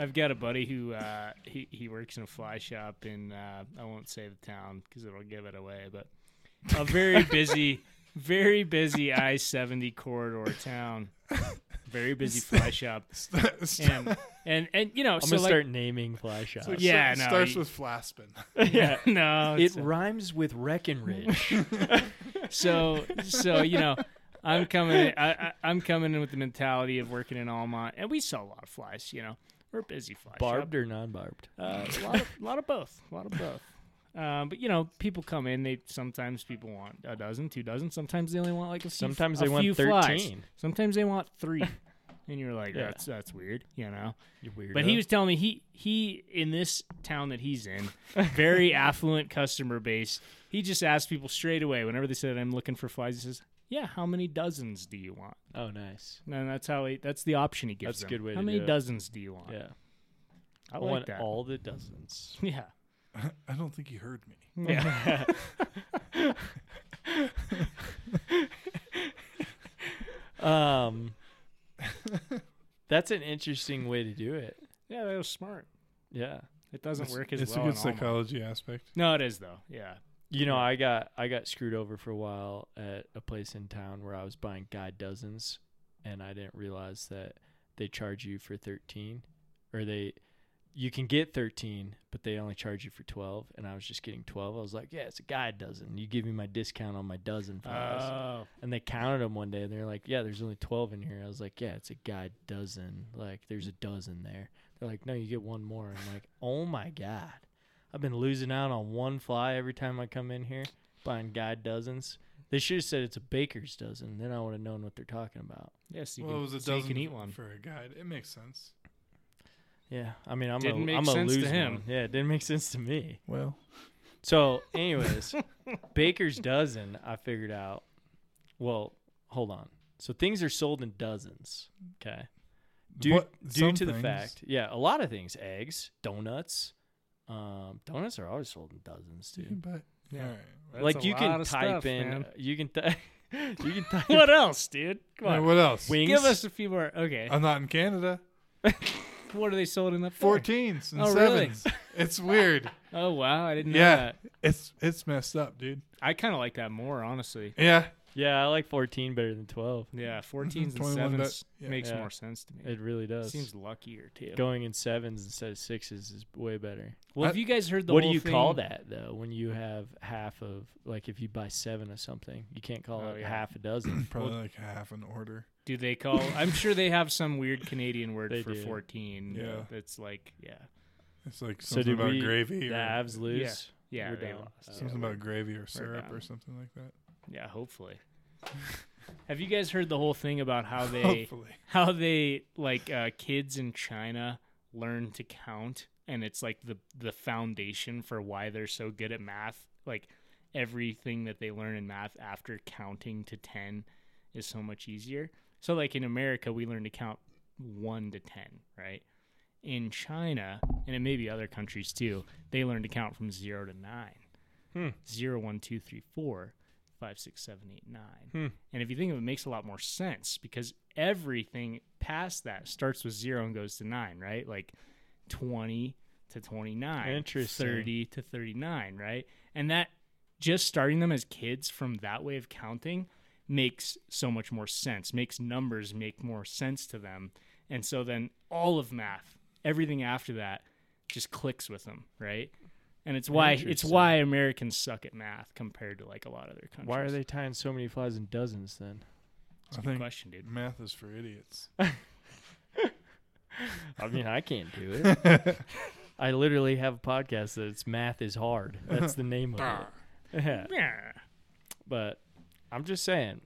Speaker 4: I've got a buddy who uh, he he works in a fly shop in uh, I won't say the town because it'll give it away, but a very busy, very busy I seventy corridor town, very busy fly shop, and and and you know
Speaker 2: I'm
Speaker 4: Oh, so
Speaker 2: gonna
Speaker 4: like
Speaker 2: start naming fly shops.
Speaker 7: Like,
Speaker 4: Yeah,
Speaker 7: it
Speaker 4: no,
Speaker 7: starts
Speaker 4: you-
Speaker 7: with flaspin.
Speaker 4: yeah no
Speaker 2: it
Speaker 4: it's-
Speaker 2: rhymes with Wreckenridge.
Speaker 4: so so you know i'm coming in, I, I, i'm coming in with the mentality of working in almont and we sell a lot of flies you know we're a busy fly shop.
Speaker 2: barbed or non-barbed?
Speaker 4: uh, a lot of, lot of both a lot of both um, but you know people come in they sometimes people want a dozen two dozen sometimes they only want like a few,
Speaker 2: Sometimes
Speaker 4: a
Speaker 2: they want
Speaker 4: few flies.
Speaker 2: 13.
Speaker 4: sometimes they want three and you're like
Speaker 2: Yeah.
Speaker 4: that's that's weird you know
Speaker 2: You weirdo.
Speaker 4: but he was telling me he he in this town that he's in, very affluent customer base. He just asked people straight away whenever they said, "I'm looking for flies." He says, "Yeah, how many dozens do you want?"
Speaker 2: Oh, nice.
Speaker 4: And that's how he that's the option he gives.
Speaker 2: That's a
Speaker 4: them.
Speaker 2: good way
Speaker 4: How
Speaker 2: to
Speaker 4: many
Speaker 2: do it.
Speaker 4: dozens do you want?
Speaker 2: Yeah,
Speaker 4: I
Speaker 2: I
Speaker 4: like
Speaker 2: want
Speaker 4: that.
Speaker 2: all the dozens.
Speaker 4: Yeah,
Speaker 7: I don't think you heard me.
Speaker 4: yeah.
Speaker 2: Um, that's an interesting way to do it.
Speaker 4: yeah, that was smart.
Speaker 2: Yeah.
Speaker 4: It doesn't work as
Speaker 7: it's
Speaker 4: well.
Speaker 7: a
Speaker 4: in
Speaker 7: good
Speaker 4: Alma.
Speaker 7: psychology aspect.
Speaker 4: No, it is though. Yeah.
Speaker 2: You know, I got I got screwed over for a while at a place in town where I was buying guy dozens, and I didn't realize that they charge you for thirteen, or they you can get thirteen, but they only charge you for twelve. And I was just getting twelve. I was like, yeah, it's a guy dozen. You give me my discount on my dozen
Speaker 7: Uh,
Speaker 2: fries.
Speaker 4: Oh,
Speaker 2: and they counted them one day, and they're like, yeah, there's only twelve in here. I was like, yeah, it's a guy dozen. Like, there's a dozen there. They're like, no, you get one more. I'm like, oh my god. I've been losing out on one fly every time I come in here buying guide dozens. They should have said it's a baker's dozen. Then I would have known what they're talking about.
Speaker 4: yes. You
Speaker 7: well,
Speaker 4: can,
Speaker 7: it was a
Speaker 4: so
Speaker 7: dozen
Speaker 4: you can eat one.
Speaker 7: for a guide. It makes sense.
Speaker 2: Yeah, I mean, I'm
Speaker 4: Didn't
Speaker 2: a,
Speaker 4: make
Speaker 2: I'm a
Speaker 4: sense to
Speaker 2: loser.
Speaker 4: him.
Speaker 2: one. Yeah, it didn't make sense to me.
Speaker 7: Well,
Speaker 2: So, anyways, baker's dozen. I figured out. Well, hold on. So things are sold in dozens. Okay. due, due to the fact yeah a lot of things eggs donuts um donuts are always sold in dozens
Speaker 7: you
Speaker 2: too
Speaker 7: can buy.
Speaker 4: Yeah.
Speaker 7: All right.
Speaker 4: Mm-hmm. That's
Speaker 2: like
Speaker 4: a
Speaker 2: you can
Speaker 4: lot
Speaker 2: type
Speaker 4: of stuff,
Speaker 2: in uh,
Speaker 4: man.
Speaker 2: you can type you can type
Speaker 4: What else, dude? Come
Speaker 7: All right,
Speaker 4: on.
Speaker 7: what else?
Speaker 2: wings
Speaker 4: Give us a few more. Okay.
Speaker 7: I'm not in Canada.
Speaker 4: what are they sold in up there?
Speaker 7: 14s and
Speaker 4: Oh, really?
Speaker 7: sevens. It's weird.
Speaker 4: Oh wow, I didn't know
Speaker 7: yeah,
Speaker 4: that.
Speaker 7: it's it's messed up, dude.
Speaker 4: I kind of like that more, honestly.
Speaker 7: Yeah,
Speaker 2: yeah i like 14 better than 12
Speaker 4: Yeah,
Speaker 7: Mm-hmm.
Speaker 4: 14s
Speaker 7: 21
Speaker 4: and
Speaker 7: bet-
Speaker 4: sevens
Speaker 7: yeah.
Speaker 4: makes
Speaker 2: Yeah.
Speaker 4: more sense to me.
Speaker 2: it really does
Speaker 4: seems luckier too.
Speaker 2: going in sevens instead of sixes is way better
Speaker 4: well, have you guys heard the
Speaker 2: what do
Speaker 4: whole
Speaker 2: you call
Speaker 4: thing-
Speaker 2: that though when you have half of like if you buy seven of something you can't call
Speaker 4: Oh,
Speaker 2: it
Speaker 4: yeah.
Speaker 2: half a dozen
Speaker 7: probably like half an order.
Speaker 4: Do they call? I'm sure they have some weird Canadian word
Speaker 2: They
Speaker 4: for
Speaker 2: do.
Speaker 4: 14.
Speaker 7: Yeah.
Speaker 4: that's like yeah,
Speaker 7: It's like
Speaker 2: so
Speaker 7: something
Speaker 2: do
Speaker 7: about
Speaker 2: we
Speaker 7: gravy
Speaker 2: the
Speaker 7: or
Speaker 2: avs lose
Speaker 4: yeah,
Speaker 2: We're
Speaker 4: they
Speaker 2: down.
Speaker 4: lost.
Speaker 7: something about gravy or syrup
Speaker 4: uh, down.
Speaker 7: or something like that.
Speaker 4: yeah, hopefully. have you guys heard the whole thing about how they
Speaker 7: Hopefully,
Speaker 4: how they like uh, kids in China learn to count, and it's like the the foundation for why they're so good at math. Like everything that they learn in math after counting to ten is so much easier. So like in America, we learn to count one to ten, right? In China, and it may be other countries too, they learn to count from zero to nine.
Speaker 2: Hmm.
Speaker 4: 01234 56789.
Speaker 2: Hmm.
Speaker 4: And if you think of it, it makes a lot more sense because everything past that starts with zero and goes to nine, right? Like 20 to 29,
Speaker 2: Interesting.
Speaker 4: 30 to 39, right? And that just starting them as kids from that way of counting makes so much more sense, makes numbers make more sense to them. And so then all of math, everything after that just clicks with them, right? And it's why it's
Speaker 2: Interesting.
Speaker 4: why Americans suck at math compared to like a lot of other countries.
Speaker 2: Why are they tying so many flies in dozens then?
Speaker 7: I think
Speaker 4: question, dude?
Speaker 7: math is for idiots.
Speaker 2: I mean, I can't do it. I literally have a podcast that it's math is hard. That's the name of it. Yeah.
Speaker 4: Yeah.
Speaker 2: But I'm just saying,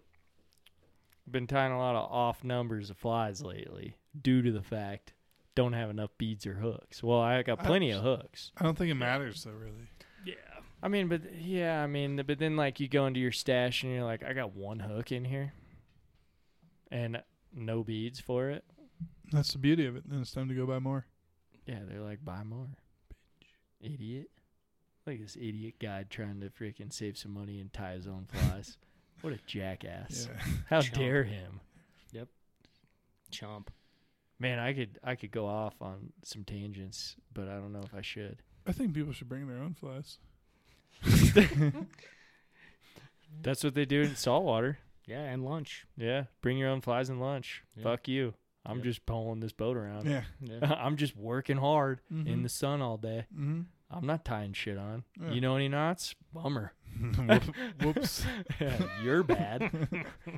Speaker 2: I've been tying a lot of off numbers of flies lately due to the fact don't have enough beads or hooks. Well, I got plenty of hooks.
Speaker 7: I don't think it matters though, really.
Speaker 4: Yeah.
Speaker 2: I mean, but yeah, I mean, but then like you go into your stash and you're like, I got one hook in here and no beads for it.
Speaker 7: That's the beauty of it. Then it's time to go buy more.
Speaker 2: Yeah, they're like, buy more, bitch, idiot. Like this idiot guy trying to freaking save some money and tie his own flies. what a jackass!
Speaker 7: Yeah.
Speaker 2: How
Speaker 4: Chump.
Speaker 2: dare him?
Speaker 4: Chomp.
Speaker 2: Man, I could I could go off on some tangents, but I don't know if I should.
Speaker 7: I think people should bring their own flies. Mm-hmm.
Speaker 2: That's what they do in saltwater.
Speaker 4: Yeah, and lunch.
Speaker 2: Yeah, bring your own flies and lunch.
Speaker 4: Yeah.
Speaker 2: Fuck you. I'm
Speaker 4: Yeah.
Speaker 2: just pulling this boat around.
Speaker 7: Yeah.
Speaker 4: Yeah.
Speaker 2: I'm just working hard Um, in
Speaker 7: Mhm.
Speaker 2: the sun all day.
Speaker 7: Mm-hmm.
Speaker 2: I'm not tying shit on.
Speaker 7: Yeah.
Speaker 2: You know any knots? Bummer.
Speaker 7: Whoops.
Speaker 2: You're bad.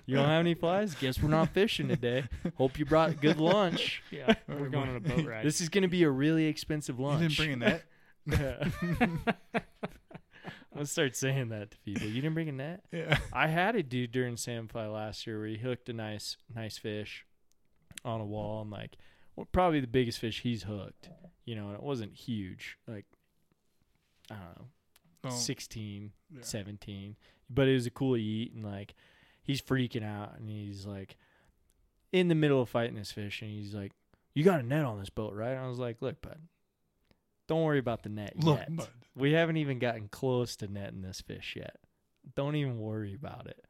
Speaker 2: you don't have any flies? Guess we're not fishing today. Hope you brought good lunch.
Speaker 4: yeah. We're going on a boat ride.
Speaker 2: This is going to be a really expensive
Speaker 7: You didn't
Speaker 2: lunch.
Speaker 7: bring a net.
Speaker 2: Let's start saying that to people. You didn't bring a net?
Speaker 7: Yeah.
Speaker 2: I had a dude during Samfly last year where he hooked a nice, nice fish on a wall and like well, probably the biggest fish he's hooked. You know, and it wasn't huge, like I don't know,
Speaker 7: Don't-
Speaker 2: 16,
Speaker 7: Yeah.
Speaker 2: 17. But it was a cool eat and like he's freaking out and he's like in the middle of fighting this fish and he's like, You got a net on this boat, right? And I was like, Look, bud, don't worry about the net
Speaker 7: Look,
Speaker 2: yet.
Speaker 7: bud.
Speaker 2: We haven't even gotten close to netting this fish yet. Don't even worry about it.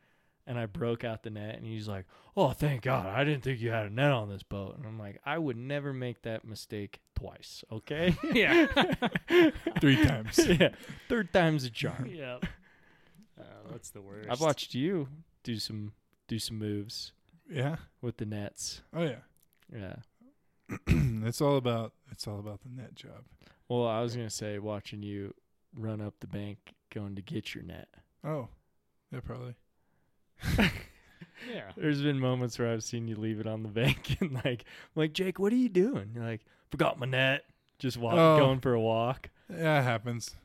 Speaker 2: And I broke out the net and he's like, Oh, thank God. I didn't think you had a net on this boat. And I'm like, I would never make that mistake twice, okay?
Speaker 4: yeah.
Speaker 7: Three times.
Speaker 2: yeah. Third time's a charm.
Speaker 4: yeah. Uh, what's the worst?
Speaker 2: I've watched you do some do some moves
Speaker 7: Yeah.
Speaker 2: with the nets.
Speaker 7: Oh yeah.
Speaker 2: Yeah.
Speaker 7: it's all about it's all about the net job.
Speaker 2: Well, I was gonna say watching you run up the bank going to get your net.
Speaker 7: Oh. Yeah, probably.
Speaker 4: Yeah.
Speaker 2: There's been moments where I've seen you leave it on the bank and like I'm like, Jake, what are you doing? You're like, forgot my net. Just walk,
Speaker 7: Oh.
Speaker 2: going for a walk.
Speaker 7: Yeah, it happens.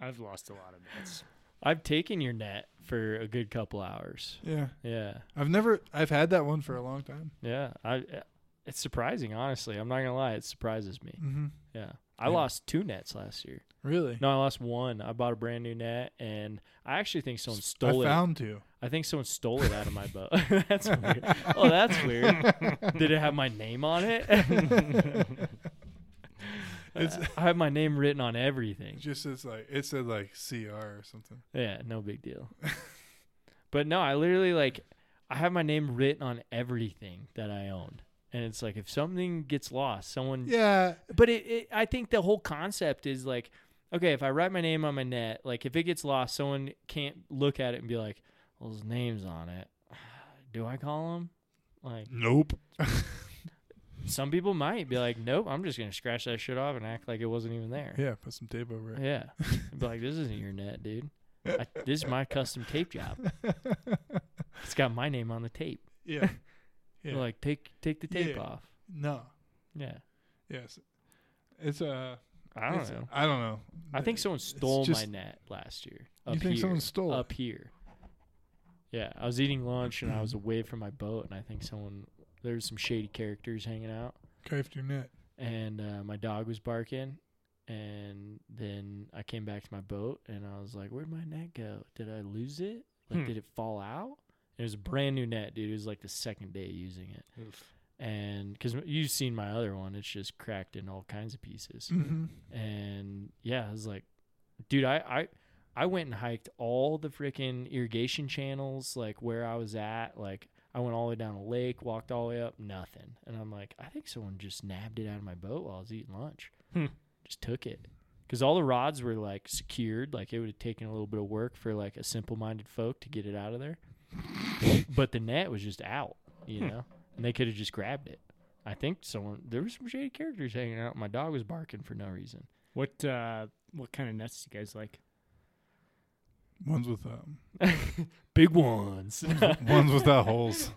Speaker 4: I've lost a lot of bets.
Speaker 2: I've taken your net for a good couple hours.
Speaker 7: Yeah.
Speaker 2: Yeah.
Speaker 7: I've never I've had that one for a long time.
Speaker 2: Yeah. I eh, it's surprising, honestly. I'm not gonna lie, it surprises me.
Speaker 7: Mm-hmm.
Speaker 2: Yeah. I
Speaker 7: Yeah.
Speaker 2: lost two nets last year.
Speaker 7: Really?
Speaker 2: No, I lost one. I bought a brand new net, and I actually think someone stole
Speaker 7: I
Speaker 2: it.
Speaker 7: found two.
Speaker 2: I think someone stole it out of my boat. that's weird. Oh, that's weird. Did it have my name on it? Uh, I have my name written on
Speaker 7: It
Speaker 2: everything.
Speaker 7: Just it's like it said like CR or something.
Speaker 2: Yeah, no big deal. But no, I literally like I have my name written on everything that I own. And it's like if something gets lost, someone
Speaker 7: Yeah.
Speaker 2: but it, it i think the whole concept is like okay if i write my name on my net like if it gets lost someone can't look at it and be like well his name's on it do i call him like
Speaker 7: Nope.
Speaker 2: some people might be like nope i'm just gonna scratch that shit off and act like it wasn't even there
Speaker 7: Yeah, put some tape over it.
Speaker 2: yeah be like this isn't your net dude I, this is my custom tape job it's got my name on the tape
Speaker 7: Yeah.
Speaker 2: They're
Speaker 7: Yeah.
Speaker 2: like take take the tape
Speaker 7: Yeah.
Speaker 2: off
Speaker 7: no.
Speaker 2: yeah
Speaker 7: Yes. It's uh
Speaker 2: i don't
Speaker 7: it's-
Speaker 2: know
Speaker 7: I don't know.
Speaker 2: I think
Speaker 7: Th-
Speaker 2: someone
Speaker 7: it's
Speaker 2: stole
Speaker 7: just-
Speaker 2: my net last year.
Speaker 7: You
Speaker 2: Up
Speaker 7: think
Speaker 2: here,
Speaker 7: someone stole it?
Speaker 2: up here? Yeah, I was eating lunch and I was away from my boat, and I think someone there was some shady characters hanging out,
Speaker 7: Crafted your net.
Speaker 2: and uh, my dog was barking, and then I came back to my boat and I was like, "Where'd my net go? Did I lose it? Like,
Speaker 4: Hmm.
Speaker 2: did it fall out?" It was a brand new net, dude. It was like the second day using it, and because you've seen my other one, it's just cracked in all kinds of pieces
Speaker 7: Mm-hmm.
Speaker 2: and yeah, I was like, dude, I I I went and hiked all the freaking irrigation channels, like where I was at. Like I went all the way down a lake, walked all the way up, nothing. And I'm like, I think someone just nabbed it out of my boat while I was eating lunch.
Speaker 4: Hmm.
Speaker 2: Just took it. Because all the rods were like secured, like it would have taken a little bit of work for like a simple-minded folk to get it out of there. but the net was just out, you know, and they could have just grabbed it. I think someone there was some shady characters hanging out. My dog was barking for no reason.
Speaker 4: What uh, what kind of nets do you guys like?
Speaker 7: Ones with um,
Speaker 2: Big ones.
Speaker 7: ones without holes.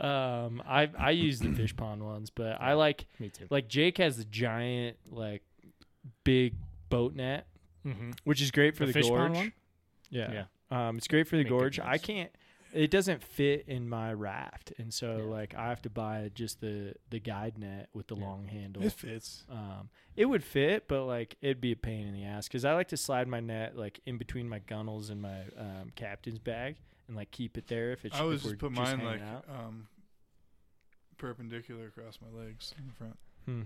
Speaker 2: um, I I use the fish pond ones, but I like
Speaker 4: Me too.
Speaker 2: like Jake has the giant like big boat net,
Speaker 4: Mm-hmm.
Speaker 2: which is great for
Speaker 4: The
Speaker 2: the,
Speaker 4: fish
Speaker 2: gorge.
Speaker 4: pond one?
Speaker 2: Yeah. Um, it's great for the
Speaker 4: Make good
Speaker 2: gorge. I
Speaker 4: nets.
Speaker 2: can't. It doesn't fit in my raft, and so like I have to buy just the the guide net with the long handle.
Speaker 7: It fits.
Speaker 2: Um, it would fit, but like it'd be a pain in the ass because I like to slide my net like in between my gunnels and my um, captain's bag and like keep it there if it's.
Speaker 7: I always
Speaker 2: if
Speaker 7: just
Speaker 2: we're
Speaker 7: put mine
Speaker 2: hanging
Speaker 7: like
Speaker 2: out.
Speaker 7: um, perpendicular across my legs in the front.
Speaker 2: Hmm.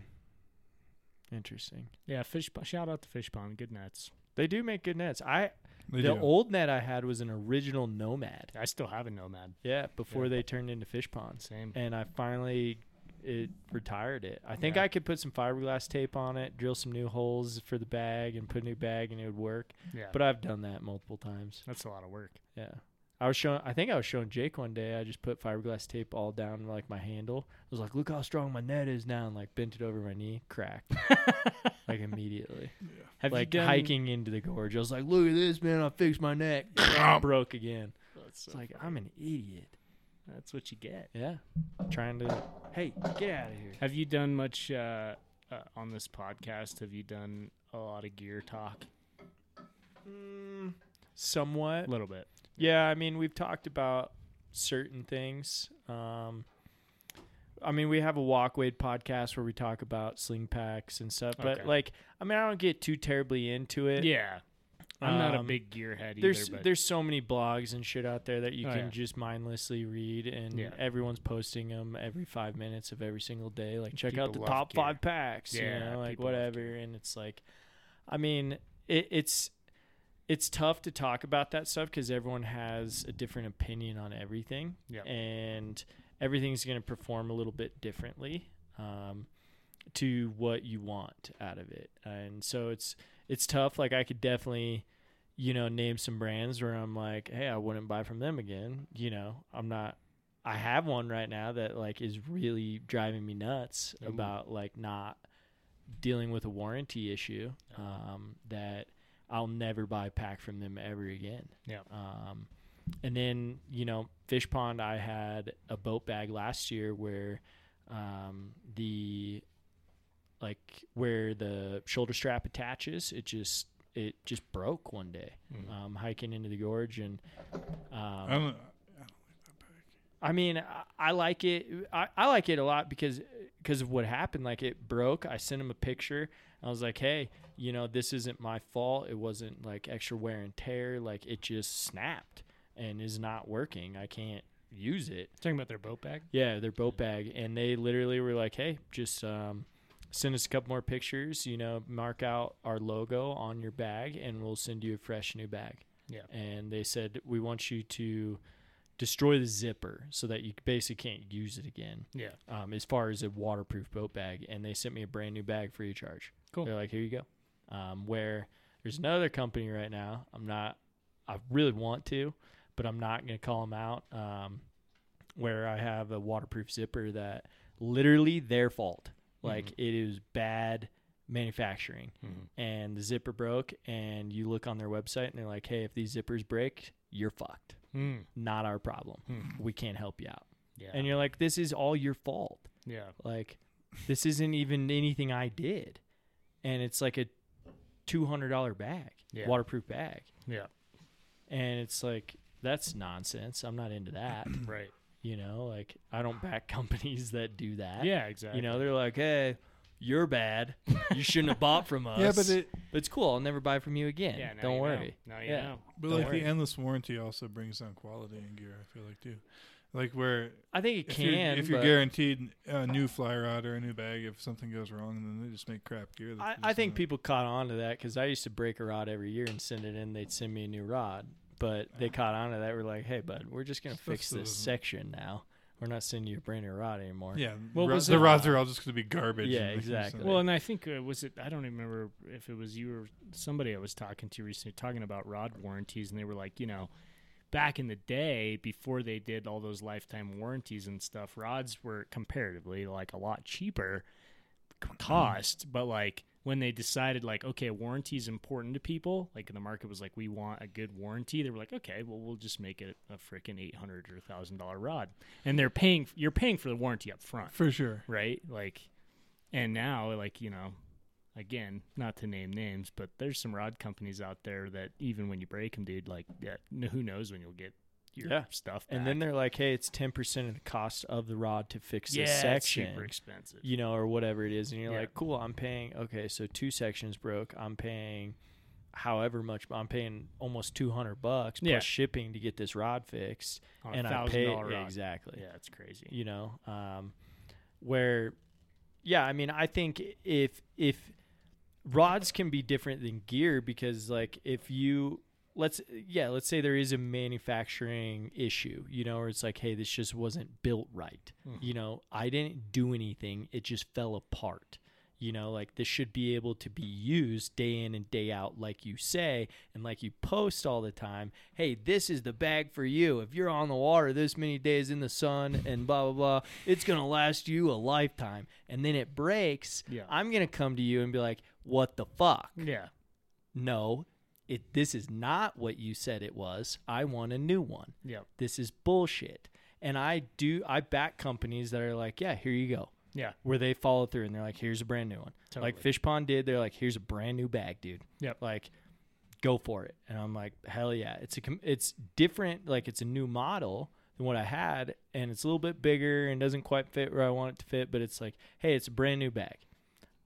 Speaker 2: Interesting.
Speaker 4: Yeah, fish. po- Shout out to fish pond. Good nets.
Speaker 2: They do make good nets. I
Speaker 7: They
Speaker 2: the
Speaker 7: do.
Speaker 2: old net I had was an original Nomad.
Speaker 4: I still have a nomad.
Speaker 2: Yeah, before
Speaker 4: Yeah.
Speaker 2: they turned into fish ponds.
Speaker 4: Same.
Speaker 2: and I finally it retired it. I think
Speaker 4: Yeah.
Speaker 2: I could put some fiberglass tape on it, drill some new holes for the bag, and put a new bag, and it would work.
Speaker 4: Yeah,
Speaker 2: But I've done that multiple times.
Speaker 4: that's a lot of work.
Speaker 2: Yeah. I was showing. I think I was showing Jake one day. I just put fiberglass tape all down like my handle. I was like, "Look how strong my net is now!" And like bent it over my knee, cracked like immediately.
Speaker 4: Have
Speaker 2: like
Speaker 4: you done
Speaker 2: hiking into the gorge, I was like, "Look at this, man! I fixed my neck." broke again.
Speaker 4: That's,
Speaker 2: It's like I'm an idiot.
Speaker 4: that's what you get.
Speaker 2: Yeah, trying to. Hey, get out of here.
Speaker 4: Have you done much uh, uh, on this podcast? Have you done a lot of gear talk?
Speaker 2: Mm, somewhat.
Speaker 4: A little bit.
Speaker 2: Yeah, I mean, we've talked about certain things. Um, I mean, we have a walk weight podcast where we talk about sling packs and stuff, but
Speaker 4: Okay.
Speaker 2: like, I mean, I don't get too terribly into it.
Speaker 4: Yeah, I'm not a
Speaker 2: Um,
Speaker 4: big gearhead either.
Speaker 2: There's
Speaker 4: but
Speaker 2: there's so many blogs and shit out there that you
Speaker 4: Oh,
Speaker 2: can
Speaker 4: yeah.
Speaker 2: just mindlessly read, and
Speaker 4: Yeah.
Speaker 2: everyone's posting them every five minutes of every single day. Like check out the
Speaker 4: People love
Speaker 2: top
Speaker 4: gear.
Speaker 2: five packs,
Speaker 4: Yeah,
Speaker 2: you know, like
Speaker 4: people love
Speaker 2: whatever. And it's like, I mean, it, it's it's tough to talk about that stuff because everyone has a different opinion on everything,
Speaker 4: Yeah.
Speaker 2: and everything's going to perform a little bit differently um, to what you want out of it. And so it's it's tough. Like I could definitely you know, name some brands where I'm like, hey, I wouldn't buy from them again. You know, I'm not. I have one right now that like is really driving me nuts
Speaker 4: Ooh.
Speaker 2: about like not dealing with a warranty issue. Um, that I'll never buy pack from them ever again.
Speaker 4: Yep.
Speaker 2: Um, and then you know, Fish Pond. I had a boat bag last year where, um, the like where the shoulder strap attaches, it just it just broke one day.
Speaker 4: Mm. Hmm.
Speaker 2: Um, hiking into the gorge, and um,
Speaker 7: I don't.
Speaker 2: I mean, I, I like it. I, I like it a lot because because of what happened. Like it broke. I sent him a picture. I was like, hey, you know, this isn't my fault. It wasn't like extra wear and tear. Like it just snapped and is not working. I can't use it.
Speaker 4: talking about their boat bag.
Speaker 2: Yeah, their boat bag, and they literally were like, "Hey, just um, send us a couple more pictures. You know, mark out our logo on your bag, and we'll send you a fresh new bag."
Speaker 4: Yeah.
Speaker 2: And they said, "We want you to destroy the zipper so that you basically can't use it again."
Speaker 4: Yeah,
Speaker 2: Um, as far as a waterproof boat bag, and they sent me a brand new bag free of charge.
Speaker 4: Cool.
Speaker 2: They're like, "Here you go." Um, where there's another company right now. I'm not. I really want to, but I'm not going to call them out. Um, where I have a waterproof zipper that literally their fault.
Speaker 4: Mm-hmm.
Speaker 2: Like it is bad manufacturing,
Speaker 4: Mm-hmm.
Speaker 2: and the zipper broke. And you look on their website, and they're like, "Hey, if these zippers break, you're fucked.
Speaker 4: Mm.
Speaker 2: Not our problem. We can't help you out."
Speaker 4: Mm-hmm. yeah,
Speaker 2: And you're like, "This is all your fault.
Speaker 4: yeah.
Speaker 2: Like, this isn't even anything I did." And it's like a two hundred dollar bag,
Speaker 4: Yeah.
Speaker 2: waterproof bag,
Speaker 4: Yeah,
Speaker 2: and it's like that's nonsense. I'm not into that.
Speaker 4: right.
Speaker 2: you know, like I don't back companies that do that.
Speaker 4: Yeah, exactly.
Speaker 2: You know, they're like, hey, You're bad. You shouldn't have bought from us.
Speaker 7: Yeah, but it,
Speaker 2: But it's cool. I'll never buy from you again.
Speaker 4: Yeah, now
Speaker 2: Don't
Speaker 4: you know.
Speaker 2: worry.
Speaker 4: Now you
Speaker 2: Yeah.
Speaker 4: know.
Speaker 7: but
Speaker 2: Don't
Speaker 7: like
Speaker 2: worry.
Speaker 7: the endless warranty also brings down quality in gear. I feel like too, like where
Speaker 2: I think it
Speaker 7: if
Speaker 2: can.
Speaker 7: you're, if you're
Speaker 2: but
Speaker 7: guaranteed a new fly rod or a new bag, if something goes wrong, then they just make crap gear.
Speaker 2: I, I think people caught on to that because I used to break a rod every year and send it in. They'd send me a new rod, but they caught on to that. We're like, hey, bud, we're just gonna fix
Speaker 7: This
Speaker 2: this
Speaker 7: isn't-
Speaker 2: section now. We're not sending you a brand new rod anymore.
Speaker 7: Yeah,
Speaker 4: What
Speaker 7: ro-
Speaker 4: was
Speaker 7: the
Speaker 4: it?
Speaker 7: rods are all just going to be garbage.
Speaker 2: Yeah,
Speaker 7: and they can just
Speaker 2: exactly.
Speaker 7: not-
Speaker 4: Well, and I think uh, was it? I don't even remember if it was you or somebody I was talking to recently talking about rod warranties, and they were like, you know, back in the day before they did all those lifetime warranties and stuff, rods were comparatively like a lot cheaper c- cost, but like when they decided like okay warranty is important to people like the market was like we want a good warranty they were like okay well we'll just make it a freaking 800 or 1000 dollar rod and they're paying you're paying for the warranty up front
Speaker 7: for sure.
Speaker 4: right? Like, and now, like, you know, again, not to name names, but there's some rod companies out there that even when you break them, dude, like, yeah, n- who knows when you'll get your
Speaker 2: Yeah.
Speaker 4: stuff back.
Speaker 2: And then they're like, hey, it's ten percent of the cost of the rod to fix
Speaker 4: yeah,
Speaker 2: this
Speaker 4: it's
Speaker 2: section.
Speaker 4: super expensive.
Speaker 2: you know, or whatever it is, and you're
Speaker 4: Yeah.
Speaker 2: like, cool, I'm paying. Okay, so two sections broke. I'm paying however much I'm paying almost 200 bucks plus
Speaker 4: Yeah.
Speaker 2: shipping to get this rod fixed
Speaker 4: On a
Speaker 2: and I
Speaker 4: $1,000
Speaker 2: pay
Speaker 4: rod.
Speaker 2: yeah, exactly
Speaker 4: Yeah, it's crazy.
Speaker 2: you know um where yeah I mean I think if if rods can be different than gear because like if you let's yeah let's say there is a manufacturing issue you know or it's like hey this just wasn't built right you know i didn't do anything it just fell apart you know like this should be able to be used day in and day out like you say and like you post all the time hey this is the bag for you if you're on the water this many days in the sun and blah blah blah it's gonna last you a lifetime and then it breaks
Speaker 4: Yeah.
Speaker 2: i'm gonna come to you and be like what the fuck
Speaker 4: Yeah.
Speaker 2: no it this is not what you said it was i want a new one
Speaker 4: Yep.
Speaker 2: this is bullshit and i do i back companies that are like yeah here you go
Speaker 4: Yeah.
Speaker 2: where they follow through and they're like, here's a brand new one.
Speaker 4: Totally.
Speaker 2: Like Fish Pond did, they're like, here's a brand new bag, dude.
Speaker 4: Yep.
Speaker 2: Like, go for it. And I'm like, hell yeah. It's a com- it's different. Like it's a new model than what I had, and it's a little bit bigger and doesn't quite fit where I want it to fit. But it's like, hey, it's a brand new bag.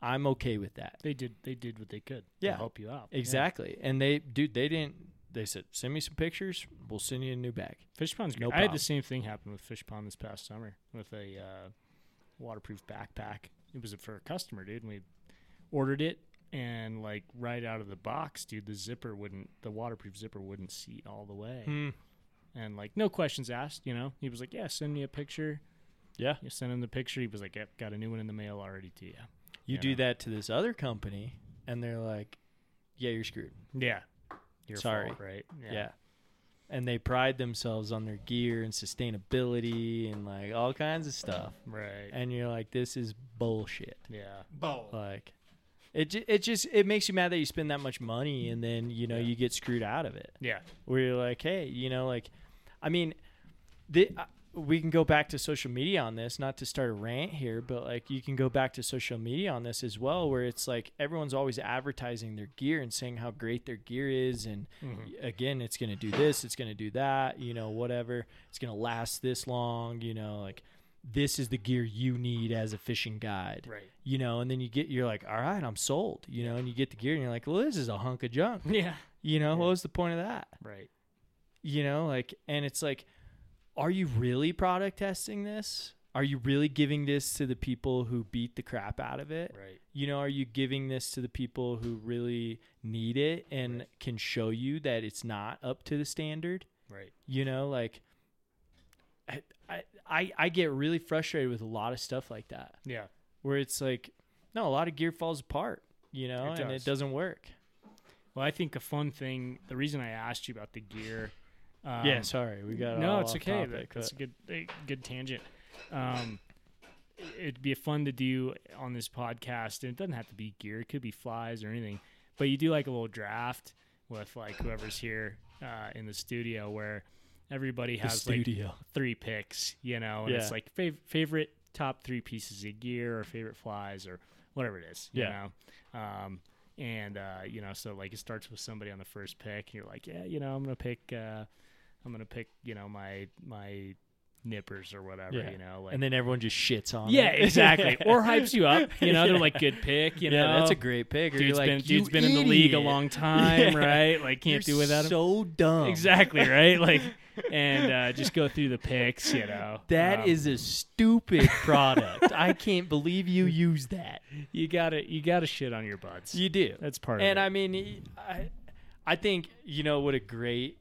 Speaker 2: I'm okay with that.
Speaker 4: They did. They did what they could.
Speaker 2: Yeah.
Speaker 4: To help you out. Yeah.
Speaker 2: Exactly. And they, dude, they didn't. They said, send me some pictures. We'll send you a new bag.
Speaker 4: Fish pond's
Speaker 2: No
Speaker 4: great. I had
Speaker 2: problem.
Speaker 4: the same thing happen with fish pond this past summer with a uh, waterproof backpack. It was for a customer, dude. And we ordered it, and like right out of the box, dude, the zipper wouldn't, the waterproof zipper wouldn't seat all the way,
Speaker 2: Hmm.
Speaker 4: and like no questions asked. You know, he was like, "Yeah, send me a picture."
Speaker 2: Yeah.
Speaker 4: You send him the picture. He was like, "Yep, got a new one in the mail already to you."
Speaker 2: You
Speaker 4: You
Speaker 2: do
Speaker 4: know.
Speaker 2: that to this other company, and they're like, yeah, you're screwed.
Speaker 4: Yeah. Your
Speaker 2: Sorry.
Speaker 4: fault, right?
Speaker 2: Yeah. And they pride themselves on their gear and sustainability and like all kinds of stuff.
Speaker 4: Right.
Speaker 2: And you're like, this is bullshit.
Speaker 4: yeah.
Speaker 2: Like, it, ju- it just it makes you mad that you spend that much money and then you know you get screwed out of it
Speaker 4: Yeah.
Speaker 2: where you're like, hey, you know, like, I mean, the, uh, we can go back to social media on this, not to start a rant here, but like you can go back to social media on this as well, where it's like everyone's always advertising their gear and saying how great their gear is. And again, it's going to do this, it's going to do that, you know, whatever. It's going to last this long, you know, like this is the gear you need as a fishing guide
Speaker 4: Right.
Speaker 2: you know and then you get you're like all right i'm sold you know and you get the gear and you're like well this is a hunk of junk
Speaker 4: Yeah.
Speaker 2: you know what was the point of that
Speaker 4: Right.
Speaker 2: you know like and it's like are you really product testing this are you really giving this to the people who beat the crap out of it
Speaker 4: Right.
Speaker 2: you know are you giving this to the people who really need it and can show you that it's not up to the standard
Speaker 4: Right.
Speaker 2: you know like I, I i i get really frustrated with a lot of stuff like that
Speaker 4: Yeah.
Speaker 2: where it's like no a lot of gear falls apart you know
Speaker 4: It
Speaker 2: and
Speaker 4: does.
Speaker 2: it doesn't work
Speaker 4: Well, I think a fun thing. The reason I asked you about the gear. Um,
Speaker 2: yeah sorry we got
Speaker 4: no,
Speaker 2: all
Speaker 4: it's
Speaker 2: off
Speaker 4: okay. That-
Speaker 2: topic,
Speaker 4: that's a
Speaker 2: but-
Speaker 4: good, a good tangent. Um, it- it'd be fun to do on this podcast, and it doesn't have to be gear; it could be flies or anything. But you do like a little draft with like whoever's here uh, in the studio, where everybody has
Speaker 2: studio.
Speaker 4: like three picks, you know, and it's
Speaker 2: Yeah.
Speaker 4: like fav- favorite top three pieces of gear or favorite flies or whatever it is, you
Speaker 2: Yeah.
Speaker 4: know. Um, and uh, you know, so like it starts with somebody on the first pick, and you're like, yeah, you know, I'm gonna pick. Uh, I'm gonna pick, you know, my my nippers or whatever,
Speaker 2: Yeah.
Speaker 4: you know. Like,
Speaker 2: and then everyone just shits on
Speaker 4: yeah,
Speaker 2: it.
Speaker 4: exactly. or hypes you up. You know, they're like good pick. You
Speaker 2: yeah,
Speaker 4: know,
Speaker 2: that's a great pick. Or
Speaker 4: dude's
Speaker 2: you're like,
Speaker 4: been
Speaker 2: you
Speaker 4: dude's been in the league a
Speaker 2: idiot.
Speaker 4: long time,
Speaker 2: Yeah.
Speaker 4: right? Like can't
Speaker 2: You're
Speaker 4: do without him.
Speaker 2: So dumb.
Speaker 4: Exactly right. Like and uh, just go through the picks. You know,
Speaker 2: That
Speaker 4: Um,
Speaker 2: is a stupid product. I can't believe you use that.
Speaker 4: you gotta you gotta shit on your butts.
Speaker 2: You do.
Speaker 4: that's part
Speaker 2: and
Speaker 4: of it.
Speaker 2: I mean, I, I think you know what a great,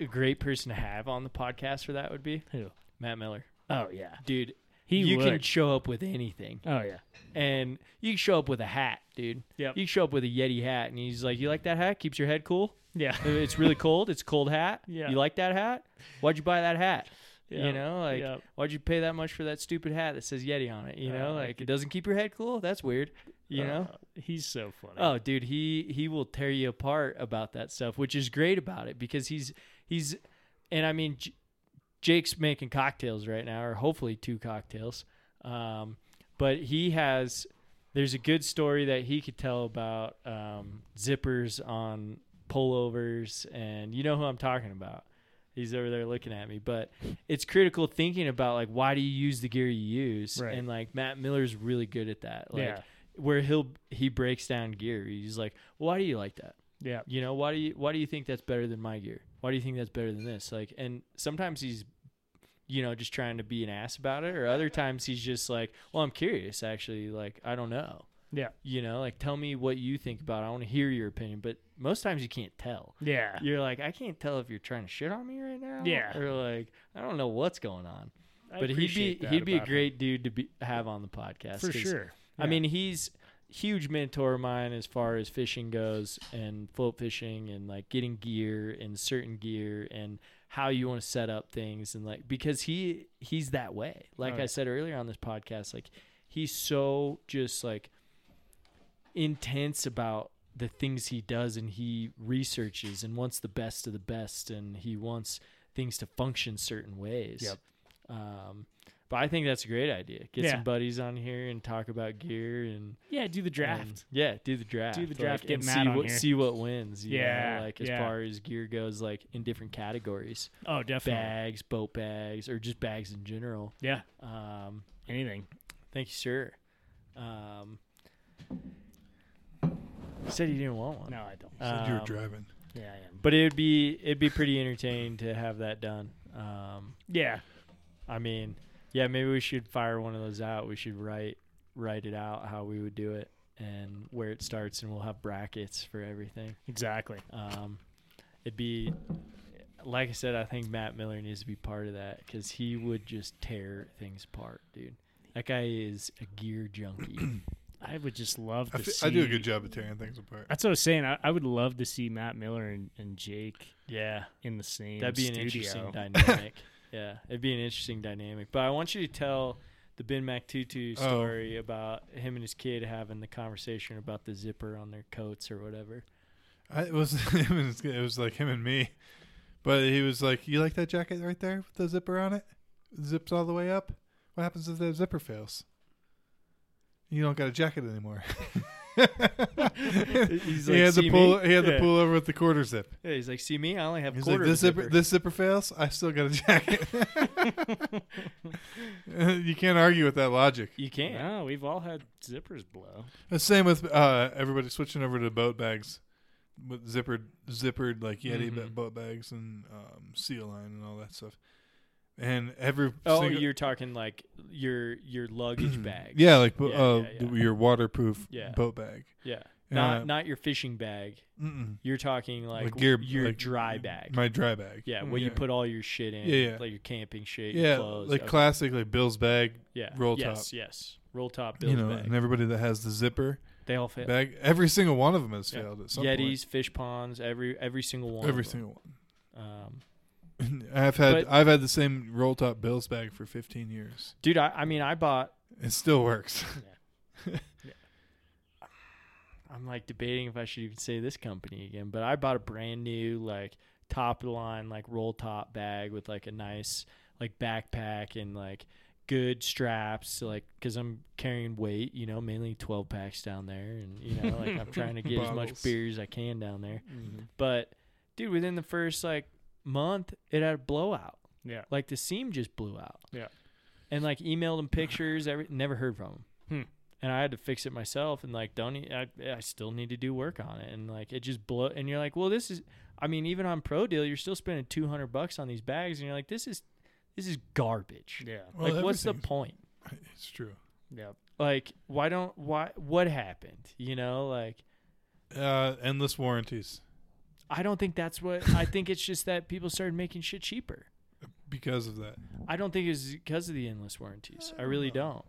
Speaker 2: a great person to have on the podcast for that would be
Speaker 4: Who?
Speaker 2: Matt Miller,
Speaker 4: Oh yeah,
Speaker 2: dude.
Speaker 4: he
Speaker 2: you
Speaker 4: would.
Speaker 2: can show up with anything,
Speaker 4: oh yeah,
Speaker 2: and you can show up with a hat, dude.
Speaker 4: Yep.
Speaker 2: You can show up with a Yeti hat, and he's like, "You like that hat? Keeps your head cool.
Speaker 4: yeah.
Speaker 2: It's really cold. It's a cold hat.
Speaker 4: Yeah.
Speaker 2: You like that hat? Why'd you buy that hat? You
Speaker 4: Yep.
Speaker 2: know, like
Speaker 4: Yep.
Speaker 2: why'd you pay that much for that stupid hat that says Yeti on it? You know,
Speaker 4: Uh, I
Speaker 2: like it doesn't keep your head cool. That's weird. You
Speaker 4: Uh,
Speaker 2: know,
Speaker 4: he's so funny.
Speaker 2: Oh, dude, he he will tear you apart about that stuff, which is great about it because he's he's, and I mean, J- Jake's making cocktails right now, or hopefully two cocktails. Um, but he has there's a good story that he could tell about um, zippers on pullovers, and you know who I'm talking about. He's over there looking at me, but it's critical thinking about like why do you use the gear you use,
Speaker 4: Right.
Speaker 2: and like Matt Miller's really good at that. Like,
Speaker 4: Yeah.
Speaker 2: where he'll he breaks down gear. He's like, "Why do you like that?
Speaker 4: yeah,
Speaker 2: You know, why do you why do you think that's better than my gear? Why do you think that's better than this?" Like, and sometimes he's, you know, just trying to be an ass about it, or other times he's just like, "Well, I'm curious, actually. Like, I don't know.
Speaker 4: yeah,
Speaker 2: You know, like tell me what you think about. It. I want to hear your opinion." But most times you can't tell.
Speaker 4: yeah,
Speaker 2: You're like, I can't tell if you're trying to shit on me right now.
Speaker 4: Yeah.
Speaker 2: Or like, I don't know what's going on.
Speaker 4: I
Speaker 2: but he'd be
Speaker 4: appreciate that
Speaker 2: he'd be a
Speaker 4: about him.
Speaker 2: great dude to be have on the podcast
Speaker 4: for
Speaker 2: 'cause
Speaker 4: sure.
Speaker 2: I
Speaker 4: Yeah.
Speaker 2: mean, he's huge mentor of mine as far as fishing goes and float fishing and like getting gear and certain gear and how you want to set up things and like because he he's that way. Like
Speaker 4: Oh,
Speaker 2: I
Speaker 4: yeah.
Speaker 2: said earlier on this podcast, like he's so just like intense about the things he does and he researches and wants the best of the best and he wants things to function certain ways.
Speaker 4: Yep.
Speaker 2: Um, but I think that's a great idea. Get
Speaker 4: Yeah.
Speaker 2: some buddies on here and talk about gear and
Speaker 4: yeah, do the draft.
Speaker 2: and- yeah, do the draft.
Speaker 4: Do the draft,
Speaker 2: Like,
Speaker 4: get
Speaker 2: and
Speaker 4: Matt
Speaker 2: see
Speaker 4: on
Speaker 2: what
Speaker 4: here.
Speaker 2: see what wins. you know,
Speaker 4: Yeah,
Speaker 2: like as
Speaker 4: yeah.
Speaker 2: far as gear goes, like in different categories,
Speaker 4: oh, definitely.
Speaker 2: bags, boat bags, or just bags in general.
Speaker 4: Yeah,
Speaker 2: Um,
Speaker 4: anything.
Speaker 2: thank you, sir. Um, he said he didn't want one.
Speaker 4: No, I don't.
Speaker 7: Said you were
Speaker 2: Um,
Speaker 7: driving.
Speaker 4: yeah, I am.
Speaker 2: But it would be it'd be pretty entertaining to have that done. Um,
Speaker 4: Yeah,
Speaker 2: I mean, yeah, maybe we should fire one of those out. We should write write it out how we would do it and where it starts, and we'll have brackets for everything.
Speaker 4: exactly.
Speaker 2: Um, it'd be like I said, I think Matt Miller needs to be part of that because he would just tear things apart, dude. That guy is a gear junkie.
Speaker 4: I would just love
Speaker 7: I
Speaker 4: to
Speaker 7: fe-
Speaker 4: see.
Speaker 7: I do a good job of tearing things apart.
Speaker 4: That's what I was saying. I, I would love to see Matt Miller and, and Jake
Speaker 2: yeah,
Speaker 4: in the same.
Speaker 2: that'd be an
Speaker 4: studio.
Speaker 2: interesting dynamic. yeah, it'd be an interesting dynamic. But I want you to tell the Ben MacTutu
Speaker 7: Oh.
Speaker 2: story about him and his kid having the conversation about the zipper on their coats or whatever.
Speaker 7: I, it was it was it was like him and me, but he was like, "You like that jacket right there with the zipper on it? Zips all the way up. What happens if that zipper fails? You don't got a jacket anymore."
Speaker 2: He's
Speaker 7: he
Speaker 2: like,
Speaker 7: had
Speaker 2: "See
Speaker 7: the pull.
Speaker 2: me?"
Speaker 7: He had the
Speaker 2: Yeah.
Speaker 7: pull over with the quarter zip.
Speaker 2: Yeah, he's like, "See me? I only have a
Speaker 7: He's like,
Speaker 2: quarter." of a
Speaker 7: "This zipper,
Speaker 2: zipper."
Speaker 7: this zipper fails. I still got a jacket." you can't argue with that logic.
Speaker 2: you can't.
Speaker 4: No, we've all had zippers blow.
Speaker 7: The same with uh, everybody switching over to boat bags with zippered, zippered like Yeti
Speaker 2: Mhm.
Speaker 7: ba- boat bags and um, Sea Lion and all that stuff. And every
Speaker 2: Oh,
Speaker 7: single-
Speaker 2: you're talking like your your luggage bag.
Speaker 7: yeah, like bo-
Speaker 2: Yeah,
Speaker 7: uh,
Speaker 2: yeah, yeah.
Speaker 7: the- your waterproof
Speaker 2: Yeah.
Speaker 7: boat bag,
Speaker 2: yeah. Not
Speaker 7: Uh,
Speaker 2: not your fishing bag.
Speaker 7: Mm-mm.
Speaker 2: You're talking like,
Speaker 7: Like gear-
Speaker 2: your
Speaker 7: like
Speaker 2: dry bag.
Speaker 7: my dry bag.
Speaker 2: yeah, where you
Speaker 7: yeah.
Speaker 2: put all your shit in.
Speaker 7: Yeah, yeah.
Speaker 2: Like your camping shit.
Speaker 7: yeah,
Speaker 2: your clothes,
Speaker 7: like
Speaker 2: okay.
Speaker 7: classic like Bill's bag,
Speaker 2: yeah.
Speaker 7: roll
Speaker 2: yes,
Speaker 7: top.
Speaker 2: Yes, roll top. Bill's
Speaker 7: you know,
Speaker 2: bag.
Speaker 7: and everybody that has the zipper
Speaker 2: they all fail.
Speaker 7: bag, every single one of them has
Speaker 2: Yeah.
Speaker 7: failed at some
Speaker 2: Yetis, fish ponds, every every single one.
Speaker 7: point.
Speaker 2: of
Speaker 7: Every
Speaker 2: them.
Speaker 7: single one.
Speaker 2: Um,
Speaker 7: I've had
Speaker 2: But-
Speaker 7: I've had the same roll top Bill's bag for 15 years.
Speaker 2: dude, I, I mean, I bought
Speaker 7: It still works.
Speaker 2: I'm like debating if I should even say this company again, but I bought a brand new like top of the line like roll top bag with like a nice like backpack and like good straps like cuz I'm carrying weight, you know, mainly 12 packs down there and you know like I'm trying to get as much
Speaker 7: Bottles.
Speaker 2: beer as I Mm-hmm. can down there. But dude, within the first like month, it had a blowout.
Speaker 4: Yeah.
Speaker 2: Like the seam just blew out.
Speaker 4: Yeah.
Speaker 2: And like emailed him pictures. Every never heard from him.
Speaker 4: Hmm.
Speaker 2: And I had to fix it myself. And like don't e- I, I still need to do work on it. And like it just blow. And you're like, well, this is. I mean, even on Pro Deal, you're still spending two hundred bucks on these bags, and you're like, this is, this is garbage.
Speaker 4: Yeah.
Speaker 7: Well,
Speaker 2: like, what's the
Speaker 7: everything's-
Speaker 2: point?
Speaker 7: It's true.
Speaker 4: Yeah.
Speaker 2: Like, why don't why what happened? You know, like
Speaker 7: Uh, endless warranties
Speaker 2: I don't think that's what I think it's just that people started making shit cheaper.
Speaker 7: because of that.
Speaker 2: I don't think it's because of the endless warranties. I really
Speaker 7: Uh.
Speaker 2: don't.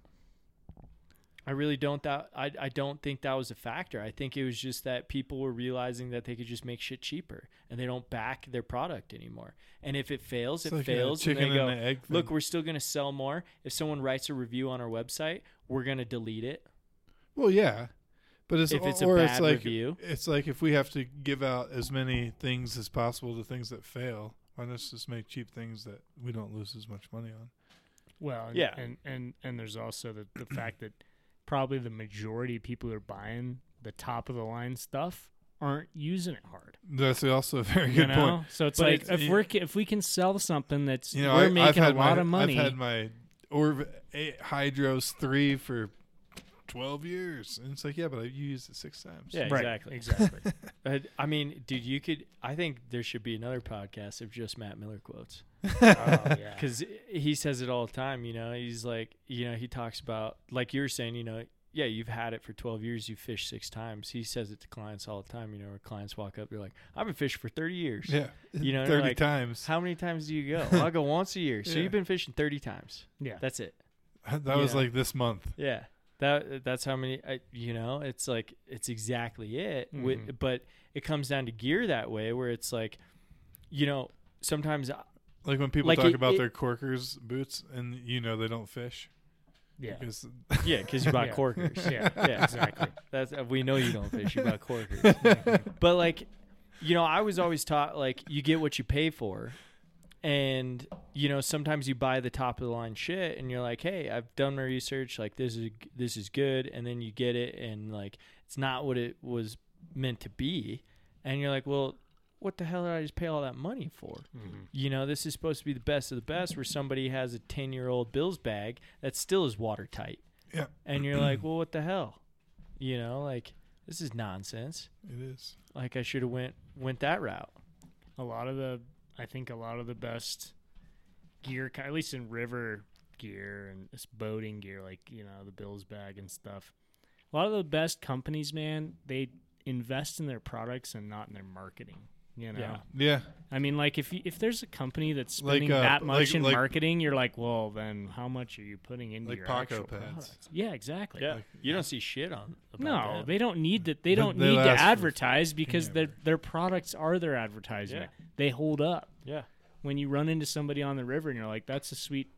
Speaker 2: I really don't that I, I don't think that was a factor. I think it was just that people were realizing that they could just make shit cheaper and they don't back their product anymore. And if it fails,
Speaker 7: It's
Speaker 2: it
Speaker 7: like a
Speaker 2: fails and they
Speaker 7: chicken
Speaker 2: go,
Speaker 7: and an egg
Speaker 2: "Look,
Speaker 7: thing."
Speaker 2: we're still going to sell more. If someone writes a review on our website, we're going to delete it."
Speaker 7: Well, yeah, but it's
Speaker 2: If it's a
Speaker 7: or
Speaker 2: bad
Speaker 7: it's like
Speaker 2: review.
Speaker 7: it's like if we have to give out as many things as possible to things that fail, why not just make cheap things that we don't lose as much money on?
Speaker 4: Well, and,
Speaker 2: Yeah.
Speaker 4: and and and there's also the, the fact that probably the majority of people who are buying the top of the line stuff aren't using it hard.
Speaker 7: That's also a very
Speaker 4: You
Speaker 7: good
Speaker 4: know,
Speaker 7: point.
Speaker 4: so it's
Speaker 7: But
Speaker 4: like
Speaker 7: it's-
Speaker 4: if we're ca- if we can sell something that's
Speaker 7: You know,
Speaker 4: we're
Speaker 7: I, I've
Speaker 4: making a
Speaker 7: had
Speaker 4: lot
Speaker 7: my,
Speaker 4: of money.
Speaker 7: I've had my Orv eh, Hydros three for twelve years, and it's like, yeah, but I you used it six times.
Speaker 2: Yeah,
Speaker 4: Right,
Speaker 2: exactly.
Speaker 4: exactly.
Speaker 2: I, I mean, dude, you could. I think there should be another podcast of just Matt Miller quotes
Speaker 4: oh, yeah.
Speaker 2: because he says it all the time. You know, he's like, you know, he talks about like you were saying. You know, yeah, you've had it for twelve years. You fished six times. He says it to clients all the time. You know, where clients walk up, they're like, I've been fishing for thirty years.
Speaker 7: yeah,
Speaker 2: You know,
Speaker 7: thirty
Speaker 2: like,
Speaker 7: times.
Speaker 2: How many times do you go? "Well, I go once a year. So
Speaker 7: Yeah.
Speaker 2: you've been fishing thirty times.
Speaker 4: Yeah.
Speaker 2: That's it.
Speaker 7: that was
Speaker 2: yeah.
Speaker 7: like this month.
Speaker 2: Yeah. That that's how many I, you know, it's like it's exactly it. Wi-
Speaker 7: Mm-hmm.
Speaker 4: Mhm.
Speaker 2: but it comes down to gear that way where it's like you know, sometimes I-
Speaker 7: Like when people
Speaker 2: Like
Speaker 7: talk
Speaker 2: it-
Speaker 7: about
Speaker 2: it-
Speaker 7: their corkers boots, and you know they don't fish
Speaker 4: yeah.
Speaker 7: because
Speaker 2: yeah, cuz you buy
Speaker 4: Yeah.
Speaker 2: corkers.
Speaker 4: Yeah,
Speaker 2: Yeah,
Speaker 4: exactly.
Speaker 2: That's uh, we know you don't fish, you buy corkers. but like you know, I was always taught like you get what you pay for. And you know, sometimes you buy the top of the line shit and you're like, "Hey, I've done my research, like this is this is good." And then you get it and like it's not what it was meant to be. And you're like, "Well, what the hell did I just pay all that money for?" You know, this is supposed to be the best of the best where somebody has a 10-year-old Bills bag that still is watertight.
Speaker 7: Yeah.
Speaker 2: And you're like, "Well, what the hell?" You know, like this is nonsense
Speaker 7: it is.
Speaker 2: like I should have went went that route.
Speaker 4: a lot of the I think a lot of the best gear, ki- at least in river gear and this boating gear, like you know the Bills bag and stuff. A lot of the best companies, man, they invest in their products and not in their marketing. You know,
Speaker 2: Yeah.
Speaker 7: Yeah,
Speaker 4: I mean, like if you, if there's a company that's
Speaker 7: Like,
Speaker 4: spending
Speaker 7: uh,
Speaker 4: that
Speaker 7: like-
Speaker 4: much in
Speaker 7: like-
Speaker 4: marketing, you're like, well, then how much are you putting into
Speaker 7: like
Speaker 4: your
Speaker 7: Paco
Speaker 4: actual
Speaker 7: pads.
Speaker 4: products? Yeah, exactly.
Speaker 2: you don't see shit on.
Speaker 4: No, they don't need that. They
Speaker 7: They-
Speaker 4: don't
Speaker 7: they
Speaker 4: need to
Speaker 7: last for
Speaker 4: advertise because
Speaker 7: yeah,
Speaker 4: their their products are their advertisement. They hold up.
Speaker 2: Yeah.
Speaker 4: When you run into somebody on the river and you're like, "That's a sweet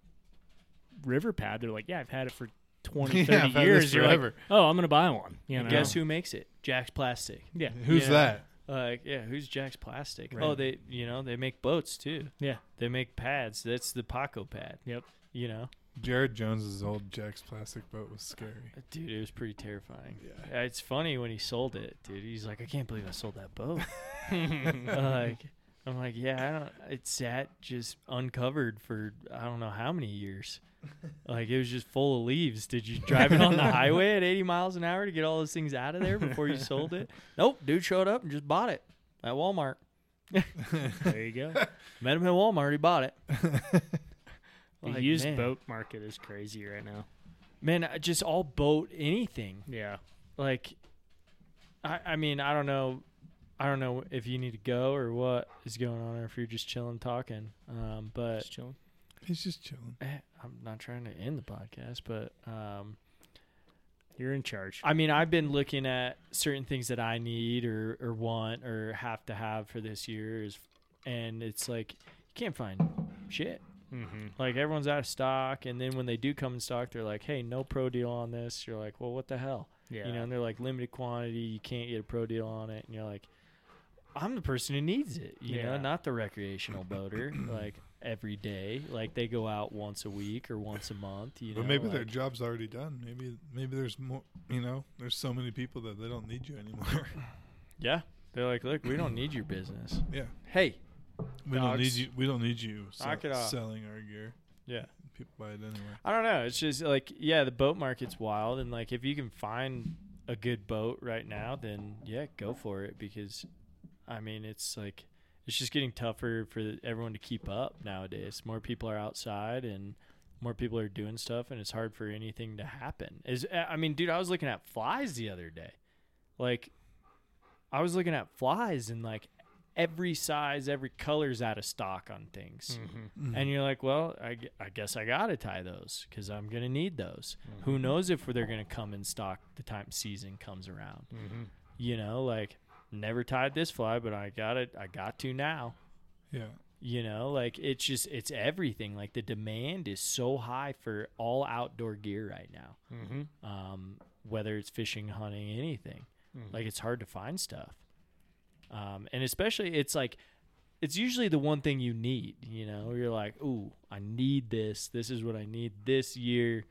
Speaker 4: river pad," they're like, "Yeah, I've had it for 20,
Speaker 7: Yeah,
Speaker 4: 30
Speaker 7: I've had
Speaker 4: years."
Speaker 7: this
Speaker 4: You're like,
Speaker 7: forever.
Speaker 4: "Oh, I'm gonna buy one." You know?
Speaker 2: Guess who makes it? Jack's Plastic.
Speaker 4: Yeah,
Speaker 7: Who's
Speaker 2: Yeah.
Speaker 7: that?
Speaker 2: Like, yeah, who's Jack's Plastic?
Speaker 4: Right.
Speaker 2: Oh, they, you know, they make boats too.
Speaker 4: yeah,
Speaker 2: They make pads. That's the Paco pad.
Speaker 4: yep.
Speaker 2: You know,
Speaker 7: Jared Jones's old Jack's plastic boat was scary.
Speaker 2: dude, it was pretty terrifying. Yeah. It's funny when he sold it, dude. He's like, I can't believe I sold that boat. like, I'm like, yeah, I don't. It sat just uncovered for I don't know how many years. Like it was just full of leaves. Did you drive it on the highway at 80 miles an hour to get all those things out of there before you sold it? Nope. Dude showed up and just bought it at Walmart.
Speaker 4: There you go.
Speaker 2: Met him at Walmart. He bought it.
Speaker 4: The
Speaker 2: Like,
Speaker 4: used
Speaker 2: man.
Speaker 4: boat market is crazy right now.
Speaker 2: Man, I- just all boat anything.
Speaker 4: Yeah,
Speaker 2: Like, I, I mean, I don't know. I don't know if you need to go or what is going on, or if you're just chilling talking. Um, but
Speaker 4: just chilling.
Speaker 7: He's just chilling.
Speaker 2: eh, I'm not trying to end the podcast, but um,
Speaker 4: You're in charge.
Speaker 2: I mean, I've been looking at certain things that I need or, or want or have to have for this year, is, and it's like you can't find shit.
Speaker 4: Mm-hmm.
Speaker 2: Like everyone's out of stock, and then when they do come in stock, they're like, "Hey, no pro deal on this." You're like, "Well, what the hell?"
Speaker 4: Yeah,
Speaker 2: You know, and they're like, "Limited quantity, you can't get a pro deal on it," and you're like, "I'm the person who needs it," you know,
Speaker 4: Yeah.
Speaker 2: not the recreational boater. like every day, like they go out once a week or once a month. You
Speaker 7: But
Speaker 2: know,
Speaker 7: maybe their
Speaker 2: like-
Speaker 7: job's already done. Maybe maybe there's more. You know, there's so many people that they don't need you anymore.
Speaker 2: yeah, they're like, "Look, we don't need your business."
Speaker 7: yeah,
Speaker 2: hey,
Speaker 7: We don't need
Speaker 2: Dogs.
Speaker 7: you. We don't need you sell-
Speaker 2: Knock it off.
Speaker 7: selling our gear.
Speaker 2: Yeah.
Speaker 7: People buy it anyway.
Speaker 2: I don't know. It's just like yeah, the boat market's wild, and like if you can find a good boat right now, then yeah, go for it because, I mean, it's like it's just getting tougher for everyone to keep up nowadays. More people are outside and more people are doing stuff, and it's hard for anything to happen. Is uh, I mean, dude, I was looking at flies the other day, like I was looking at flies and like every size, every color's out of stock on things and you're like, well, I, gu- I guess I gotta tie those because I'm gonna need those. Who knows if they're gonna come in stock the time season comes around? You know, like never tied this fly, but I got it. I got to now.
Speaker 7: Yeah.
Speaker 2: You know, like it's just it's everything. Like the demand is so high for all outdoor gear right now. Mm-hmm. Um, whether it's fishing, hunting, anything,
Speaker 7: Mm-hmm.
Speaker 2: like it's hard to find stuff. Um, and especially it's like it's usually the one thing you need. You know, you're like, ooh, I need this. This is what I need this year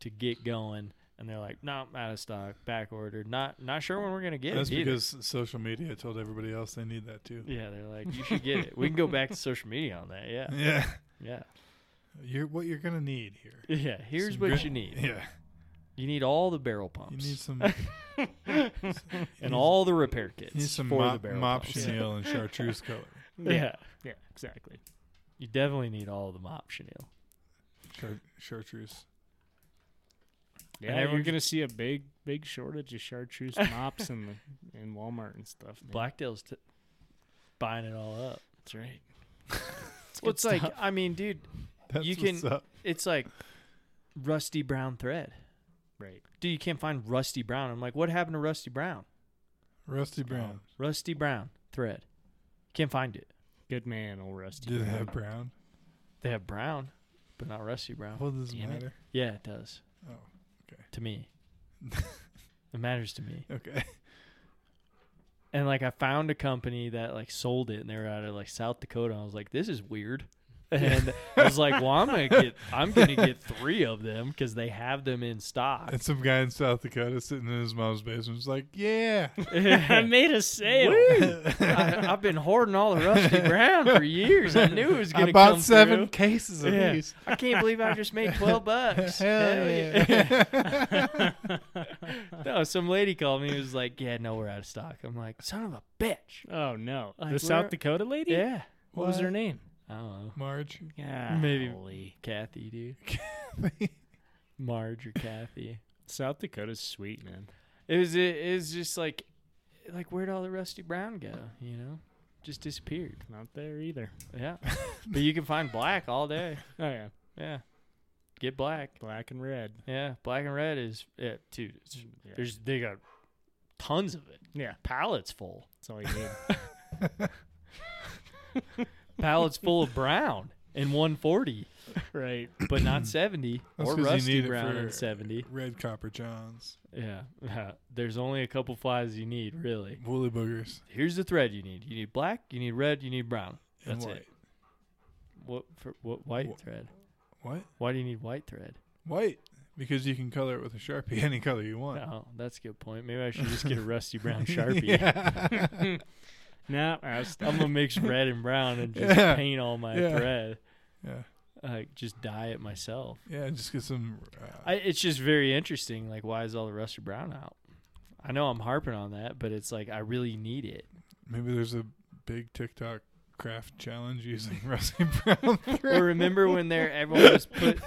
Speaker 2: to get going. And they're like, no, out of stock, back ordered. Not not sure when we're gonna get
Speaker 7: That's
Speaker 2: it. either.
Speaker 7: because social media told everybody else they need that too.
Speaker 2: yeah, they're like, you should get it. We can go back to social media on that. Yeah,
Speaker 7: Yeah.
Speaker 2: yeah.
Speaker 7: You're what you're gonna need here.
Speaker 2: Yeah, here's
Speaker 7: Some
Speaker 2: what
Speaker 7: good-
Speaker 2: you need.
Speaker 7: Yeah.
Speaker 2: You need all the barrel
Speaker 7: You
Speaker 2: pumps
Speaker 7: need some.
Speaker 2: and all the repair kits
Speaker 7: you need some
Speaker 2: for the
Speaker 7: mop,
Speaker 2: barrel
Speaker 7: mop
Speaker 2: pumps.
Speaker 7: chenille and chartreuse color.
Speaker 2: Yeah.
Speaker 4: Yeah, exactly.
Speaker 2: you definitely need all the mop chenille.
Speaker 7: Char- chartreuse.
Speaker 4: Yeah,
Speaker 2: And
Speaker 4: you're
Speaker 2: everyone's-
Speaker 4: gonna see a big, big shortage of chartreuse mops in the, in Walmart and stuff. man.
Speaker 2: Blacktail's t- buying it all up.
Speaker 4: That's right.
Speaker 2: Well, it's like I mean, dude,
Speaker 7: That's
Speaker 2: You
Speaker 7: what's
Speaker 2: can-
Speaker 7: up.
Speaker 2: it's like rusty brown thread.
Speaker 4: Right.
Speaker 2: Dude, you can't find rusty brown. I'm like, what happened to rusty brown?
Speaker 7: Rusty
Speaker 2: Oh,
Speaker 7: Brown.
Speaker 2: Rusty brown thread. Can't find it.
Speaker 4: Good man, old Rusty.
Speaker 7: Did it
Speaker 4: Brown.
Speaker 7: have brown?
Speaker 2: They have brown, but not rusty brown.
Speaker 7: Well, it doesn't
Speaker 4: Damn it.
Speaker 7: matter.
Speaker 2: Yeah, it does.
Speaker 7: Oh, okay.
Speaker 2: To me, it matters to me.
Speaker 7: Okay.
Speaker 2: and like I found a company that like sold it, and they were out of like South Dakota. And I was like, this is weird. And I was like, well, I'm gonna get I'm gonna get three of them because they have them in stock.
Speaker 7: And some guy in South Dakota sitting in his mom's basement was like, "Yeah,
Speaker 5: I made a sale.
Speaker 2: I, I've been hoarding all the rusty brown for years. I knew it was gonna
Speaker 7: I bought
Speaker 2: come
Speaker 7: seven
Speaker 2: through.
Speaker 7: cases of
Speaker 2: Yeah.
Speaker 7: these."
Speaker 2: I can't believe I just made twelve bucks.
Speaker 7: Hell
Speaker 2: Hell yeah.
Speaker 7: yeah!
Speaker 2: No, some lady called me. and was like, "Yeah, no, we're out of stock." I'm like, "Son of a bitch."
Speaker 4: Oh no,
Speaker 2: Like,
Speaker 4: the South
Speaker 2: where-
Speaker 4: Dakota lady.
Speaker 2: Yeah,
Speaker 4: What, was her
Speaker 7: What?
Speaker 4: name?
Speaker 2: I don't know,
Speaker 7: Marge.
Speaker 4: Yeah,
Speaker 2: Maybe- Kathy, dude, Marge or Kathy.
Speaker 4: South Dakota's sweet, man.
Speaker 2: It was it, it was just like like where'd all the Rusty Brown go? You know, just disappeared.
Speaker 4: Not there either.
Speaker 2: Yeah, but you can find black all day.
Speaker 4: Oh yeah,
Speaker 2: Yeah, get black.
Speaker 4: black and red.
Speaker 2: Yeah, black and red is yeah, dude. It's,
Speaker 4: Yeah.
Speaker 2: There's they got tons of it.
Speaker 4: Yeah,
Speaker 2: Pallets full.
Speaker 4: that's all you need.
Speaker 2: Pallets full of brown and 140,
Speaker 4: right.
Speaker 2: but not 70
Speaker 7: That's
Speaker 2: or
Speaker 7: 'cause you
Speaker 2: rusty
Speaker 7: need it
Speaker 2: brown and
Speaker 7: for-
Speaker 2: 70.
Speaker 7: Red Copper Johns.
Speaker 2: Yeah, there's only a couple flies you need really.
Speaker 7: Woolly boogers.
Speaker 2: Here's the thread you need. You need black. You need red. You need brown.
Speaker 7: And
Speaker 2: That's
Speaker 7: white.
Speaker 2: it. What for? What white
Speaker 7: Wh-
Speaker 2: thread?
Speaker 7: What?
Speaker 2: Why do you need white thread?
Speaker 7: White. Because you can color it with a sharpie any color you want.
Speaker 2: Oh, that's a good point. Maybe I should just get a rusty brown sharpie.
Speaker 7: Yeah.
Speaker 4: No, I was
Speaker 2: I'm gonna mix red and brown and just
Speaker 7: Yeah.
Speaker 2: paint all my
Speaker 7: Yeah.
Speaker 2: thread.
Speaker 7: yeah.
Speaker 2: Uh, just dye it myself.
Speaker 7: Yeah, Just get some. Uh,
Speaker 2: I, it's just very interesting. Like, why is all the rusty brown out? I know I'm harping on that, but it's like I really need it.
Speaker 7: maybe there's a big TikTok craft challenge using rusty brown
Speaker 2: Or
Speaker 7: thread.
Speaker 2: remember when there everyone was put,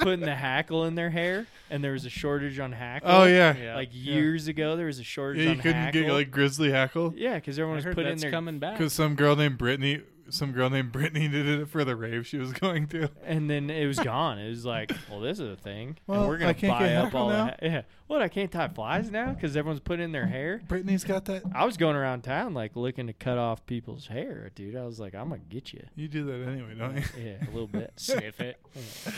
Speaker 2: putting the hackle in their hair, and there was a shortage on hackle.
Speaker 7: oh yeah.
Speaker 4: yeah.
Speaker 2: like
Speaker 7: Yeah.
Speaker 2: years ago there was a shortage
Speaker 7: Yeah, you
Speaker 2: on
Speaker 7: couldn't
Speaker 2: hackle.
Speaker 7: get like grizzly hackle
Speaker 2: yeah, because
Speaker 4: I
Speaker 2: everyone was
Speaker 4: heard
Speaker 2: put in
Speaker 4: that's
Speaker 2: there,
Speaker 4: coming back.
Speaker 7: because some girl named Brittany, some girl named Brittany did it for the rave she was going to.
Speaker 2: and then it was gone. It was like, well, this is a thing,
Speaker 7: Well,
Speaker 2: and we're gonna
Speaker 7: I can't
Speaker 2: buy
Speaker 7: get
Speaker 2: up
Speaker 7: hackle
Speaker 2: all
Speaker 7: now?
Speaker 2: that. Yeah, what I can't tie flies now because everyone's putting in their hair.
Speaker 7: Brittany's got that.
Speaker 2: I was going around town like looking to cut off people's hair, dude. I was like, I'm gonna get you.
Speaker 7: You do that anyway, don't you?
Speaker 2: Yeah, a little bit.
Speaker 4: sniff it.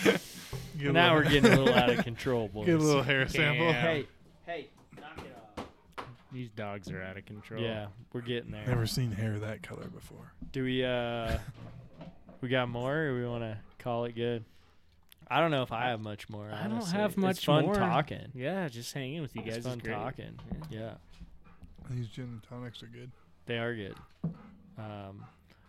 Speaker 7: Get a
Speaker 2: now
Speaker 7: little-
Speaker 2: we're getting a little out of control, boys.
Speaker 7: Get a little hair sample.
Speaker 4: Damn. Hey,
Speaker 2: hey, knock it off.
Speaker 4: These dogs are out of control.
Speaker 2: Yeah, we're getting there.
Speaker 7: Never seen hair that color before.
Speaker 2: Do we uh we got more or we want to call it good? I don't know if I have much more.
Speaker 4: I don't
Speaker 2: honestly.
Speaker 4: have
Speaker 2: It's
Speaker 4: much
Speaker 2: fun
Speaker 4: more.
Speaker 2: talking.
Speaker 4: Yeah, just hanging with you
Speaker 2: It's
Speaker 4: guys is
Speaker 2: fun
Speaker 4: great.
Speaker 2: talking. Yeah.
Speaker 7: These gin and tonics are good.
Speaker 2: they are good. Um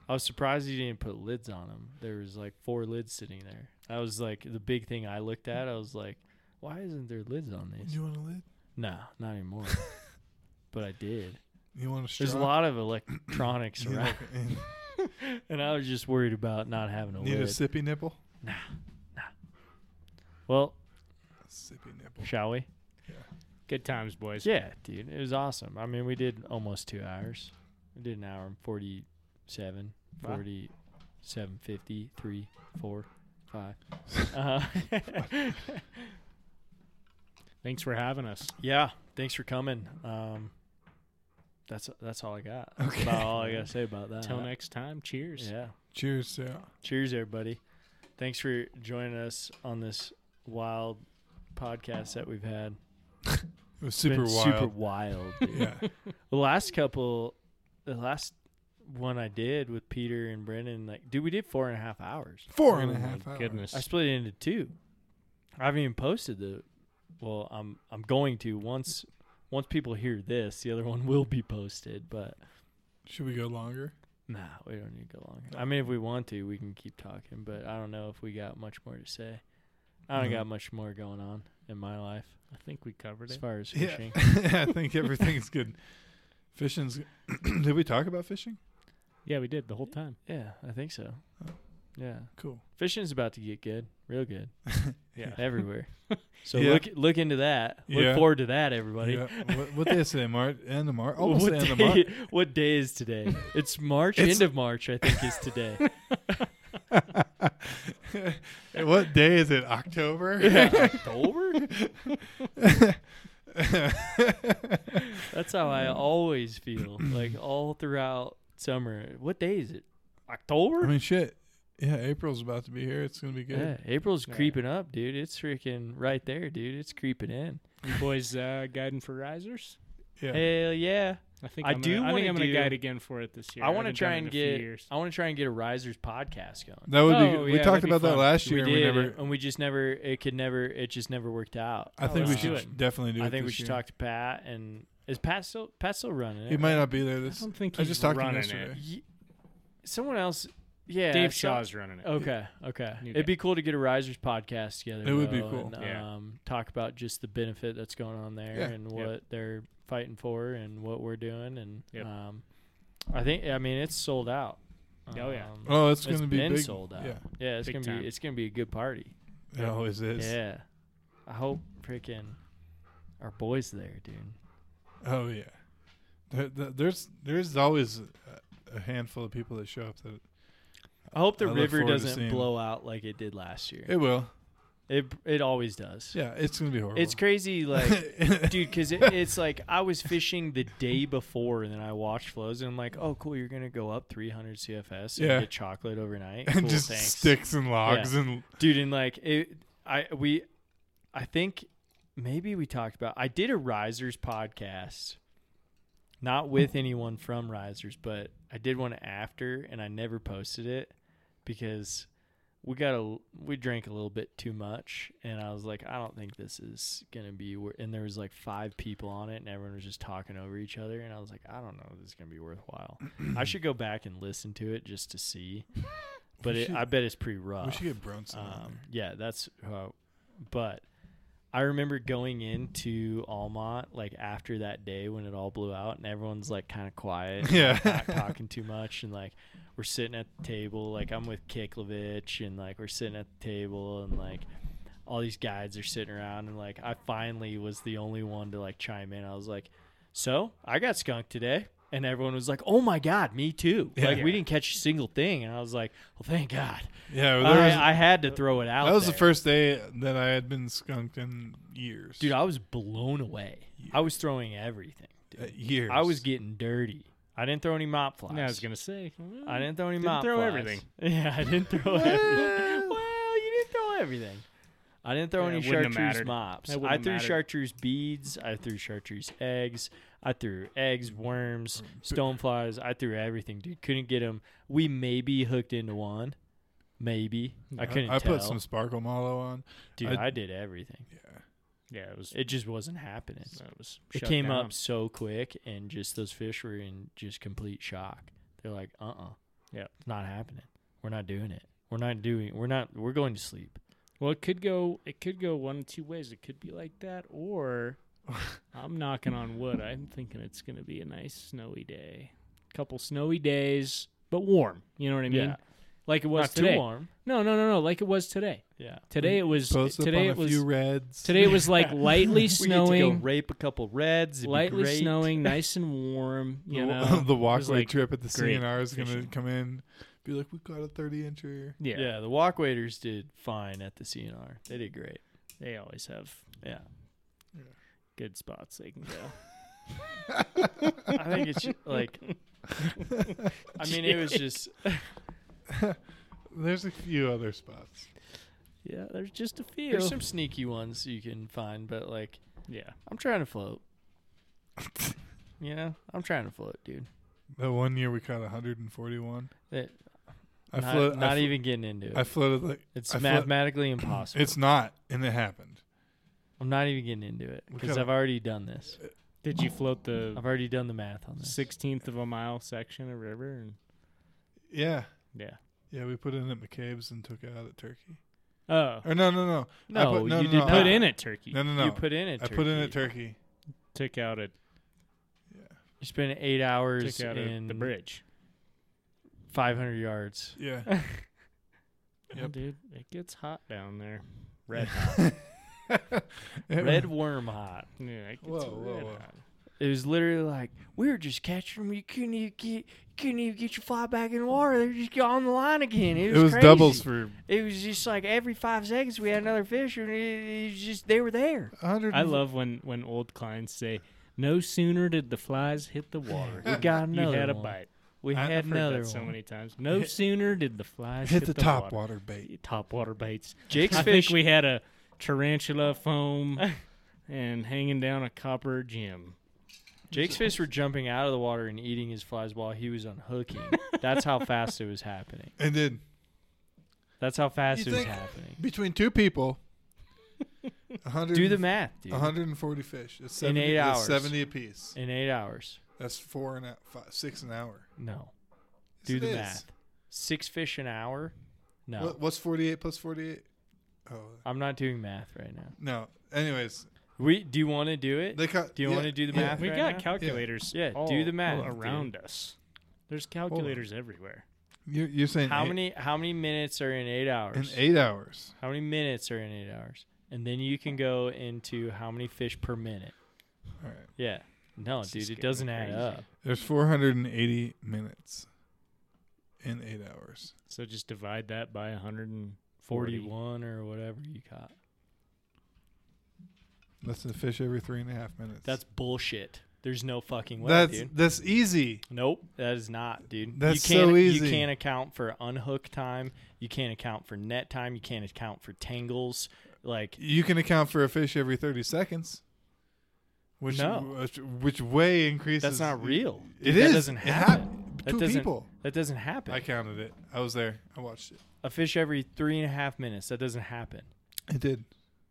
Speaker 2: I was surprised you didn't put lids on them. There was like four lids sitting there. That was like the big thing I looked at. I was like, why isn't there lids on these?
Speaker 7: You want a lid?
Speaker 2: No, not anymore. but I did.
Speaker 7: You want a straw?
Speaker 2: There's a lot of electronics
Speaker 7: You
Speaker 2: around,
Speaker 7: like-
Speaker 2: and I was just worried about not having a
Speaker 7: Need a
Speaker 2: lid.
Speaker 7: sippy nipple?
Speaker 2: well,
Speaker 7: Sippy nipple.
Speaker 2: shall we?
Speaker 4: Good times, boys.
Speaker 2: Yeah, dude, it was awesome. I mean, we did almost two hours. We did an hour and 47,
Speaker 4: Wow.
Speaker 2: 47, 53, 4, 5.
Speaker 4: uh-huh.
Speaker 2: Uh,
Speaker 4: Thanks for having us.
Speaker 2: yeah, thanks for coming. Um, that's that's all I got. That's about all I got to say about that.
Speaker 4: Till next time, cheers.
Speaker 2: Yeah.
Speaker 7: Cheers, Sarah.
Speaker 2: Cheers, everybody. Thanks for joining us on this wild podcast that we've had.
Speaker 7: It was
Speaker 2: It's been
Speaker 7: super wild.
Speaker 2: Super wild. Dude.
Speaker 7: yeah.
Speaker 2: The last couple, the last one I did with Peter and Brendan, like, dude, we did four and a half hours.
Speaker 7: Four and a
Speaker 4: Oh my
Speaker 7: half hours.
Speaker 4: Goodness.
Speaker 2: I split it into two. I haven't even posted the. Well, I'm I'm going to once once people hear this, the other one will be posted. But
Speaker 7: Should we go longer?
Speaker 2: nah, we don't need to go longer. I mean, if we want to, we can keep talking. But I don't know if we got much more to say. I don't
Speaker 7: No.
Speaker 2: got much more going on in my life
Speaker 4: I think we covered
Speaker 2: as
Speaker 4: it.
Speaker 2: far as
Speaker 7: Yeah.
Speaker 2: fishing.
Speaker 7: I think everything's good. Fishing's. Did we talk about fishing?
Speaker 4: Yeah, we did the whole time.
Speaker 2: Yeah, I think so.
Speaker 7: Oh.
Speaker 2: Yeah,
Speaker 7: Cool.
Speaker 2: fishing's about to get good, real good.
Speaker 4: Yeah.
Speaker 2: everywhere. So
Speaker 7: Yeah.
Speaker 2: look look into that. Look
Speaker 7: Yeah.
Speaker 2: forward to that, everybody.
Speaker 7: Yeah. What, what day is today? March? End of March? Almost
Speaker 2: what,
Speaker 7: the end of
Speaker 2: day,
Speaker 7: March.
Speaker 2: what day is today? It's March,
Speaker 7: It's-
Speaker 2: end of March, I think is today.
Speaker 7: what day is it? October?
Speaker 2: October? That's how I always feel. Like all throughout summer. What day is it?
Speaker 7: I
Speaker 2: October?
Speaker 7: mean, shit. Yeah, April's about to be here. It's gonna be good.
Speaker 2: Yeah, April's
Speaker 4: Yeah.
Speaker 2: creeping up, dude. It's freaking right there, dude. It's creeping in.
Speaker 4: You boys uh, guiding for risers?
Speaker 7: Yeah.
Speaker 2: Hell yeah.
Speaker 4: I think
Speaker 2: I
Speaker 4: I'm
Speaker 2: do
Speaker 4: Gonna, I think
Speaker 2: wanna
Speaker 4: I'm going
Speaker 2: do-
Speaker 4: to guide again for it this year.
Speaker 2: I want to
Speaker 4: haven't
Speaker 2: try
Speaker 4: done it in
Speaker 2: and
Speaker 4: a few
Speaker 2: get
Speaker 4: years.
Speaker 2: I want to try and get a risers podcast going.
Speaker 7: That would be.
Speaker 4: Oh,
Speaker 7: we
Speaker 4: yeah,
Speaker 7: talked
Speaker 4: that'd be
Speaker 7: about that
Speaker 4: fun.
Speaker 7: last
Speaker 2: we
Speaker 7: year.
Speaker 2: did,
Speaker 7: and we never.
Speaker 2: and we just never. It could never. It just never worked out.
Speaker 7: I think we
Speaker 2: Oh, let's
Speaker 7: should
Speaker 2: do it.
Speaker 7: definitely do.
Speaker 2: I
Speaker 7: it
Speaker 2: think we
Speaker 7: this
Speaker 2: should
Speaker 7: year.
Speaker 2: talk to Pat. And is Pat still Pat still running?
Speaker 7: He
Speaker 2: It?
Speaker 7: might not be there.
Speaker 4: I
Speaker 7: This.
Speaker 4: don't think
Speaker 7: I
Speaker 4: he's
Speaker 7: just talked to him
Speaker 4: running
Speaker 7: yesterday.
Speaker 4: it.
Speaker 2: Ye- Someone else. Yeah,
Speaker 4: Dave
Speaker 2: so-
Speaker 4: Shaw's running it.
Speaker 2: Okay, okay.
Speaker 4: New
Speaker 2: It'd
Speaker 4: guy.
Speaker 2: be cool to get a risers podcast together.
Speaker 7: It would be
Speaker 2: though,
Speaker 7: cool.
Speaker 2: And,
Speaker 4: Yeah.
Speaker 2: um, talk about just the benefit that's going on there
Speaker 7: Yeah.
Speaker 4: Yep.
Speaker 2: and what they're fighting for and what we're doing. And
Speaker 4: Yep.
Speaker 2: um, I think I mean it's sold out.
Speaker 4: Oh, yeah.
Speaker 2: Um,
Speaker 7: Oh, it's,
Speaker 2: it's
Speaker 7: gonna be
Speaker 2: been
Speaker 7: big.
Speaker 2: sold out.
Speaker 7: Yeah.
Speaker 2: yeah, it's
Speaker 4: Big
Speaker 2: gonna
Speaker 4: time.
Speaker 2: be it's gonna be a good party.
Speaker 7: It always is.
Speaker 2: Yeah. I hope freaking our boys there, dude.
Speaker 7: Oh yeah. There, there- there's there's always a- a handful of people that show up that
Speaker 2: I hope the
Speaker 7: I look
Speaker 2: river
Speaker 7: forward to
Speaker 2: doesn't
Speaker 7: seeing
Speaker 2: blow out like it did last year.
Speaker 7: it will.
Speaker 2: It it always does.
Speaker 7: Yeah, it's gonna be horrible.
Speaker 2: It's crazy like dude cuz it, it's like I was fishing the day before and then I watched flows and I'm like, "Oh, cool, you're going to go up 300 CFS and
Speaker 7: Yeah.
Speaker 2: get chocolate overnight."
Speaker 7: and
Speaker 2: Cool,
Speaker 7: just
Speaker 2: thanks.
Speaker 7: sticks and logs and
Speaker 2: dude and like it i we i think maybe we talked about i did a risers podcast not
Speaker 7: Hmm.
Speaker 2: with anyone from risers but i did one after and i never posted it because we got a we drank a little bit too much and i was like i don't think this is gonna be wor-. and there was like five people on it and everyone was just talking over each other and i was like i don't know if this is gonna be worthwhile i should go back and listen to it just to see but
Speaker 7: We
Speaker 2: it,
Speaker 7: should-
Speaker 2: i bet it's pretty rough
Speaker 7: we should get Brunson. on
Speaker 2: um,
Speaker 7: there.
Speaker 2: yeah, that's. Uh, but I remember going into Almont like after that day when it all blew out, and everyone's like kind of quiet, and, like,
Speaker 7: Yeah.
Speaker 2: not talking too much, and like we're sitting at the table, like I'm with Kiklovich, and like we're sitting at the table, and like all these guides are sitting around, and like I finally was the only one to like chime in. I was like, "So I got skunked today." And everyone was like, "Oh my god, me too!"
Speaker 7: Yeah.
Speaker 2: Like we didn't catch a single thing, and I was like, "Well, thank God."
Speaker 7: Yeah, well, there was-
Speaker 2: I, I had to throw it out.
Speaker 7: that was the
Speaker 2: there.
Speaker 7: first day that I had been skunked in years.
Speaker 2: dude. I was blown away. I was throwing everything. Dude.
Speaker 7: Uh, years.
Speaker 2: I was getting dirty. I didn't throw any mop flies.
Speaker 4: Yeah, I was gonna say. well,
Speaker 2: I didn't throw any
Speaker 4: Didn't
Speaker 2: mop
Speaker 4: throw
Speaker 2: flies.
Speaker 4: everything.
Speaker 2: Yeah, I didn't throw everything. Well, you didn't throw everything. I didn't throw
Speaker 4: Yeah,
Speaker 2: any
Speaker 4: it wouldn't have
Speaker 2: chartreuse
Speaker 4: mattered.
Speaker 2: mops.
Speaker 4: That wouldn't
Speaker 2: I
Speaker 4: have
Speaker 2: threw
Speaker 4: mattered.
Speaker 2: chartreuse beads. I threw chartreuse eggs. I threw eggs, worms, stoneflies. I threw everything, dude. Couldn't get them. We maybe hooked into one. Maybe. I couldn't
Speaker 7: I,
Speaker 2: tell.
Speaker 7: put some sparkle mallow on.
Speaker 2: dude,
Speaker 7: I-
Speaker 2: I did everything.
Speaker 4: Yeah, it was.
Speaker 2: It just wasn't happening.
Speaker 4: it was.
Speaker 2: It
Speaker 4: shut
Speaker 2: came
Speaker 4: down.
Speaker 2: up so quick, and just those fish were in just complete shock. They're like, uh uh
Speaker 4: Yeah.
Speaker 2: It's not happening. We're not doing it. We're not doing. We're not. We're going to sleep.
Speaker 4: Well, it could go. It could go one of two ways. It could be like that, or I'm knocking on wood. I'm thinking it's going to be a nice snowy day. Couple snowy days, but warm. You know what I mean?
Speaker 2: Yeah.
Speaker 4: Like it was
Speaker 2: not
Speaker 4: today.
Speaker 2: too warm.
Speaker 4: No, no, no, no. Like it was today.
Speaker 2: Yeah.
Speaker 4: Today it was.
Speaker 7: Post up on
Speaker 4: Today
Speaker 7: a
Speaker 4: it was.
Speaker 7: few reds.
Speaker 4: Today it was like lightly
Speaker 2: We need to go
Speaker 4: snowing.
Speaker 2: rape a couple reds. It'd be
Speaker 4: lightly
Speaker 2: great.
Speaker 4: snowing, nice and warm.
Speaker 7: The-
Speaker 4: You know
Speaker 7: the
Speaker 4: It was
Speaker 7: walkway
Speaker 4: like-
Speaker 7: trip at the
Speaker 4: great
Speaker 7: CNR is going to
Speaker 4: fishing.
Speaker 7: come in, be like, we got a 30 incher.
Speaker 4: Yeah,
Speaker 2: Yeah. the walk waiters did fine at the CNR. They did great.
Speaker 4: they always have
Speaker 2: Yeah.
Speaker 4: good spots they can go.
Speaker 2: I think it's like. I mean, it was just.
Speaker 7: There's a few other spots.
Speaker 4: yeah, there's just a few.
Speaker 2: There's some sneaky ones you can find, but like,
Speaker 4: yeah,
Speaker 2: I'm trying to float. you know, I'm trying to float, dude.
Speaker 7: The one year we caught 141.
Speaker 2: It-
Speaker 7: I
Speaker 2: not
Speaker 7: float- I
Speaker 2: not
Speaker 7: flo-
Speaker 2: even getting into it.
Speaker 7: I floated like
Speaker 2: it's
Speaker 7: I flo-
Speaker 2: mathematically impossible.
Speaker 7: it's not, and it happened.
Speaker 2: I'm not even getting into it
Speaker 7: We
Speaker 2: because
Speaker 7: gotta-
Speaker 2: I've already done this.
Speaker 4: Did you float
Speaker 2: I've
Speaker 4: the
Speaker 2: already done the math on this.
Speaker 4: sixteenth of a mile section of river? And
Speaker 7: Yeah,
Speaker 4: yeah.
Speaker 7: yeah. We put it in at McCabe's and took it out at Turkey.
Speaker 4: Oh
Speaker 7: Or no, no, no. I
Speaker 2: No,
Speaker 7: put- no,
Speaker 2: you
Speaker 7: no,
Speaker 2: did
Speaker 7: no,
Speaker 2: not.
Speaker 4: put in at Turkey.
Speaker 7: No, no, no.
Speaker 2: You put in it.
Speaker 7: I put in at Turkey.
Speaker 4: Took out at
Speaker 2: You spent eight hours
Speaker 4: took out at
Speaker 2: in
Speaker 4: the bridge.
Speaker 2: 500 yards.
Speaker 7: Yeah,
Speaker 4: Oh,
Speaker 7: Yep.
Speaker 4: dude, it gets hot down there. Red.
Speaker 7: It was-
Speaker 2: Red worm hot.
Speaker 4: yeah, it gets
Speaker 7: Whoa, whoa,
Speaker 4: red
Speaker 7: whoa.
Speaker 4: hot.
Speaker 2: It was literally like we were just catching them. You couldn't even get, couldn't even get your fly back in the water. They're just on the line again. It
Speaker 7: It
Speaker 2: was,
Speaker 7: was
Speaker 2: crazy.
Speaker 7: doubles for
Speaker 2: It was just like every five seconds we had another fish, and it, it was just they were there.
Speaker 7: 100.
Speaker 4: I love when when old clients say, "No sooner did the flies hit the water,
Speaker 2: We got
Speaker 4: you
Speaker 2: another.
Speaker 4: had a
Speaker 2: one.
Speaker 4: bite."
Speaker 2: We
Speaker 7: I-
Speaker 2: had
Speaker 4: I've heard
Speaker 2: another
Speaker 4: that so
Speaker 2: one.
Speaker 4: many times. No sooner did the flies
Speaker 7: hit the, top
Speaker 4: water.
Speaker 7: water bait.
Speaker 4: Top water baits.
Speaker 2: Jake's
Speaker 4: I
Speaker 2: fish.
Speaker 4: think we had a tarantula foam and hanging down a copper gem.
Speaker 2: Jake's fish were jumping out of the water and eating his flies while he was unhooking. That's how fast it was happening.
Speaker 7: And then
Speaker 2: That's how fast
Speaker 7: You
Speaker 2: it
Speaker 7: think-
Speaker 2: was happening.
Speaker 7: between two people, 100.
Speaker 2: Do the math, dude.
Speaker 7: 140 fish. It's
Speaker 2: In
Speaker 7: 70,
Speaker 2: eight
Speaker 7: that's
Speaker 2: hours.
Speaker 7: 70 apiece.
Speaker 2: In eight hours.
Speaker 7: That's four and a, five, six an hour.
Speaker 2: No.
Speaker 7: Yes,
Speaker 2: Do
Speaker 7: it
Speaker 2: the
Speaker 7: is.
Speaker 2: math. Six fish an hour? No.
Speaker 7: What, what's 48 plus 48? Oh
Speaker 2: I'm not doing math right now.
Speaker 7: no. Anyways,
Speaker 2: We do you want to do it?
Speaker 7: they cut.
Speaker 2: Do you
Speaker 7: yeah,
Speaker 2: want to do the
Speaker 7: yeah.
Speaker 2: math?
Speaker 4: We
Speaker 2: right
Speaker 4: got
Speaker 2: now?
Speaker 4: calculators.
Speaker 2: Yeah, do
Speaker 4: all
Speaker 2: the math, dude.
Speaker 4: around us. There's calculators everywhere.
Speaker 7: You're, you're saying
Speaker 2: how
Speaker 7: eight-
Speaker 2: many how many minutes are in eight hours?
Speaker 7: in eight hours?
Speaker 2: How many minutes are in eight hours? And then you can go into how many fish per minute.
Speaker 7: All right.
Speaker 2: Yeah. No,
Speaker 4: This is
Speaker 2: dude, it
Speaker 4: getting
Speaker 2: doesn't add
Speaker 4: crazy.
Speaker 2: up.
Speaker 7: There's 480 minutes in eight hours.
Speaker 4: So just divide that by 140.
Speaker 2: 41 or whatever you caught.
Speaker 7: That's a fish every three and a half minutes.
Speaker 2: That's bullshit. There's no fucking way,
Speaker 7: that's
Speaker 2: dude.
Speaker 7: that's easy.
Speaker 2: Nope, that is not, dude.
Speaker 7: That's
Speaker 2: you can't,
Speaker 7: so easy.
Speaker 2: You can't account for unhook time. You can't account for net time. You can't account for tangles. Like
Speaker 7: You can account for a fish every 30 seconds. Which,
Speaker 2: No.
Speaker 7: which, which way increases?
Speaker 2: that's not real.
Speaker 7: It
Speaker 2: That
Speaker 7: is.
Speaker 2: doesn't
Speaker 7: It
Speaker 2: happen.
Speaker 7: hap-
Speaker 2: that
Speaker 7: two
Speaker 2: doesn't,
Speaker 7: people.
Speaker 2: That doesn't happen.
Speaker 7: I counted it. I was there. I watched it.
Speaker 2: A fish every three and a half minutes. That doesn't happen.
Speaker 7: It did.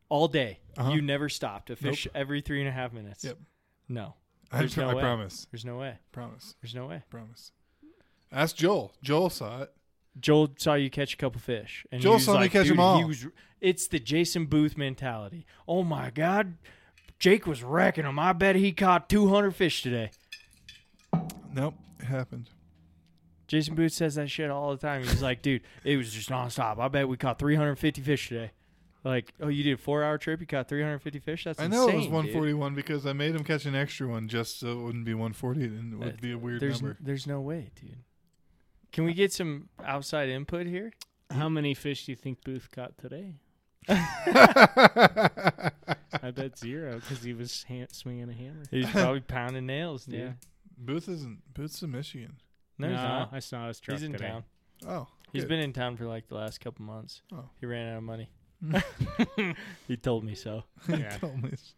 Speaker 2: All day.
Speaker 7: Uh-huh.
Speaker 2: You never stopped. A fish every three and a half minutes.
Speaker 7: Yep.
Speaker 2: No.
Speaker 7: I,
Speaker 2: There's
Speaker 7: tr-
Speaker 2: no
Speaker 7: I
Speaker 2: way.
Speaker 7: promise.
Speaker 2: There's no way.
Speaker 7: Promise.
Speaker 2: There's no way.
Speaker 7: Promise. Ask Joel. Joel saw it.
Speaker 2: Joel saw you catch a couple fish, and
Speaker 7: Joel
Speaker 2: he was
Speaker 7: saw me
Speaker 2: like,
Speaker 7: catch 'em
Speaker 2: "Dude,
Speaker 7: all."
Speaker 2: He was, it's the Jason Booth mentality. Oh my God, Jake was wrecking him. I bet he caught 200 fish today.
Speaker 7: Nope. It happened.
Speaker 2: Jason Booth says that shit all the time. He's like, "Dude, it was just nonstop. I bet we caught 350 fish today." Like, oh, you did a four-hour trip. You caught 350 fish. That's
Speaker 7: I know
Speaker 2: insane,
Speaker 7: it was
Speaker 2: dude.
Speaker 7: 141 because I made him catch an extra one just so it wouldn't be 140 and it would be a weird
Speaker 2: There's
Speaker 7: number.
Speaker 2: there's no way, dude. Can we get some outside input here?
Speaker 4: How many fish do you think Booth caught today? I bet zero because he was hand, swinging a hammer.
Speaker 2: He's probably pounding nails, dude.
Speaker 4: Yeah.
Speaker 7: Booth isn't. Booth's in Michigan.
Speaker 2: No, he's not.
Speaker 4: I saw his truck
Speaker 2: He's in
Speaker 4: today.
Speaker 2: town.
Speaker 7: Oh,
Speaker 2: He's
Speaker 7: good.
Speaker 2: been in town for like the last couple months.
Speaker 7: Oh.
Speaker 2: He ran out of money. Hmm. he told me so.
Speaker 4: Yeah.
Speaker 7: Tell me this.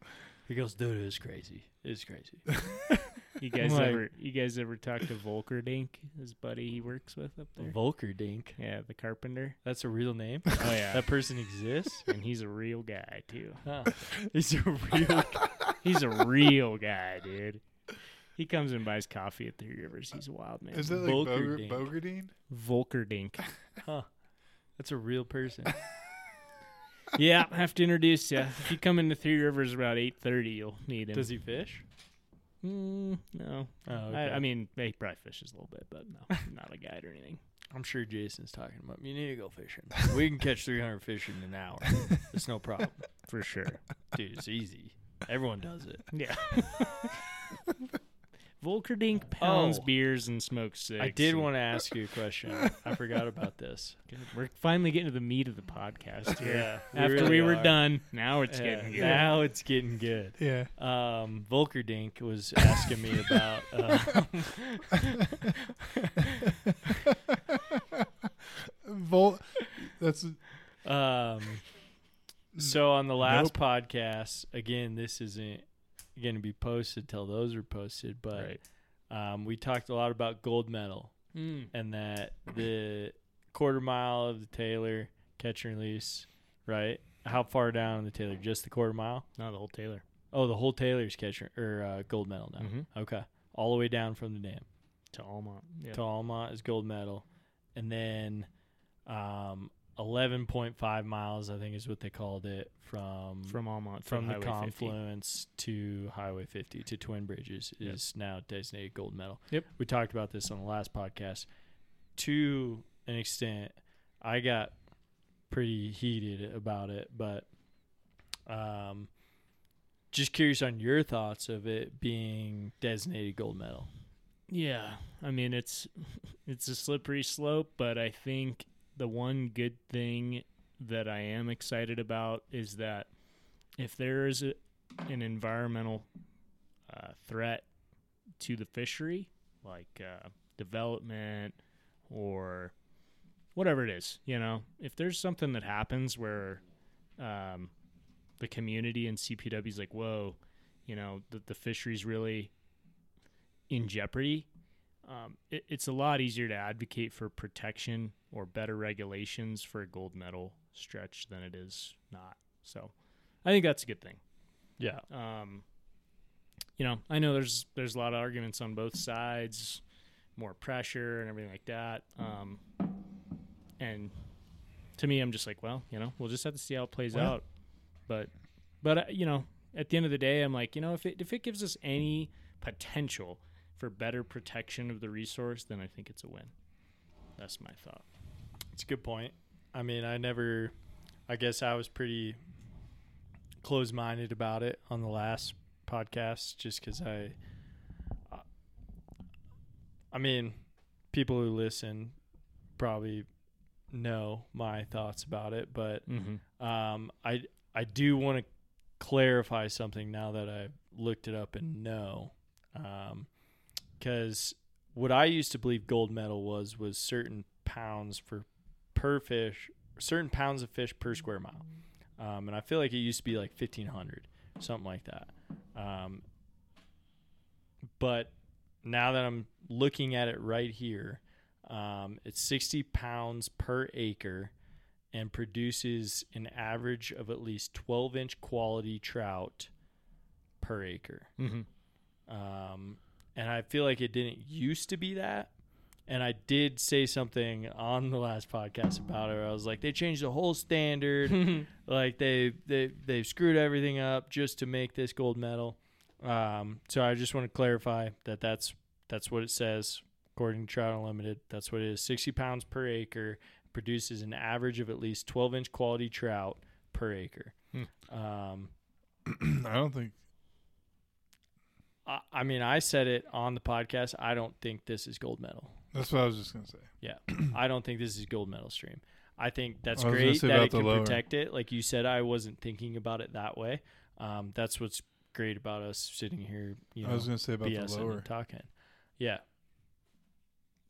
Speaker 2: He goes, dude, it's crazy. It's crazy.
Speaker 4: You guys
Speaker 2: Like-
Speaker 4: ever you guys ever talk to Volker Dink, his buddy he works with up there?
Speaker 2: Volker Dink.
Speaker 4: yeah, the carpenter.
Speaker 2: That's a real name.
Speaker 4: Oh yeah.
Speaker 2: That person exists.
Speaker 4: and he's a real guy too.
Speaker 2: Huh. He's a real.
Speaker 4: He's a real guy, dude. He comes and buys coffee at Three Rivers. He's a wild man.
Speaker 7: Is that like
Speaker 2: Volkerdink.
Speaker 7: Boger- Bogerdine?
Speaker 4: Volkerdink.
Speaker 2: That's a real person.
Speaker 4: yeah, I have to introduce you. If you come into Three Rivers about eight thirty, you'll need him.
Speaker 2: Does he fish?
Speaker 4: Mm, no,
Speaker 2: Oh,
Speaker 4: I, I
Speaker 2: mean,
Speaker 4: mean he probably fishes a little bit, but no, not a guide or anything.
Speaker 2: I'm sure Jason's talking about. You need to go fishing. we can catch 300 fish in an hour. It's no problem,
Speaker 4: For sure.
Speaker 2: dude. It's easy. Everyone does it.
Speaker 4: Yeah. Volkerdink pounds
Speaker 2: Oh.
Speaker 4: beers and smokes cigs.
Speaker 2: I did want to ask you a question. I forgot about this.
Speaker 4: to. We're finally getting to the meat of the podcast here.
Speaker 2: we
Speaker 4: After
Speaker 2: really
Speaker 4: we were
Speaker 2: are.
Speaker 4: done, now it's
Speaker 2: Yeah,
Speaker 4: getting good.
Speaker 2: now it's getting good.
Speaker 7: Yeah.
Speaker 2: Um, Volkerdink was asking me about. Uh,
Speaker 7: Vol. That's
Speaker 2: Um, so on the last podcast, again, this isn't going to be posted till those are posted, but um, we talked a lot about gold medal
Speaker 4: Mm.
Speaker 2: and that the quarter mile of the Taylor catch and release, right? How far down the Taylor? Just the quarter mile?
Speaker 4: Not the whole Taylor.
Speaker 2: Oh, the whole Taylor's catch and- or uh, gold medal now.
Speaker 4: Mhm.
Speaker 2: Okay, all the way down from the dam
Speaker 4: To Almont. Yeah.
Speaker 2: to Almont is gold medal, and then um, 11.5 miles, I think, is what they called it from from,
Speaker 4: from Almont. to
Speaker 2: the
Speaker 4: Highway 50.
Speaker 2: confluence to Highway 50 to Twin Bridges
Speaker 4: Yep.
Speaker 2: is now designated gold medal.
Speaker 4: Yep.
Speaker 2: we talked about this on the last podcast. To an extent, I got pretty heated about it, but um, just curious on your thoughts of it being designated gold medal.
Speaker 4: Yeah, I mean it's it's a slippery slope, but I think the one good thing that I am excited about is that if there is a, an environmental uh, threat to the fishery, like uh, development or whatever it is, you know, if there's something that happens where um, the community and CPW is like, whoa, you know, the, the fishery's really in jeopardy, um, it, it's a lot easier to advocate for protection or better regulations for a gold medal stretch than it is not. So I think that's a good thing.
Speaker 2: Yeah,
Speaker 4: Um, you know, I know there's there's a lot of arguments on both sides, more pressure and everything like that. Um, and to me, I'm just like, well, you know, we'll just have to see how it plays
Speaker 7: Well-
Speaker 4: out. But but uh, you know, at the end of the day, I'm like, you know, if it if it gives us any potential for better protection of the resource, then I think it's a win. That's my thought.
Speaker 2: It's a good point. I mean, I never, I guess I was pretty close minded about it on the last podcast just because I, uh, I mean, people who listen probably know my thoughts about it, but
Speaker 4: Mm-hmm.
Speaker 2: um, I, I do want to clarify something now that I've looked it up and know. Because what I used to believe gold medal was was certain pounds for per fish, certain pounds of fish per square mile, um, and I feel like it used to be like fifteen hundred, something like that. Um, but now that I'm looking at it right here, um, it's sixty pounds per acre, and produces an average of at least twelve inch quality trout per acre.
Speaker 4: Mm-hmm.
Speaker 2: Um, and I feel like it didn't used to be that. And I did say something on the last podcast about it. Where I was like, they changed the whole standard. like they they they've screwed everything up just to make this gold medal. Um, so I just want to clarify that that's that's what it says according to Trout Unlimited. That's what it is. Sixty pounds per acre produces an average of at least twelve inch quality trout per acre.
Speaker 7: Hmm.
Speaker 2: Um,
Speaker 7: I don't think
Speaker 2: I, I mean, I said it on the podcast. I don't think this is gold medal.
Speaker 7: that's what I was just gonna say.
Speaker 2: Yeah, I don't think this is gold medal stream. I think that's
Speaker 7: I was gonna
Speaker 2: great
Speaker 7: say
Speaker 2: that
Speaker 7: about
Speaker 2: it
Speaker 7: the
Speaker 2: can
Speaker 7: lower.
Speaker 2: protect it. Like you said, I wasn't thinking about it that way. Um, that's what's great about us sitting here. You know,
Speaker 7: I was gonna say about
Speaker 2: BSing
Speaker 7: the lower.
Speaker 2: and talking. Yeah,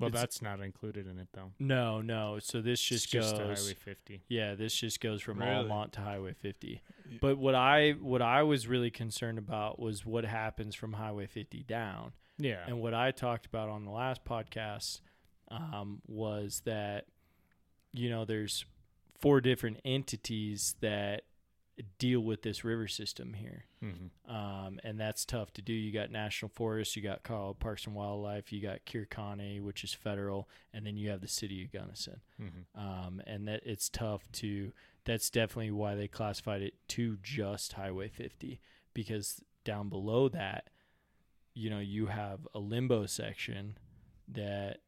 Speaker 4: Well,
Speaker 2: It's-
Speaker 4: that's not included in it though.
Speaker 2: no, no. So this
Speaker 4: It's
Speaker 2: just
Speaker 4: to
Speaker 2: goes.
Speaker 4: Highway 50.
Speaker 2: Yeah, this just goes from
Speaker 7: Really?
Speaker 2: Almont to Highway 50.
Speaker 7: Yeah.
Speaker 2: But what I what I was really concerned about was what happens from Highway 50 down.
Speaker 4: Yeah.
Speaker 2: And what I talked about on the last podcast um, was that, you know, there's four different entities that deal with this river system here.
Speaker 4: Mhm.
Speaker 2: Um, and that's tough to do. You got national forests, you got Colorado Parks and Wildlife, you got Kirkani, which is federal, and then you have the city of Gunnison. Um, and that it's tough to. That's definitely why they classified it to just Highway 50 because down below that, you know, you have a limbo section that,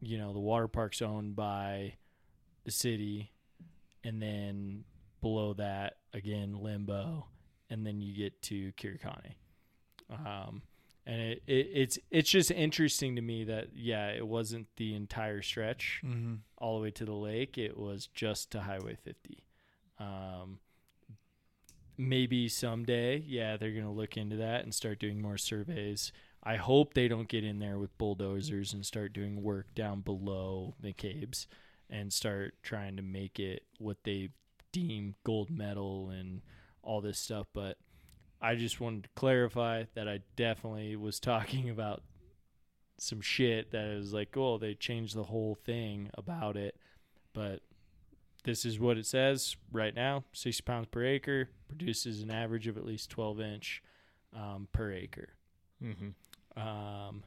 Speaker 2: you know, the water park's owned by the city, and then below that again limbo and then you get to kirikani um, and it, it, it's it's just interesting to me that yeah it wasn't the entire stretch
Speaker 7: Mm-hmm.
Speaker 2: all the way to the lake it was just to highway 50 um, maybe someday yeah they're gonna look into that and start doing more surveys i hope they don't get in there with bulldozers and start doing work down below the caves and start trying to make it what they deem gold medal and all this stuff but i just wanted to clarify that i definitely was talking about some shit that is like oh they changed the whole thing about it but this is what it says right now 60 pounds per acre produces an average of at least 12 inch um, per acre
Speaker 4: Mm-hmm.
Speaker 2: um,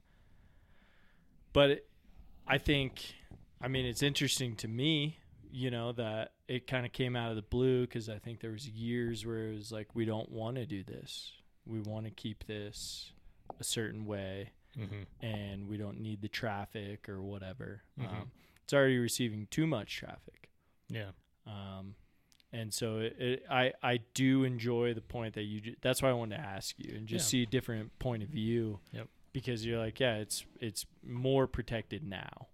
Speaker 2: but it, I think, I mean, it's interesting to me, you know, that it kind of came out of the blue because I think there was years where it was like, we don't want to do this. We want to keep this a certain way
Speaker 4: Mm-hmm.
Speaker 2: and we don't need the traffic or whatever.
Speaker 4: Mhm.
Speaker 2: Um, it's already receiving too much traffic.
Speaker 4: Yeah.
Speaker 2: Um, and so it, it, I I do enjoy the point that you. ju- That's why I wanted to ask you and just
Speaker 4: Yeah.
Speaker 2: see a different point of view.
Speaker 4: Yep.
Speaker 2: Because you're like, yeah, it's it's more protected now.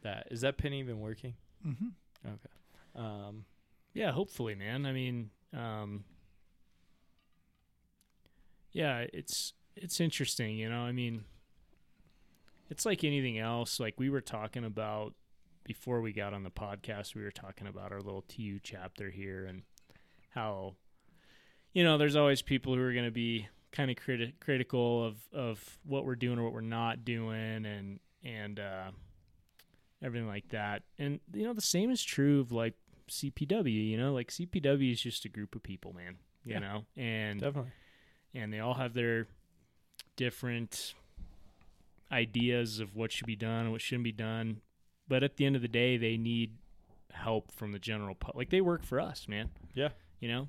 Speaker 2: That is that pin even working?
Speaker 7: Mm-hmm.
Speaker 2: Um,
Speaker 4: Yeah, hopefully, man. I mean, um, yeah, it's it's interesting, you know. I mean, it's like anything else. Like we were talking about before we got on the podcast, we were talking about our little TU chapter here and how you know there's always people who are going to be kind of criti- critical of of what we're doing or what we're not doing, and and uh, everything like that. And you know, the same is true of like CPW, you know, like CPW is just a group of people, man, you
Speaker 2: Yeah.
Speaker 4: know, and
Speaker 2: definitely.
Speaker 4: and they all have their different ideas of what should be done and what shouldn't be done. But at the end of the day, they need help from the general public. Like they work for us, man.
Speaker 2: Yeah.
Speaker 4: You know,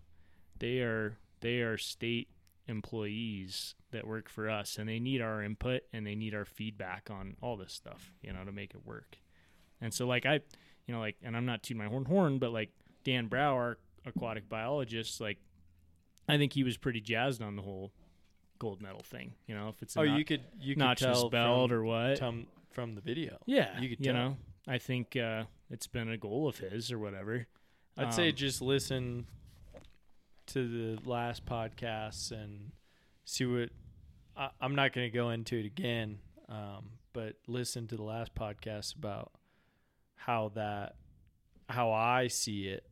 Speaker 4: they are they are state employees that work for us, and they need our input and they need our feedback on all this stuff, you know, to make it work. And so, like I, you know, like, and I'm not tooting my horn horn, but like Dan Brow, our aquatic biologist, like I think he was pretty jazzed on the whole gold medal thing. You know, if it's a
Speaker 2: Oh,
Speaker 4: not-
Speaker 2: you could you could
Speaker 4: notch
Speaker 2: tell
Speaker 4: misspelled
Speaker 2: from,
Speaker 4: or what.
Speaker 2: from from the video.
Speaker 4: yeah,
Speaker 2: you could
Speaker 4: you
Speaker 2: tell.
Speaker 4: know. I think uh, it's been a goal of his or whatever.
Speaker 2: I'd say
Speaker 4: Um,
Speaker 2: just listen to the last podcasts and see what. I, I'm not going to go into it again, um, but listen to the last podcast about how that, how I see it,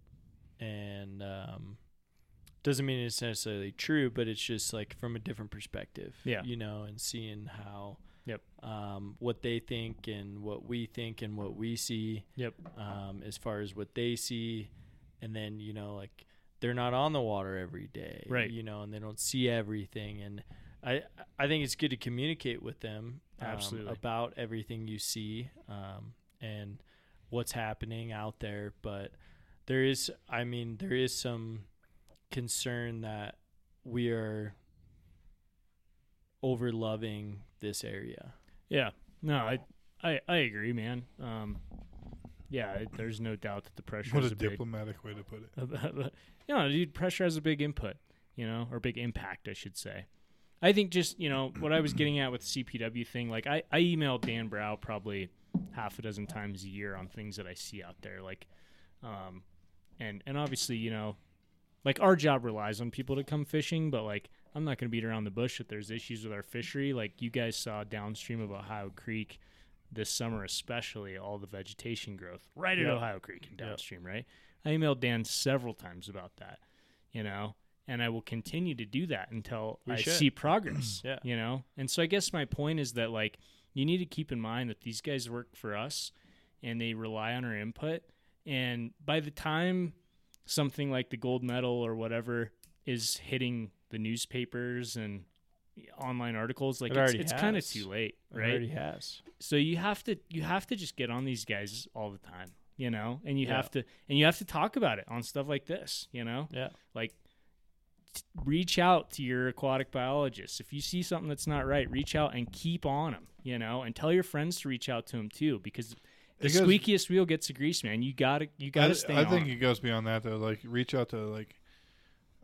Speaker 2: and um, doesn't mean it's necessarily true, but it's just like from a different perspective,
Speaker 4: Yeah.
Speaker 2: you know, and seeing how.
Speaker 4: Yep.
Speaker 2: Um, what they think and what we think and what we see
Speaker 4: Yep.
Speaker 2: um, as far as what they see, and then you know like they're not on the water every day,
Speaker 4: Right.
Speaker 2: You know, and they don't see everything, and I I think it's good to communicate with them um,
Speaker 4: Absolutely.
Speaker 2: about everything you see um, and what's happening out there, but there is I mean there is some concern that we are over loving this area.
Speaker 4: Yeah. No, I I, I agree, man. Um, yeah, it, there's no doubt that the pressure
Speaker 7: What
Speaker 4: is
Speaker 7: a
Speaker 4: a big
Speaker 7: diplomatic way to put it.
Speaker 4: no, dude, pressure has a big input, you know, or big impact, I should say. I think just, you know, what I was getting at with the CPW thing, like I, I email Dan Brow probably half a dozen times a year on things that I see out there. Like, um, and, and obviously, you know, like our job relies on people to come fishing, but like, I'm not going to beat around the bush if there's issues with our fishery. Like you guys saw downstream of Ohio Creek this summer, especially all the vegetation growth right at
Speaker 2: Yep.
Speaker 4: Ohio Creek and downstream, right? I emailed Dan several times about that, you know, and I will continue to do that until
Speaker 2: We
Speaker 4: I
Speaker 2: should.
Speaker 4: see progress,
Speaker 2: Yeah.
Speaker 4: you know? And so I guess my point is that, like, you need to keep in mind that these guys work for us and they rely on our input. And by the time something like the gold medal or whatever is hitting the newspapers and online articles, like
Speaker 2: It
Speaker 4: it's,
Speaker 2: already
Speaker 4: it's kind of
Speaker 2: has.
Speaker 4: too late,
Speaker 2: It
Speaker 4: right?
Speaker 2: already has.
Speaker 4: so you have to you have to just get on these guys all the time you know and you
Speaker 2: Yeah.
Speaker 4: have to and you have to talk about it on stuff like this you know
Speaker 2: Yeah.
Speaker 4: like t- reach out to your aquatic biologist if you see something that's not right reach out and keep on them you know and tell your friends to reach out to them too because the
Speaker 7: It goes-
Speaker 4: squeakiest wheel gets the grease man you gotta you gotta
Speaker 7: I,
Speaker 4: stay
Speaker 7: I
Speaker 4: on
Speaker 7: think
Speaker 4: 'em.
Speaker 7: it goes beyond that though. Like reach out to like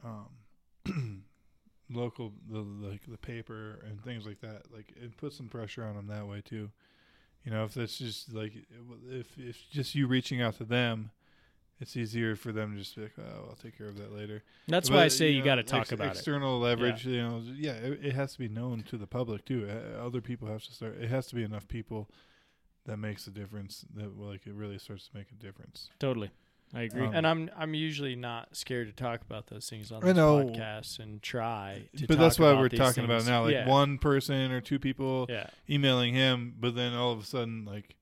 Speaker 7: um local the like the paper and things like that. Like and put some pressure on them that way too. You know, if that's just like if if just you reaching out to them, it's easier for them to just be like, "Oh, I'll take care of that later."
Speaker 4: that's
Speaker 7: But,
Speaker 4: why i say you,
Speaker 7: know,
Speaker 4: gotta talk
Speaker 7: ex-
Speaker 4: about
Speaker 7: external leverage. You know, yeah, it, it has to be known to the public too. Uh, Other people have to start. It has to be enough people that makes a difference. That like it really starts to make a difference.
Speaker 4: it totally i agree
Speaker 7: Um,
Speaker 2: And I'm I'm usually not scared to talk about those things on
Speaker 7: I
Speaker 2: this
Speaker 7: know.
Speaker 2: podcast and try. To
Speaker 7: but
Speaker 2: talk
Speaker 7: that's why
Speaker 2: about
Speaker 7: we're
Speaker 2: these
Speaker 7: talking about it
Speaker 2: things.
Speaker 7: now. Like
Speaker 2: yeah.
Speaker 7: one person or two people
Speaker 2: Yeah.
Speaker 7: emailing him, but then all of a sudden, like